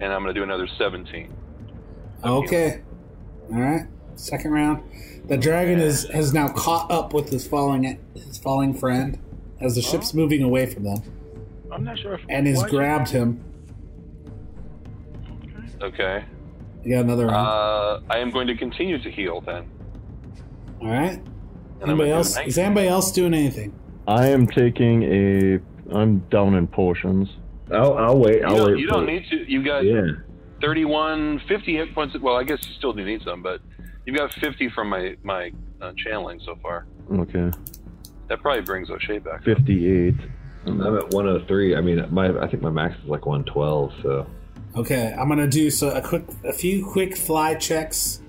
Speaker 1: and I'm gonna do another 17.
Speaker 4: Okay. All right. Second round. The dragon is has now caught up with his falling his falling friend as the ship's moving away from them
Speaker 2: I'm not sure if.
Speaker 4: and has
Speaker 2: why-
Speaker 4: grabbed him.
Speaker 1: Okay.
Speaker 4: You got another round.
Speaker 1: Uh, I am going to continue to heal then.
Speaker 4: All right.
Speaker 1: Uh, And I'm
Speaker 4: Anybody
Speaker 1: gonna do
Speaker 4: else?
Speaker 1: 19.
Speaker 4: Is anybody else doing anything?
Speaker 6: I am taking a. I'm down in potions.
Speaker 3: I'll, I'll wait.
Speaker 1: You
Speaker 3: I'll
Speaker 1: don't,
Speaker 3: wait.
Speaker 1: you
Speaker 3: for
Speaker 1: don't
Speaker 3: it.
Speaker 1: need to. You've got
Speaker 3: Yeah.
Speaker 1: 31, 50 hit points. Well, I guess you still do need some, but you've got 50 from my my uh, channeling so far.
Speaker 6: Okay,
Speaker 1: That probably brings O'Shea back.
Speaker 6: 58.
Speaker 3: I'm at 103. I mean, my I think my max is like 112. So
Speaker 4: Okay, I'm gonna do so a quick, a few quick fly checks,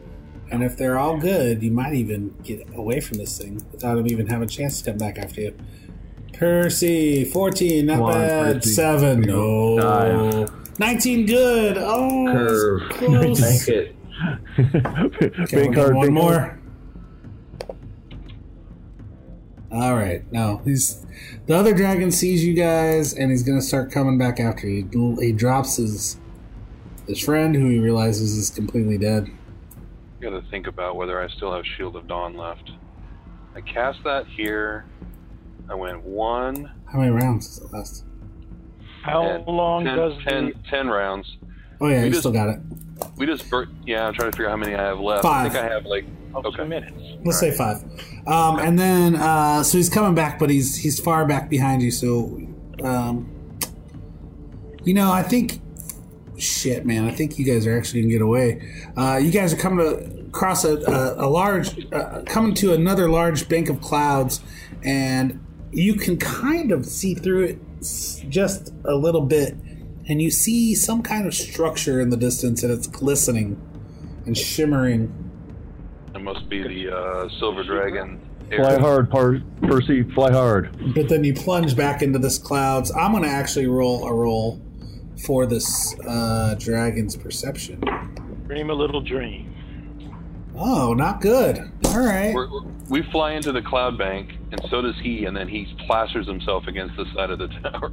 Speaker 4: and if they're all good, you might even get away from this thing without him even having a chance to come back after you. Percy, 14, not
Speaker 5: Come on,
Speaker 4: bad.
Speaker 5: Percy.
Speaker 4: 7, no.
Speaker 3: Nice.
Speaker 4: 19, good. Oh,
Speaker 3: Curve.
Speaker 4: that's close.
Speaker 3: Thank it.
Speaker 4: Okay, we'll
Speaker 6: Big
Speaker 4: get
Speaker 6: card,
Speaker 4: one
Speaker 6: big card.
Speaker 4: more. All right, now he's the other dragon sees you guys, and he's gonna start coming back after you. He drops his his friend, who he realizes is completely dead.
Speaker 1: I gotta think about whether I still have Shield of Dawn left. I cast that here. I went one,
Speaker 4: How many rounds does it last?
Speaker 2: How
Speaker 1: And
Speaker 2: long
Speaker 1: ten,
Speaker 2: does
Speaker 1: ten-
Speaker 2: the
Speaker 1: ten rounds.
Speaker 4: Oh yeah,
Speaker 1: We
Speaker 4: you
Speaker 1: just-
Speaker 4: still got it.
Speaker 1: We just bur- yeah. I'm trying to figure out how many I have left. I
Speaker 4: Five.
Speaker 1: think I have like
Speaker 2: oh, two
Speaker 1: okay.
Speaker 2: minutes?
Speaker 4: Let's say five. Um, and then uh, so he's coming back, but he's he's far back behind you. So, um, you know, I think shit, man. I think you guys are actually gonna get away. Uh, you guys are coming to cross a, a, a large, uh, coming to another large bank of clouds, and you can kind of see through it s- just a little bit, and you see some kind of structure in the distance, and it's glistening and shimmering.
Speaker 1: It must be the uh, Silver Dragon.
Speaker 6: Fly hard, Par- Percy. Fly hard.
Speaker 4: But then you plunge back into this clouds. I'm gonna actually roll a roll for this uh, dragon's perception.
Speaker 2: Dream a little dream.
Speaker 4: Oh, not good. All right.
Speaker 1: We're, we're- we fly into the cloud bank, and so does he, and then he plasters himself against the side of the tower.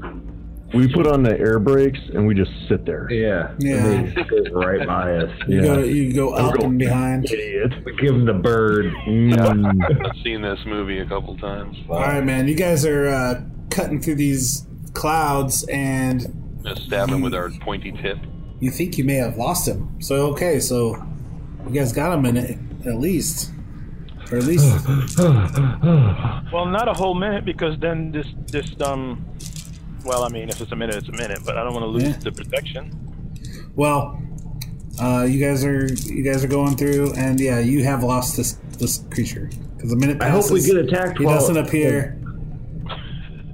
Speaker 6: We put on the air brakes and we just sit there.
Speaker 3: Yeah.
Speaker 4: Yeah.
Speaker 3: And they go right by us.
Speaker 4: You
Speaker 6: Yeah.
Speaker 4: go. You go up and behind.
Speaker 6: Idiot.
Speaker 3: We give him the bird.
Speaker 6: Mm.
Speaker 1: I've seen this movie a couple times.
Speaker 4: All right, man. You guys are uh, cutting through these clouds, and
Speaker 1: Just stab him with our pointy tip.
Speaker 4: you think you may have lost him. So okay, so you guys got a minute at least, or at least
Speaker 2: Well, not a whole minute because then this this um. Well, I mean, if it's a minute, it's a minute, but I don't want to lose
Speaker 4: Yeah.
Speaker 2: the protection.
Speaker 4: Well, uh, you guys are you guys are going through, and yeah, you have lost this this creature because the minute
Speaker 3: I hope
Speaker 4: passes,
Speaker 3: we get attacked
Speaker 4: He
Speaker 3: while-
Speaker 4: doesn't appear.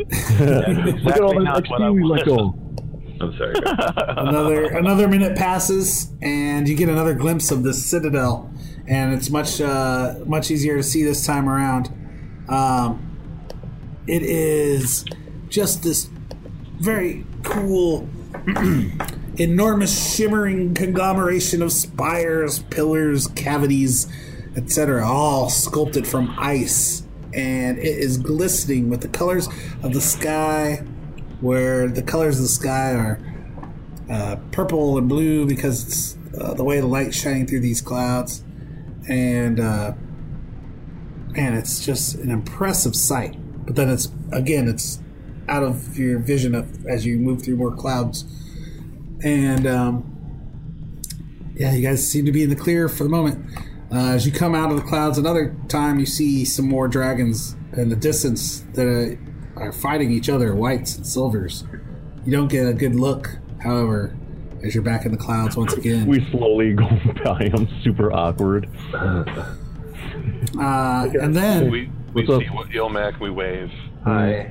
Speaker 6: Look at all
Speaker 2: Exactly
Speaker 6: that
Speaker 2: not what I
Speaker 6: XP we
Speaker 2: wanted.
Speaker 6: let go.
Speaker 3: I'm sorry. guys.
Speaker 4: Another another minute passes, and you get another glimpse of the citadel, and it's much uh, much easier to see this time around. Um, it is just this very cool, enormous shimmering conglomeration of spires, pillars, cavities, etc., all sculpted from ice. And it is glistening with the colors of the sky, where the colors of the sky are uh, purple and blue because it's uh, the way the light's shining through these clouds. And uh, man, it's just an impressive sight. But then it's again, it's out of your vision of, as you move through more clouds. And um, yeah, you guys seem to be in the clear for the moment. Uh, as you come out of the clouds another time, you see some more dragons in the distance that are fighting each other, whites and silvers. You don't get a good look, however, as you're back in the clouds once again.
Speaker 6: We slowly go by him, super awkward.
Speaker 4: uh, and then
Speaker 1: We, we
Speaker 6: What's up?
Speaker 1: see what Ilmac, we wave.
Speaker 3: Hi.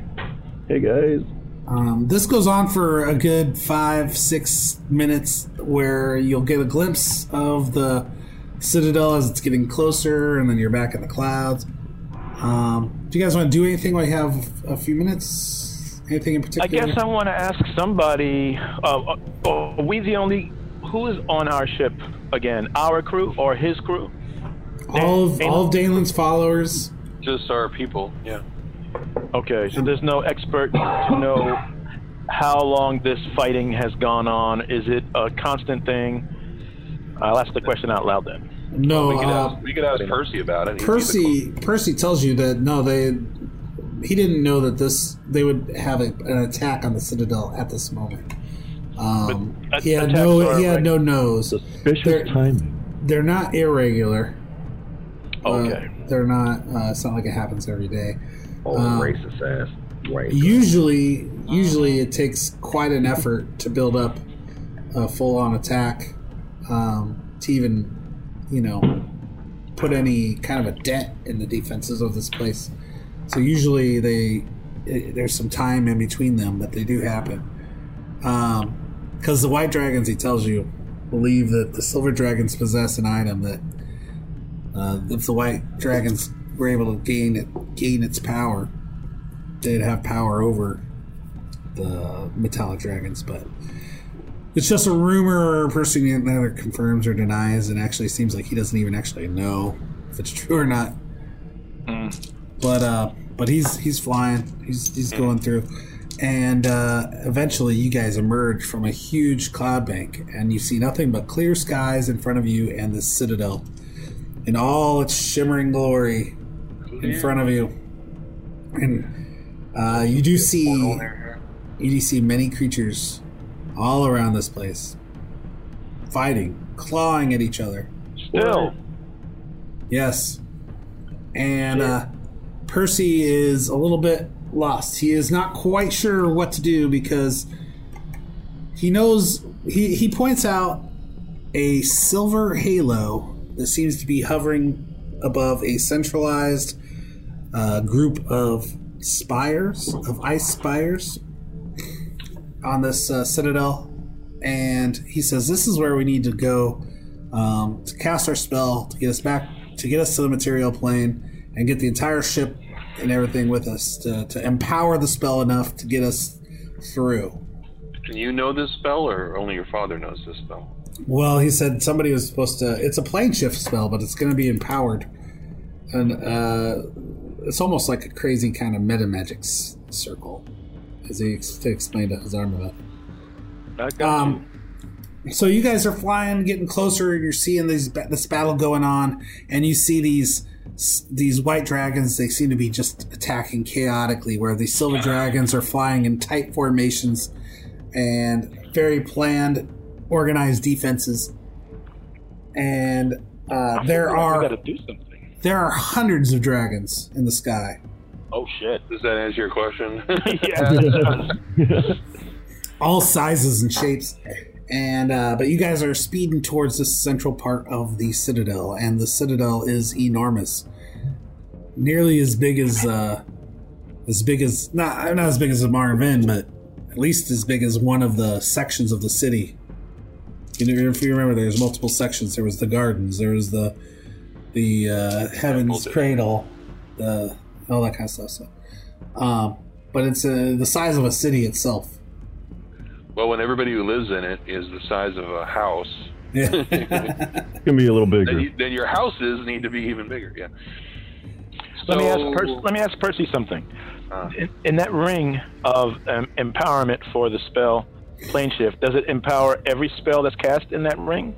Speaker 6: Hey guys,
Speaker 4: Um, this goes on for a good five, six minutes, where you'll get a glimpse of the citadel as it's getting closer, and then you're back in the clouds. Um, do you guys want to do anything while you have a few minutes? Anything in
Speaker 2: I
Speaker 4: particular?
Speaker 2: guess I want to ask somebody. Uh, uh, are we the only who is on our ship again? Our crew or his crew?
Speaker 4: all of all of Dalen's followers.
Speaker 1: Just our people. Yeah.
Speaker 2: Okay, so there's no expert to know how long this fighting has gone on. Is it a constant thing? I'll ask the question out loud then.
Speaker 4: No,
Speaker 1: We could
Speaker 4: uh,
Speaker 1: ask, we could ask Percy about it. He'd be the
Speaker 4: Percy Percy tells you that no, they he didn't know that this they would have a, an attack on the Citadel at this moment. Um,
Speaker 2: But
Speaker 4: he had
Speaker 2: attacks
Speaker 4: no
Speaker 2: are
Speaker 4: he had no nose. They're-
Speaker 6: suspicious timing.
Speaker 4: They're not irregular. Uh,
Speaker 2: Okay.
Speaker 4: they're not. Uh, it's not like it happens every day.
Speaker 3: Oh,
Speaker 4: Um,
Speaker 3: racist ass. Right.
Speaker 4: Usually, usually it takes quite an effort to build up a full-on attack um, to even, you know, put any kind of a dent in the defenses of this place. So usually they eh, there's some time in between them, but they do happen. Because the white dragons, he tells you, believe that the silver dragons possess an item that uh, if the white dragons were able to gain it, gain its power, they'd have power over the metallic dragons, but it's just a rumor or a person that neither confirms or denies, and actually seems like he doesn't even actually know if it's true or not. But uh, but he's he's flying, he's he's going through, and uh, eventually you guys emerge from a huge cloud bank, and you see nothing but clear skies in front of you and the citadel in all its shimmering glory in front of you. And uh, you do see you do see many creatures all around this place fighting, clawing at each other.
Speaker 2: Still,
Speaker 4: Yes. And uh, Percy is a little bit lost. He is not quite sure what to do because he knows he, he points out a silver halo that seems to be hovering above a centralized uh, group of spires of ice spires on this uh, citadel and he says this is where we need to go um, to cast our spell to get us back to get us to the material plane and get the entire ship and everything with us to, to empower the spell enough to get us through
Speaker 1: Do you know this spell, or only your father knows this spell?
Speaker 4: well he said somebody was supposed to it's a plane shift spell but it's going to be empowered and uh, it's almost like a crazy kind of meta magic s- circle as he ex- to explain to his armament
Speaker 2: I got
Speaker 4: Um, so you guys are flying, getting closer, and you're seeing these ba- this battle going on, and you see these s- these white dragons. They seem to be just attacking chaotically, where the silver dragons are flying in tight formations and very planned, organized defenses. And uh, there
Speaker 2: you.
Speaker 4: are
Speaker 2: gotta do something.
Speaker 4: there are hundreds of dragons in the sky,
Speaker 2: Oh shit!
Speaker 1: Does that answer your question?
Speaker 2: yeah.
Speaker 4: all sizes and shapes. And uh, but you guys are speeding towards the central part of the citadel, and the citadel is enormous, nearly as big as uh, as big as not not as big as the Marvin, but at least as big as one of the sections of the city. You know, if you remember, there's multiple sections. There was the gardens, there was the the uh, heaven's cradle, the all that kind of stuff. So, um, but it's uh, the size of a city itself.
Speaker 1: well, when everybody who lives in it is the size of a house,
Speaker 4: Yeah.
Speaker 6: It's gonna be a little
Speaker 1: then,
Speaker 6: bigger.
Speaker 1: you, then your houses need to be even bigger. Yeah.
Speaker 2: Let me ask
Speaker 1: So-
Speaker 2: Percy, let me ask Percy something.
Speaker 1: Uh.
Speaker 2: In, in that ring of um, empowerment for the spell plane shift, does it empower every spell that's cast in that ring?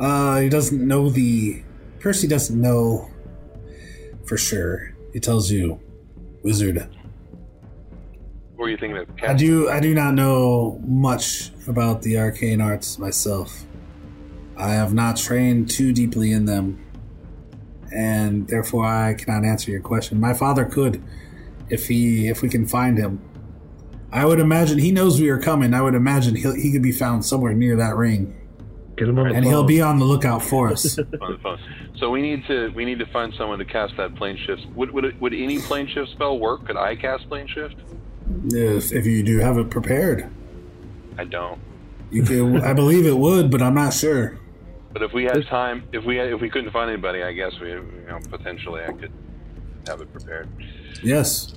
Speaker 4: uh, he doesn't know the. Percy doesn't know for sure. He tells you, wizard.
Speaker 1: What are you thinking of?
Speaker 4: I do. I do not know much about the arcane arts myself. I have not trained too deeply in them, and therefore I cannot answer your question. My father could, if he, if we can find him. I would imagine he knows we are coming. I would imagine he he could be found somewhere near that ring,
Speaker 3: Get him on the
Speaker 4: and
Speaker 3: phone.
Speaker 4: he'll be on the lookout for us.
Speaker 1: on the phone. So we need to we need to find someone to cast that plane shift. Would would, it, would any plane shift spell work? Could I cast plane shift?
Speaker 4: If, if you do have it prepared,
Speaker 1: I don't.
Speaker 4: you could, I believe it would, but I'm not sure.
Speaker 1: But if we had time, if we had, if we couldn't find anybody, I guess we you know potentially I could have it prepared.
Speaker 4: Yes.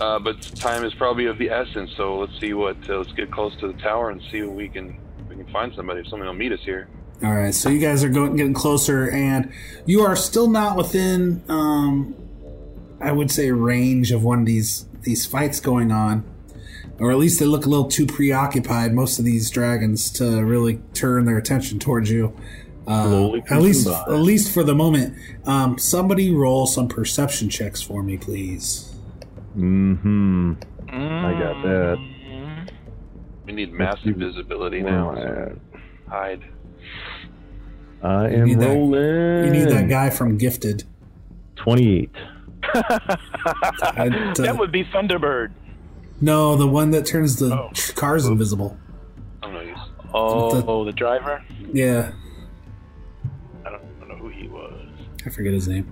Speaker 1: Uh, but time is probably of the essence. So let's see what uh, let's get close to the tower and see if we can we can find somebody. If someone will meet us here.
Speaker 4: All right. So you guys are going getting closer, and you are still not within, um, I would say, range of one of these these fights going on, or at least they look a little too preoccupied. Most of these dragons to really turn their attention towards you. Uh,
Speaker 6: Slowly
Speaker 4: at least,
Speaker 6: creeping
Speaker 4: at least for the moment. Um, somebody roll some perception checks for me, please.
Speaker 6: Mm-hmm. I got that.
Speaker 1: We need
Speaker 6: Let's
Speaker 1: massive
Speaker 6: do-
Speaker 1: visibility
Speaker 6: Where
Speaker 1: now.
Speaker 6: am I at?
Speaker 1: Hide.
Speaker 6: I
Speaker 4: You
Speaker 6: am
Speaker 4: need that-
Speaker 6: rolling.
Speaker 4: You need that guy from Gifted.
Speaker 6: Twenty-eight.
Speaker 4: I'd, uh,
Speaker 2: that would be Thunderbird.
Speaker 4: No, the one that turns the
Speaker 2: Oh.
Speaker 4: cars invisible.
Speaker 1: I'm no use.
Speaker 2: Oh,
Speaker 4: The-
Speaker 2: oh, the driver.
Speaker 4: Yeah,
Speaker 2: I don't, I don't know who he was.
Speaker 4: I forget his name.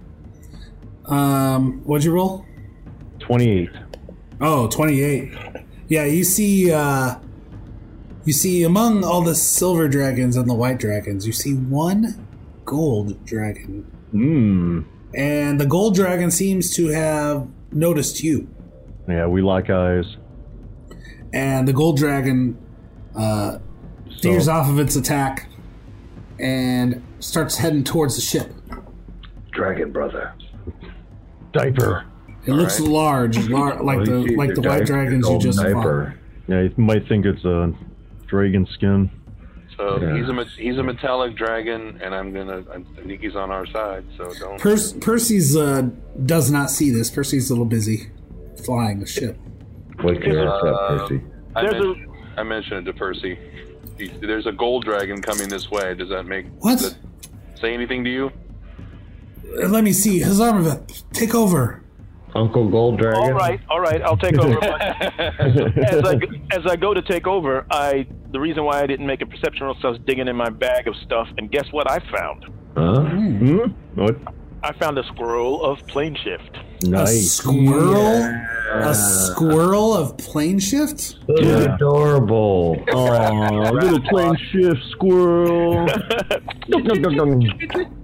Speaker 4: Um, what'd you roll?
Speaker 6: Twenty-eight.
Speaker 4: Oh, 28. Yeah, you see, uh, you see among all the silver dragons and the white dragons, you see one gold dragon.
Speaker 6: Mm.
Speaker 4: And the gold dragon seems to have noticed you.
Speaker 6: Yeah, we like eyes.
Speaker 4: and the gold dragon uh, veers off of its attack and starts heading towards the ship.
Speaker 3: Dragon brother.
Speaker 6: Diaper.
Speaker 4: It looks large, lar- like the like the white dragons you just fought.
Speaker 6: Yeah, you might think it's a dragon skin.
Speaker 1: So
Speaker 3: Yeah.
Speaker 1: he's a met- he's a metallic dragon, and I'm gonna. I think he's on our side, so don't.
Speaker 4: Per- Percy's uh, does not see this. Percy's a little busy flying the ship.
Speaker 3: Wake your ass
Speaker 1: Uh,
Speaker 3: up, Percy.
Speaker 1: I,
Speaker 2: There's a-
Speaker 1: mentioned, I mentioned it to Percy. He- There's a gold dragon coming this way. Does that make
Speaker 4: What?
Speaker 1: does that say anything to you?
Speaker 4: Uh, Let me see. Hazarmaveth, take over.
Speaker 3: Uncle Gold Dragon.
Speaker 2: All right, all right, I'll take over. as, I, as I go to take over, I the reason why I didn't make a perception roll is 'cause I was digging in my bag of stuff, and guess what I found?
Speaker 6: Huh? Hmm? What?
Speaker 2: I found a scroll of plane shift.
Speaker 4: A
Speaker 6: Nice.
Speaker 4: squirrel? A squirrel of plane shift?
Speaker 6: Yeah.
Speaker 3: Adorable.
Speaker 6: Aw, little plane shift squirrel. Dum, dum, dum, dum.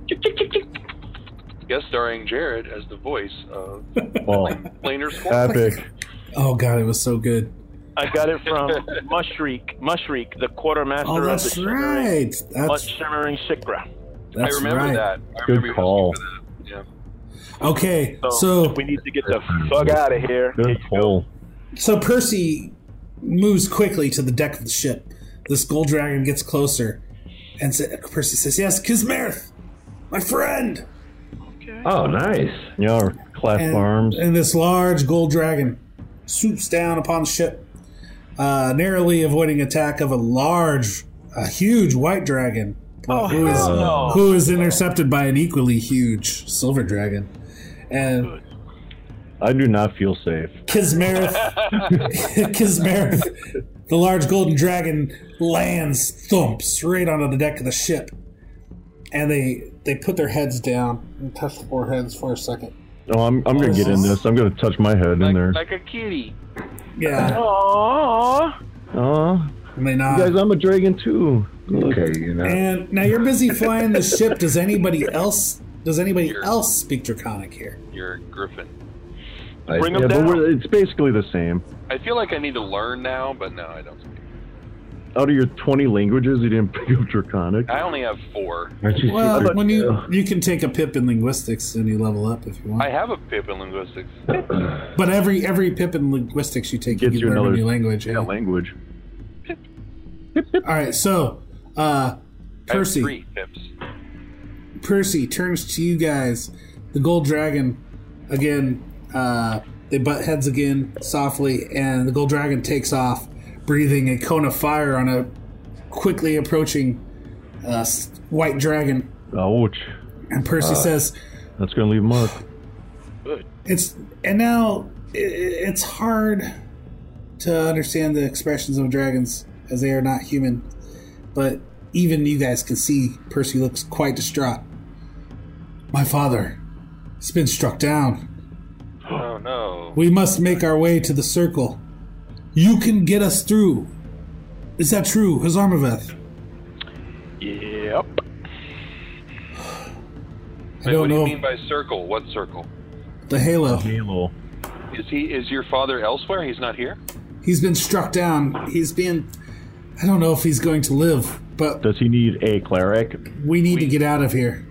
Speaker 1: Guest starring Jared as the voice of
Speaker 6: Oh,
Speaker 1: Planar
Speaker 4: Uh,
Speaker 1: Squirrel.
Speaker 6: epic.
Speaker 4: Oh god, it was so good.
Speaker 2: I got it from Mushreek, Mushreek, the quartermaster
Speaker 4: Oh,
Speaker 2: of the
Speaker 4: that's
Speaker 2: shimmering,
Speaker 4: right.
Speaker 2: Mut-
Speaker 4: That's
Speaker 2: shimmering Shikra.
Speaker 1: I
Speaker 4: that's
Speaker 1: remember
Speaker 4: right.
Speaker 1: that. I remember
Speaker 6: Good call.
Speaker 4: Okay,
Speaker 2: So,
Speaker 4: so
Speaker 2: we need to get the fuck out of here.
Speaker 6: Good pull.
Speaker 4: So Percy moves quickly to the deck of the ship. This gold dragon gets closer, and sa- Percy says, "Yes, Kismarth, my friend."
Speaker 3: Oh, nice.
Speaker 6: Yeah, our clasp
Speaker 4: And,
Speaker 6: arms.
Speaker 4: and this large gold dragon swoops down upon the ship, uh, narrowly avoiding attack of a large, a huge white dragon, uh, who is
Speaker 2: no.
Speaker 4: who is intercepted by an equally huge silver dragon, and.
Speaker 6: I do not feel safe.
Speaker 4: Kismarith, Kismarith, the large golden dragon lands thumps right onto the deck of the ship, and they they put their heads down and touch their foreheads for a second.
Speaker 6: Oh, I'm, I'm gonna get in this. I'm gonna touch my head in there.
Speaker 1: Like a kitty.
Speaker 4: Yeah,
Speaker 1: Oh.
Speaker 2: Aww.
Speaker 6: Aw,
Speaker 4: and they
Speaker 6: guys,
Speaker 4: nod.
Speaker 6: I'm a dragon too. Look.
Speaker 3: Okay, you know.
Speaker 4: And now you're busy flying the ship. Does anybody else? Does anybody else speak Draconic here?
Speaker 1: You're a griffin.
Speaker 3: I,
Speaker 2: Bring
Speaker 6: Yeah,
Speaker 2: them
Speaker 6: but
Speaker 2: down.
Speaker 6: we're, it's basically the same.
Speaker 1: I feel like I need to learn now, but no, I don't. Speak.
Speaker 6: Out of your 20 languages, you didn't pick up Draconic.
Speaker 1: I only have four.
Speaker 3: aren't you
Speaker 4: Well,
Speaker 3: super-
Speaker 4: when you you can take a pip in linguistics and you level up if you
Speaker 1: I
Speaker 4: want.
Speaker 1: have a pip in linguistics.
Speaker 4: But every every pip in linguistics you take, you
Speaker 6: Gets
Speaker 4: can
Speaker 6: you
Speaker 4: learn a
Speaker 6: another-
Speaker 4: new language.
Speaker 6: Yeah,
Speaker 4: yeah.
Speaker 6: language.
Speaker 4: All right, so uh,
Speaker 1: I have
Speaker 4: Percy.
Speaker 1: three pips.
Speaker 4: Percy turns to you guys. The gold dragon, again, uh, they butt heads again softly, and the gold dragon takes off, breathing a cone of fire on a quickly approaching uh, s- white dragon.
Speaker 6: Ouch.
Speaker 4: And Percy says,
Speaker 6: That's gonna leave a mark.
Speaker 4: "It's and now i- i it's hard to understand the expressions of dragons as they are not human, but even you guys can see Percy looks quite distraught. My father, he's been struck down."
Speaker 1: Oh no.
Speaker 4: We must make our way to the circle. You can get us through. Is that true, Hazarmaveth?
Speaker 2: Yep.
Speaker 4: I
Speaker 1: Wait, what
Speaker 4: don't
Speaker 1: do you
Speaker 4: know.
Speaker 1: mean by circle? What circle?
Speaker 4: The halo.
Speaker 6: Halo.
Speaker 1: Is he? Is your father elsewhere? He's not here.
Speaker 4: He's been struck down. He's been. I don't know if he's going to live, but
Speaker 6: Does he need a cleric?
Speaker 4: we need to get out of here.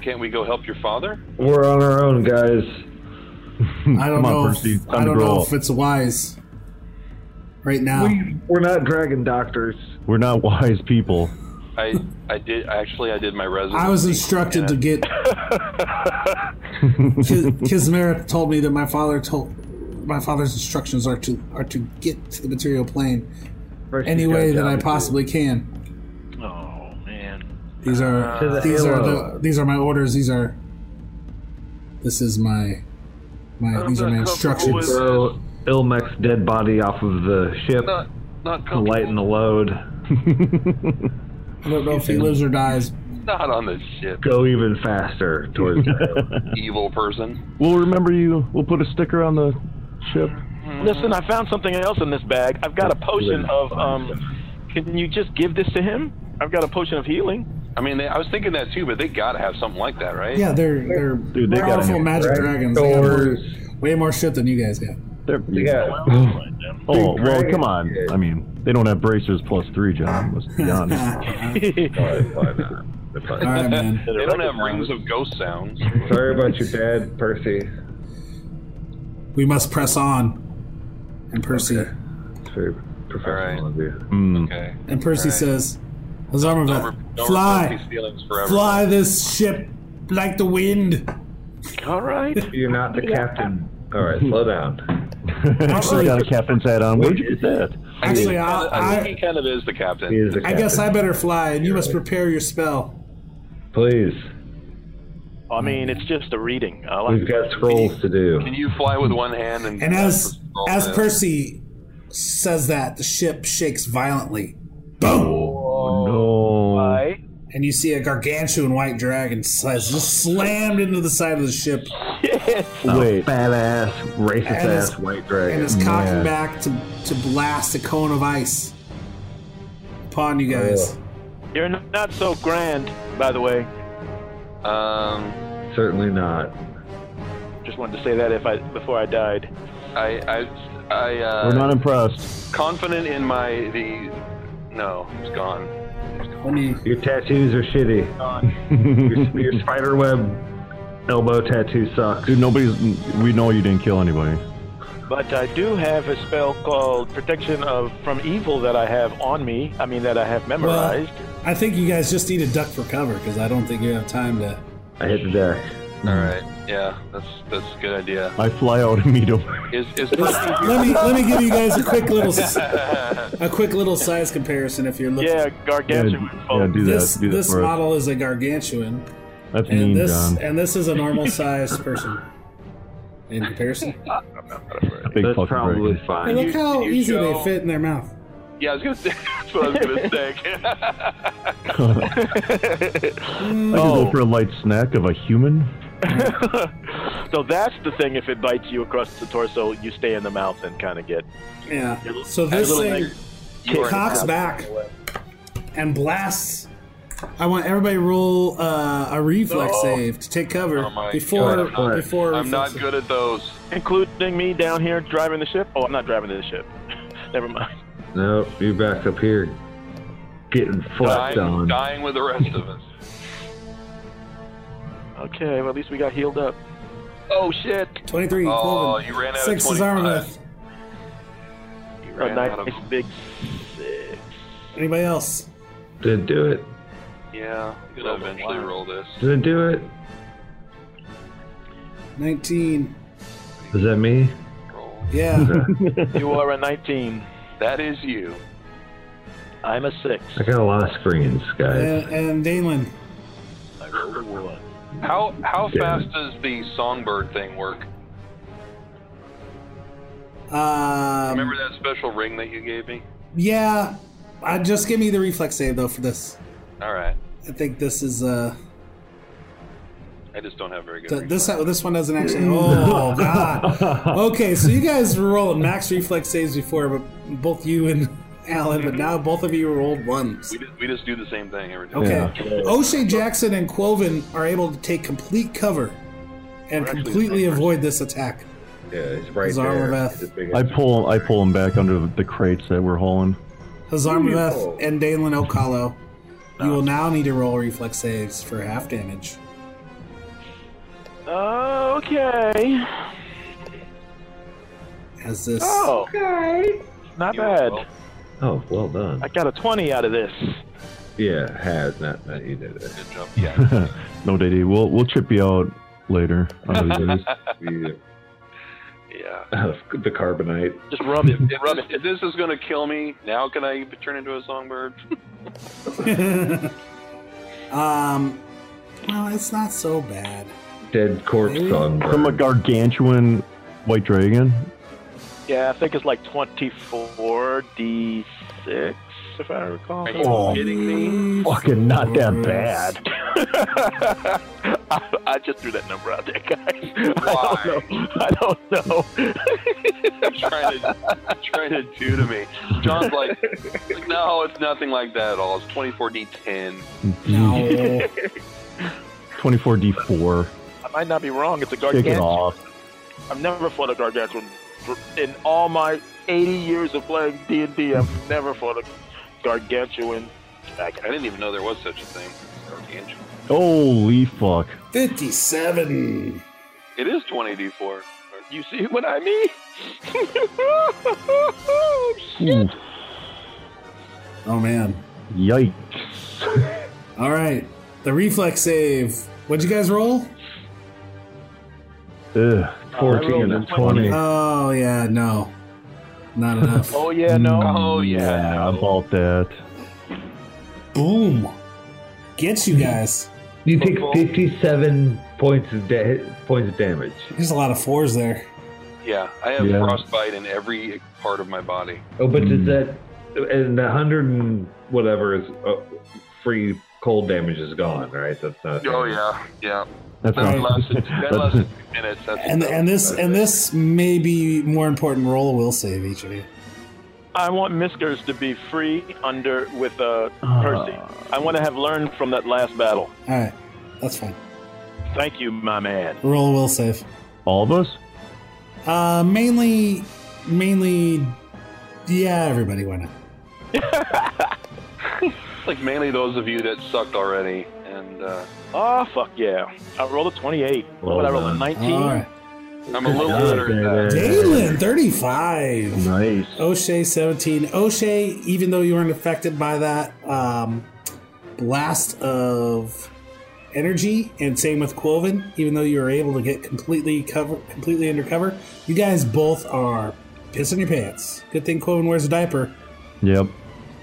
Speaker 1: Can't we go help your father?
Speaker 3: We're on our own, guys.
Speaker 4: I don't
Speaker 6: Hmm, Come on,
Speaker 4: know.
Speaker 6: Percy,
Speaker 4: If,
Speaker 6: time
Speaker 4: I
Speaker 6: to
Speaker 4: don't
Speaker 6: grow
Speaker 4: know
Speaker 6: up.
Speaker 4: if it's wise. Right now,
Speaker 3: We, we're not dragon doctors.
Speaker 6: We're not wise people.
Speaker 1: I I did actually I did my residency.
Speaker 4: I was instructed to get. Kis- Kismeric told me that my father told my father's instructions are to are to get to the material plane
Speaker 3: First
Speaker 4: any
Speaker 3: you
Speaker 4: way
Speaker 3: got
Speaker 4: that I
Speaker 3: down to-
Speaker 4: possibly can.
Speaker 2: Oh man.
Speaker 4: These are
Speaker 3: To the
Speaker 4: these are
Speaker 3: halo.
Speaker 4: the, these are my orders. These are this is my my these are my instructions.
Speaker 3: Throw Ilmec's dead body off of the ship,
Speaker 1: not not
Speaker 3: to lighten
Speaker 1: comfortable.
Speaker 3: the load.
Speaker 4: I don't know if he lives or dies.
Speaker 1: Not on the ship.
Speaker 3: Go even faster towards
Speaker 1: Evil person.
Speaker 6: we'll remember you. We'll put a sticker on the ship.
Speaker 2: Listen, I found something else in this bag. I've got a potion of um. Can you just give this to him? I've got a potion of healing.
Speaker 1: I mean, they, I was thinking that too, but they gotta have something like that, right?
Speaker 4: Yeah, they're they're
Speaker 6: Dude, they got
Speaker 4: powerful
Speaker 6: him.
Speaker 4: magic dragons. They have more-
Speaker 3: doors.
Speaker 4: way more shit than you guys have.
Speaker 6: They're,
Speaker 3: They got
Speaker 6: oh, well,
Speaker 3: dragon
Speaker 6: come on.
Speaker 3: shit.
Speaker 6: I mean, they don't have bracers plus three, John. Let's be honest.
Speaker 4: All
Speaker 3: Why, why not? That's fine.
Speaker 4: right, man.
Speaker 1: They don't have rings of ghost sounds.
Speaker 3: Sorry about your dad, Percy.
Speaker 4: We must press on. And Percy
Speaker 3: It's very professional
Speaker 1: Alright.
Speaker 3: of you.
Speaker 6: Mm.
Speaker 1: Okay.
Speaker 4: and Percy
Speaker 1: All right.
Speaker 4: says,
Speaker 1: Don't, re-
Speaker 4: Azarmaveth,
Speaker 1: don't report
Speaker 4: fly,
Speaker 1: these feelings forever.
Speaker 4: fly this ship like the wind.
Speaker 2: All right.
Speaker 3: You're not the captain. All right, slow down.
Speaker 6: Actually, got a captain's hat on. Where'd you get that?
Speaker 1: I think,
Speaker 4: Actually,
Speaker 1: he
Speaker 4: I,
Speaker 1: kinda- I think
Speaker 4: I,
Speaker 1: he kind of is the captain.
Speaker 3: He is the
Speaker 4: I
Speaker 3: captain.
Speaker 4: guess I better fly, and you must prepare your spell.
Speaker 3: Please,
Speaker 2: I mean, it's just a reading. I like
Speaker 3: we've got scrolls to do.
Speaker 1: Can you fly with one hand and?
Speaker 4: And as
Speaker 1: roll
Speaker 4: as
Speaker 1: this?
Speaker 4: Percy says that, the ship shakes violently. Boom!
Speaker 3: Oh,
Speaker 6: No.
Speaker 2: Why?
Speaker 4: And you see a gargantuan white dragon slides just slammed into the side of the ship
Speaker 6: Wait.
Speaker 3: Badass, racist
Speaker 4: And
Speaker 3: ass
Speaker 4: it's-
Speaker 3: white
Speaker 4: and
Speaker 3: dragon.
Speaker 4: is cocking
Speaker 6: Yeah.
Speaker 4: back to, to blast a cone of ice upon you guys.
Speaker 2: You're n- not so grand, by the way.
Speaker 1: Um,
Speaker 3: Certainly not.
Speaker 2: Just wanted to say that if I before I died.
Speaker 1: I I I uh,
Speaker 6: We're not impressed.
Speaker 1: confident in my the. No, it's gone.
Speaker 4: Let me.
Speaker 3: Your tattoos are shitty. Your, your spider web elbow tattoo sucks.
Speaker 6: Dude, nobody's. We know you didn't kill anybody.
Speaker 2: But I do have a spell called Protection of from Evil that I have on me. I mean that I have memorized.
Speaker 4: I think you guys just need a duck for cover because I don't think you have time to.
Speaker 3: I hit the deck.
Speaker 4: Hmm.
Speaker 1: All right. Yeah, that's that's a good idea.
Speaker 6: I fly out and meet him.
Speaker 1: Is is Percy?
Speaker 4: Let me let me give you guys a quick little s- a quick little size comparison if you're looking.
Speaker 2: yeah,
Speaker 6: Yeah,
Speaker 2: gargantuan
Speaker 6: yeah,
Speaker 2: folk.
Speaker 6: do
Speaker 4: this
Speaker 6: that. Do that
Speaker 4: this
Speaker 6: for us.
Speaker 4: model is a gargantuan,
Speaker 6: That's
Speaker 4: and
Speaker 6: mean,
Speaker 4: this
Speaker 6: John.
Speaker 4: and this is a normal sized person in comparison.
Speaker 6: Big
Speaker 3: That's
Speaker 6: fucking
Speaker 3: probably
Speaker 6: break.
Speaker 4: Hey,
Speaker 3: fine.
Speaker 4: look how
Speaker 1: you
Speaker 4: easy
Speaker 1: show-
Speaker 4: they fit in their mouth.
Speaker 1: yeah, I was gonna say. That's what I was gonna say.
Speaker 6: I could
Speaker 4: Oh.
Speaker 6: go for a light snack of a human.
Speaker 2: so that's the thing. If it bites you across the torso, you stay in the mouth and kind of get.
Speaker 4: Yeah. So this
Speaker 2: little
Speaker 4: thing
Speaker 2: thing-
Speaker 1: You are
Speaker 4: cocks back and blasts. I want everybody to roll uh, a reflex
Speaker 1: No.
Speaker 4: save to take cover
Speaker 1: Oh my
Speaker 4: before
Speaker 1: God, I'm not-
Speaker 4: before.
Speaker 1: I'm not
Speaker 4: reflex-
Speaker 1: good at those.
Speaker 2: Including me down here driving the ship. Oh, I'm not driving the ship. Never mind.
Speaker 3: Nope, you're back up here getting flapped
Speaker 1: Dying,
Speaker 3: on.
Speaker 1: dying with the rest of us.
Speaker 2: Okay, well at least we got healed up. Oh shit!
Speaker 4: 23.
Speaker 1: Oh,
Speaker 4: Cloven.
Speaker 1: you ran out of
Speaker 4: Six is
Speaker 1: 25.
Speaker 4: Armaveth.
Speaker 1: You
Speaker 2: A
Speaker 1: ran out of-
Speaker 2: nice big six.
Speaker 4: Anybody else?
Speaker 3: Didn't do it.
Speaker 1: Yeah, I'm gonna eventually roll this.
Speaker 3: Didn't do it.
Speaker 4: 19.
Speaker 3: Is that me?
Speaker 1: Roll.
Speaker 4: Yeah.
Speaker 2: You are a 19.
Speaker 1: That is you.
Speaker 2: I'm a six.
Speaker 3: I got a lot of screens, guys.
Speaker 4: and, and Danelin.
Speaker 2: I rolled a one.
Speaker 1: How how
Speaker 3: Yeah.
Speaker 1: fast does the songbird thing work? Remember
Speaker 4: Um,
Speaker 1: that special ring that you gave me?
Speaker 4: yeah. Uh, just give me the reflex save, though, for this.
Speaker 1: All right.
Speaker 4: I think this is. uh
Speaker 1: I just don't have very good.
Speaker 4: th-
Speaker 1: reflex.
Speaker 4: This this one doesn't actually. Oh, God. Okay, so you guys were rolling max reflex saves before, but both you and Alan, but now both of you rolled ones.
Speaker 1: we just we just do the same thing every time.
Speaker 4: Okay. O'Shea Jackson and Quoven are able to take complete cover and
Speaker 1: actually the
Speaker 4: completely
Speaker 1: same
Speaker 4: avoid this attack.
Speaker 3: Yeah, it's right
Speaker 4: Zarmaveth.
Speaker 3: there. It's a big-
Speaker 6: I pull. I pull him back under the crates that we're hauling.
Speaker 4: Hazarmaveth and Dalen Okalo, you will now need to roll reflex saves for half damage.
Speaker 2: Okay.
Speaker 4: As this,
Speaker 2: Oh,
Speaker 7: Okay.
Speaker 2: not
Speaker 1: You
Speaker 2: bad.
Speaker 1: roll.
Speaker 3: Oh, well done.
Speaker 2: I got a 20 out of this.
Speaker 3: Yeah, has not not you did it.
Speaker 1: Good job. Yeah.
Speaker 6: no, Daddy. We'll we'll trip you out later. on these days.
Speaker 3: You- uh,
Speaker 1: yeah.
Speaker 3: the carbonite.
Speaker 2: Just rub it.
Speaker 1: If,
Speaker 2: rub
Speaker 1: this- if this is gonna kill me, now can I turn into a songbird?
Speaker 4: um, well, it's not so bad.
Speaker 3: Dead corpse
Speaker 4: Maybe.
Speaker 3: on
Speaker 6: From a gargantuan white dragon.
Speaker 2: Yeah, I think it's like 24d6, if I recall.
Speaker 1: Are you kidding me?
Speaker 6: Oh, Fucking not that bad.
Speaker 2: I, I just threw that number out there, guys. I don't know. I don't know.
Speaker 1: trying to trying to do to me. John's like, like, no, it's nothing like that at all. It's 24d10.
Speaker 4: No,
Speaker 6: 24d4.
Speaker 2: I might not be wrong. It's a
Speaker 6: Take it
Speaker 2: gargantuan.
Speaker 6: off.
Speaker 2: I've never fought a gargantuan in all my 80 years of playing D&D, I've never fought a gargantuan dragon.
Speaker 1: I didn't even know there was such a thing. Gargantuan.
Speaker 6: Holy fuck.
Speaker 4: 57.
Speaker 1: It is 20d4.
Speaker 2: You see what I mean?
Speaker 6: Ooh,
Speaker 4: Oh, man.
Speaker 6: yikes.
Speaker 4: All right. The reflex save. What'd you guys roll?
Speaker 6: Ugh, 14 and 20.
Speaker 4: Oh, yeah, no. Not enough.
Speaker 2: oh yeah, no.
Speaker 1: Oh, yeah,
Speaker 6: Yeah, about that.
Speaker 4: Boom. Gets you guys.
Speaker 3: You take 57 points of da- points of damage.
Speaker 4: There's a lot of fours there.
Speaker 1: Yeah, I have
Speaker 6: Yeah.
Speaker 1: frostbite in every part of my body.
Speaker 3: Oh, but
Speaker 6: Hmm.
Speaker 3: is that and the hundred and whatever is uh, free cold damage is gone, right? That's not.
Speaker 1: Oh yeah, yeah.
Speaker 6: That's
Speaker 1: That
Speaker 6: not.
Speaker 1: lasted. That
Speaker 6: that's-
Speaker 1: lasted two minutes. That's
Speaker 4: And and this and this maybe more important roll will save each of you.
Speaker 2: I want Miskers to be free under with uh,
Speaker 6: Ah.
Speaker 2: Percy. I want to have learned from that last battle.
Speaker 4: All right, that's fine.
Speaker 2: Thank you, my man.
Speaker 4: Roll a will save.
Speaker 6: All of us?
Speaker 4: Uh, mainly, mainly, yeah, everybody. Why not?
Speaker 1: like mainly those of you that sucked already, and uh,
Speaker 2: Oh fuck yeah! I rolled a 28.
Speaker 3: Well
Speaker 2: what I rolled a
Speaker 3: done.
Speaker 2: 19.
Speaker 4: All right,
Speaker 1: I'm a little better at that.
Speaker 4: Dalen, thirty-five.
Speaker 6: Nice.
Speaker 4: O'Shea, seventeen. O'Shea, even though you weren't affected by that um, blast of energy, and same with Quoven, even though you were able to get completely cover, completely undercover, you guys both are pissing your pants. Good thing Quoven wears a diaper.
Speaker 6: Yep.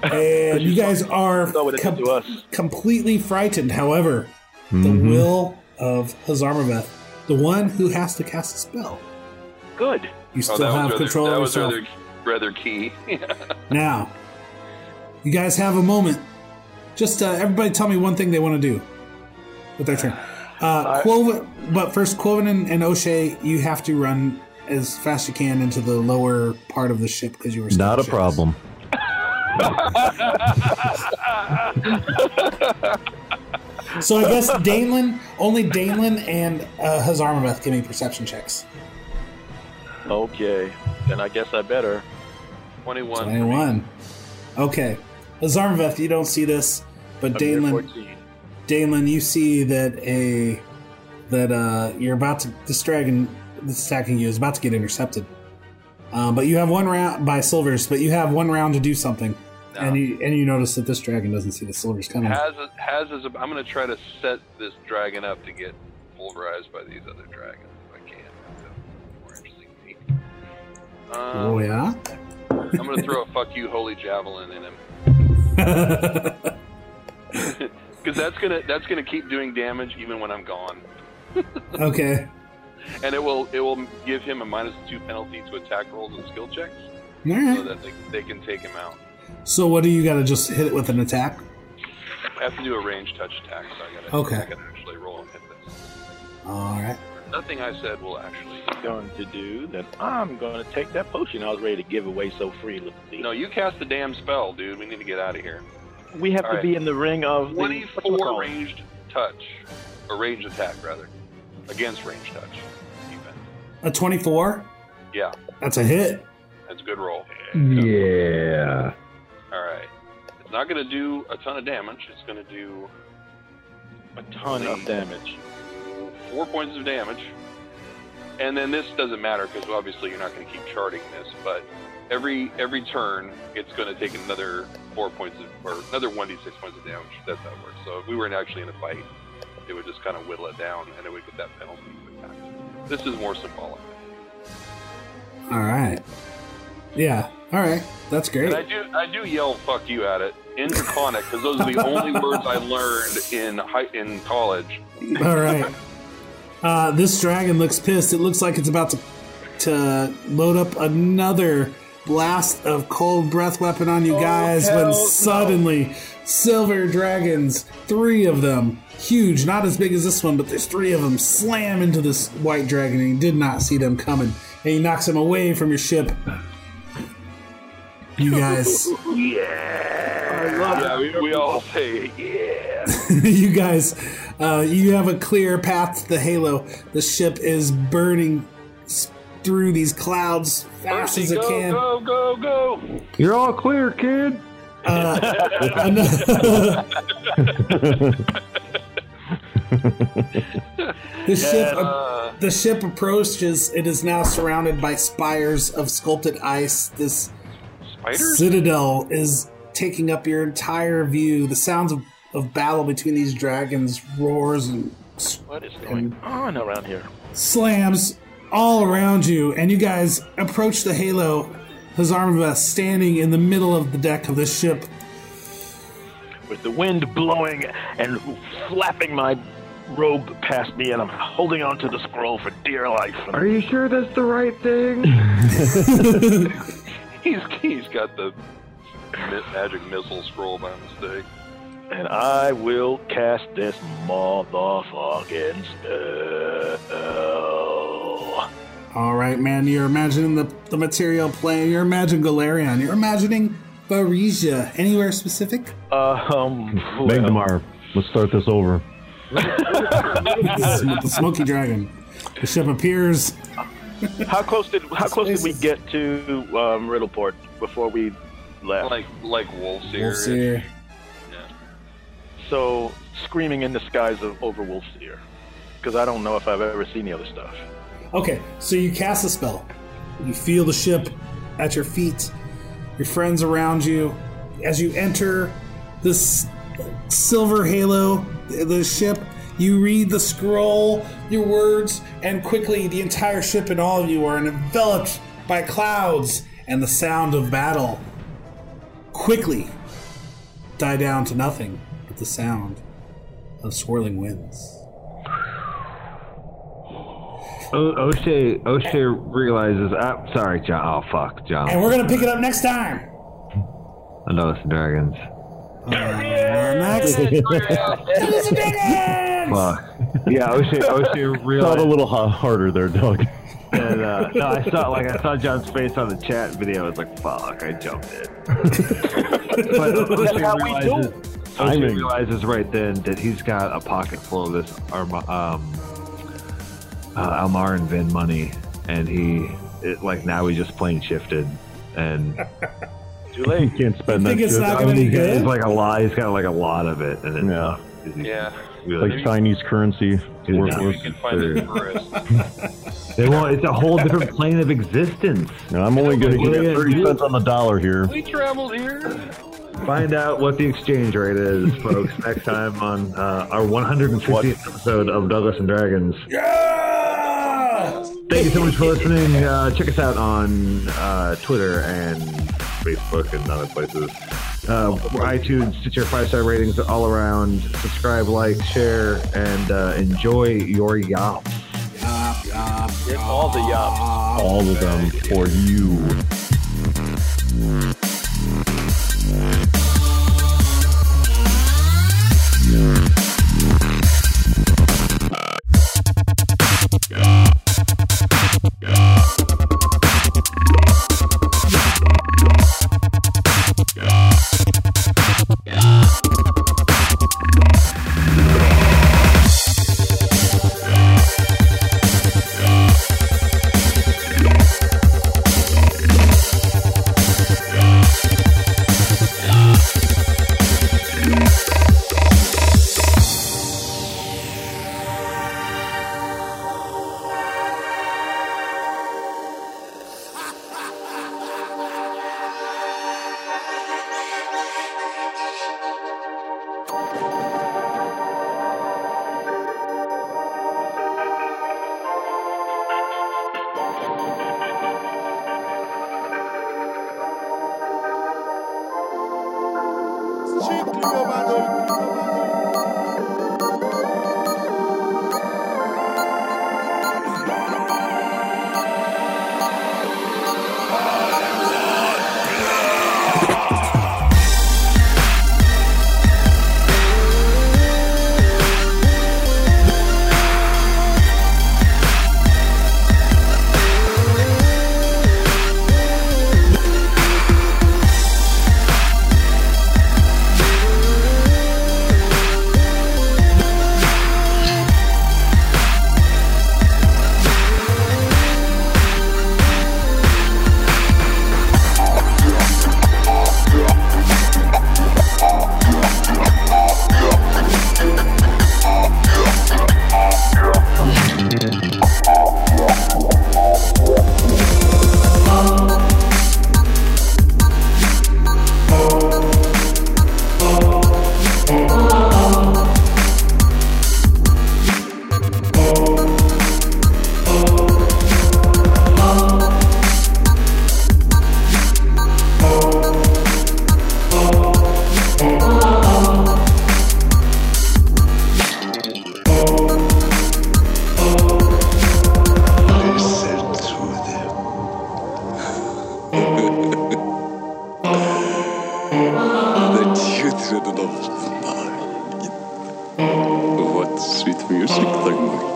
Speaker 4: And you guys are
Speaker 2: Know what it did to
Speaker 4: com-
Speaker 2: us.
Speaker 4: completely frightened. However, the
Speaker 6: Mhm.
Speaker 4: will of Hazarmaveth, the one who has to cast a spell,
Speaker 2: Good.
Speaker 4: you
Speaker 1: Oh,
Speaker 4: still
Speaker 1: that
Speaker 4: have
Speaker 1: was rather,
Speaker 4: control
Speaker 1: that
Speaker 4: of
Speaker 1: was
Speaker 4: yourself.
Speaker 1: rather, rather key.
Speaker 4: Now, you guys have a moment. Just uh, everybody, tell me one thing they want to do with their turn. Uh, Quoven, but first, Quoven and, and O'Shea, you have to run as fast as you can into the lower part of the ship because you were stuck
Speaker 6: Not a
Speaker 4: ships.
Speaker 6: problem.
Speaker 4: So I guess Danelin, only Danelin and uh, Hazarmaveth give me perception checks.
Speaker 2: Okay. Then I guess I better.
Speaker 1: Twenty-one.
Speaker 4: 21. Okay. Azarmaveth, you don't see this, but
Speaker 2: I'm near
Speaker 4: Danelin,
Speaker 2: 14.
Speaker 4: Danelin, you see that a that uh you're about to this dragon that's attacking you is about to get intercepted. Um, but you have one round by silvers, but you have one round to do something, and you and you notice that this dragon doesn't see the silvers coming.
Speaker 1: Oh. Has has is. I'm gonna try to set this dragon up to get pulverized by these other dragons if I can. More interesting feat.
Speaker 4: oh
Speaker 1: Um,
Speaker 4: yeah.
Speaker 1: I'm gonna throw a fuck you holy javelin in him because that's gonna that's gonna keep doing damage even when I'm gone,
Speaker 4: okay.
Speaker 1: and it will it will give him a minus two penalty to attack rolls and skill checks
Speaker 4: All
Speaker 1: so
Speaker 4: right.
Speaker 1: that they, they can take him out.
Speaker 4: So what do you got to just hit it with an attack?
Speaker 1: I have to do a range touch attack, so I gotta,
Speaker 4: Okay.
Speaker 1: I gotta actually roll and hit this.
Speaker 4: All right.
Speaker 1: Nothing I said will actually.
Speaker 2: Going to do. Then I'm going to take that potion I was ready to give away so freely.
Speaker 1: No, you cast the damn spell, dude. We need to get out of here.
Speaker 2: we have to
Speaker 1: All right.
Speaker 2: be in the ring of the-
Speaker 1: 24 ranged touch, or ranged attack rather, against ranged touch. Defense.
Speaker 4: A twenty-four.
Speaker 1: Yeah.
Speaker 4: That's a hit.
Speaker 1: That's a good roll.
Speaker 3: Yeah.
Speaker 1: All right. It's not gonna do a ton of damage. It's gonna do
Speaker 2: a ton of damage.
Speaker 1: four points of damage. And then this doesn't matter because obviously you're not going to keep charting this, but every every turn it's going to take another four points of, or another one d six points of damage. That's how it works. So if we were actually in a fight, it would just kind of whittle it down, and it would get that penalty. to attack. This is more symbolic.
Speaker 4: All right. Yeah. All right. That's great.
Speaker 1: And I do I do yell "fuck you" at it in Draconic because those are the only words I learned in high, in college.
Speaker 4: All right. Uh, this dragon looks pissed. It looks like it's about to to load up another blast of cold breath weapon on you guys
Speaker 2: Oh, hell
Speaker 4: when
Speaker 2: no.
Speaker 4: suddenly silver dragons, three of them, huge, not as big as this one, but there's three of them, slam into this white dragon and you did not see them coming. And he knocks him away from your ship. You guys
Speaker 1: Yeah, we, we all say yeah.
Speaker 4: you guys, uh, you have a clear path to the Halo. The ship is burning s- through these clouds fast
Speaker 1: Percy,
Speaker 4: as I
Speaker 1: go,
Speaker 4: can.
Speaker 1: go, go, go.
Speaker 3: You're all clear, kid.
Speaker 4: Uh, ano- the ship
Speaker 1: Uh,
Speaker 4: the ship approaches. It is now surrounded by spires of sculpted ice. This
Speaker 1: spiders?
Speaker 4: citadel is taking up your entire view. The sounds of, of battle between these dragons roars and s-
Speaker 2: What is
Speaker 1: Oh
Speaker 2: going on around here?
Speaker 4: slams all around you, and you guys approach the halo. Hazarmava standing in the middle of the deck of this ship.
Speaker 2: With the wind blowing and flapping my robe past me, and I'm holding on to the scroll for dear life.
Speaker 3: Are you sure that's the right thing?
Speaker 1: He's, he's got the mi- magic missile scroll by mistake.
Speaker 2: And I will cast this motherfucking spell.
Speaker 4: All right, man. You're imagining the, the material plane. You're imagining Galarian. You're imagining Varesia. Anywhere specific?
Speaker 2: Um,
Speaker 1: uh,
Speaker 6: Magnemar, let's start this over.
Speaker 4: Sm- the smoky dragon. The ship appears.
Speaker 2: how close did how close did we get to um, Riddleport before we left?
Speaker 1: Like like wolves here.
Speaker 4: Wolf's here.
Speaker 2: so screaming in the skies of over Wolf's ear, because I don't know if I've ever seen the other stuff.
Speaker 4: Okay, so you cast a spell. You feel the ship at your feet, your friends around you. As you enter this silver halo, the ship, you read the scroll, your words, and quickly the entire ship and all of you are enveloped by clouds and the sound of battle. Quickly die down to nothing but the sound of swirling winds.
Speaker 3: O- O'Shea O'Shea realizes. I'm sorry, John. Oh fuck,
Speaker 4: And
Speaker 3: John.
Speaker 4: we're going to pick it up next time.
Speaker 3: I know it's dragons.
Speaker 4: Uh, next.
Speaker 3: Fuck. Yeah, O'Shea O'Shea
Speaker 6: Thought a
Speaker 3: realized.
Speaker 6: little ha- harder there, Doug.
Speaker 3: And, uh, no, I saw like I saw John's face on the chat video. I was like, fuck, I jumped it. but O'Shea realizes, O'Shea
Speaker 6: Timing.
Speaker 3: realizes right then that he's got a pocket full of this Arma, um, uh, Almarin Vin money, and he it, like now he's just plain shifted. And
Speaker 2: Too
Speaker 6: You
Speaker 2: late.
Speaker 6: can't spend
Speaker 4: Think
Speaker 6: that
Speaker 4: it's
Speaker 6: shit.
Speaker 4: not gonna be good?
Speaker 3: it's like a lot. He's got like a lot of it, and it's
Speaker 6: Yeah.
Speaker 3: not- it's
Speaker 1: Yeah.
Speaker 3: really-
Speaker 6: Like Chinese currency.
Speaker 3: Yeah.
Speaker 1: Maybe we
Speaker 6: Worthless.
Speaker 1: can find the tourist.
Speaker 3: They want it's a whole different plane of existence.
Speaker 6: And I'm only going to
Speaker 3: Yeah.
Speaker 6: get 30 cents on the dollar here.
Speaker 1: We traveled here.
Speaker 3: Find out what the exchange rate is, folks, next time on uh, our 150th episode of Douglas and Dragons.
Speaker 4: Yeah!
Speaker 3: Thank you so much for listening. Uh, check us out on uh, Twitter and Facebook and other places. Uh, iTunes, Stitcher, five star ratings all around. Subscribe, like, share, and uh, enjoy your yacht.
Speaker 4: Yop, yop,
Speaker 2: Get all the uh, yum.
Speaker 4: yop.
Speaker 6: All of them for you.
Speaker 7: What's with music thing?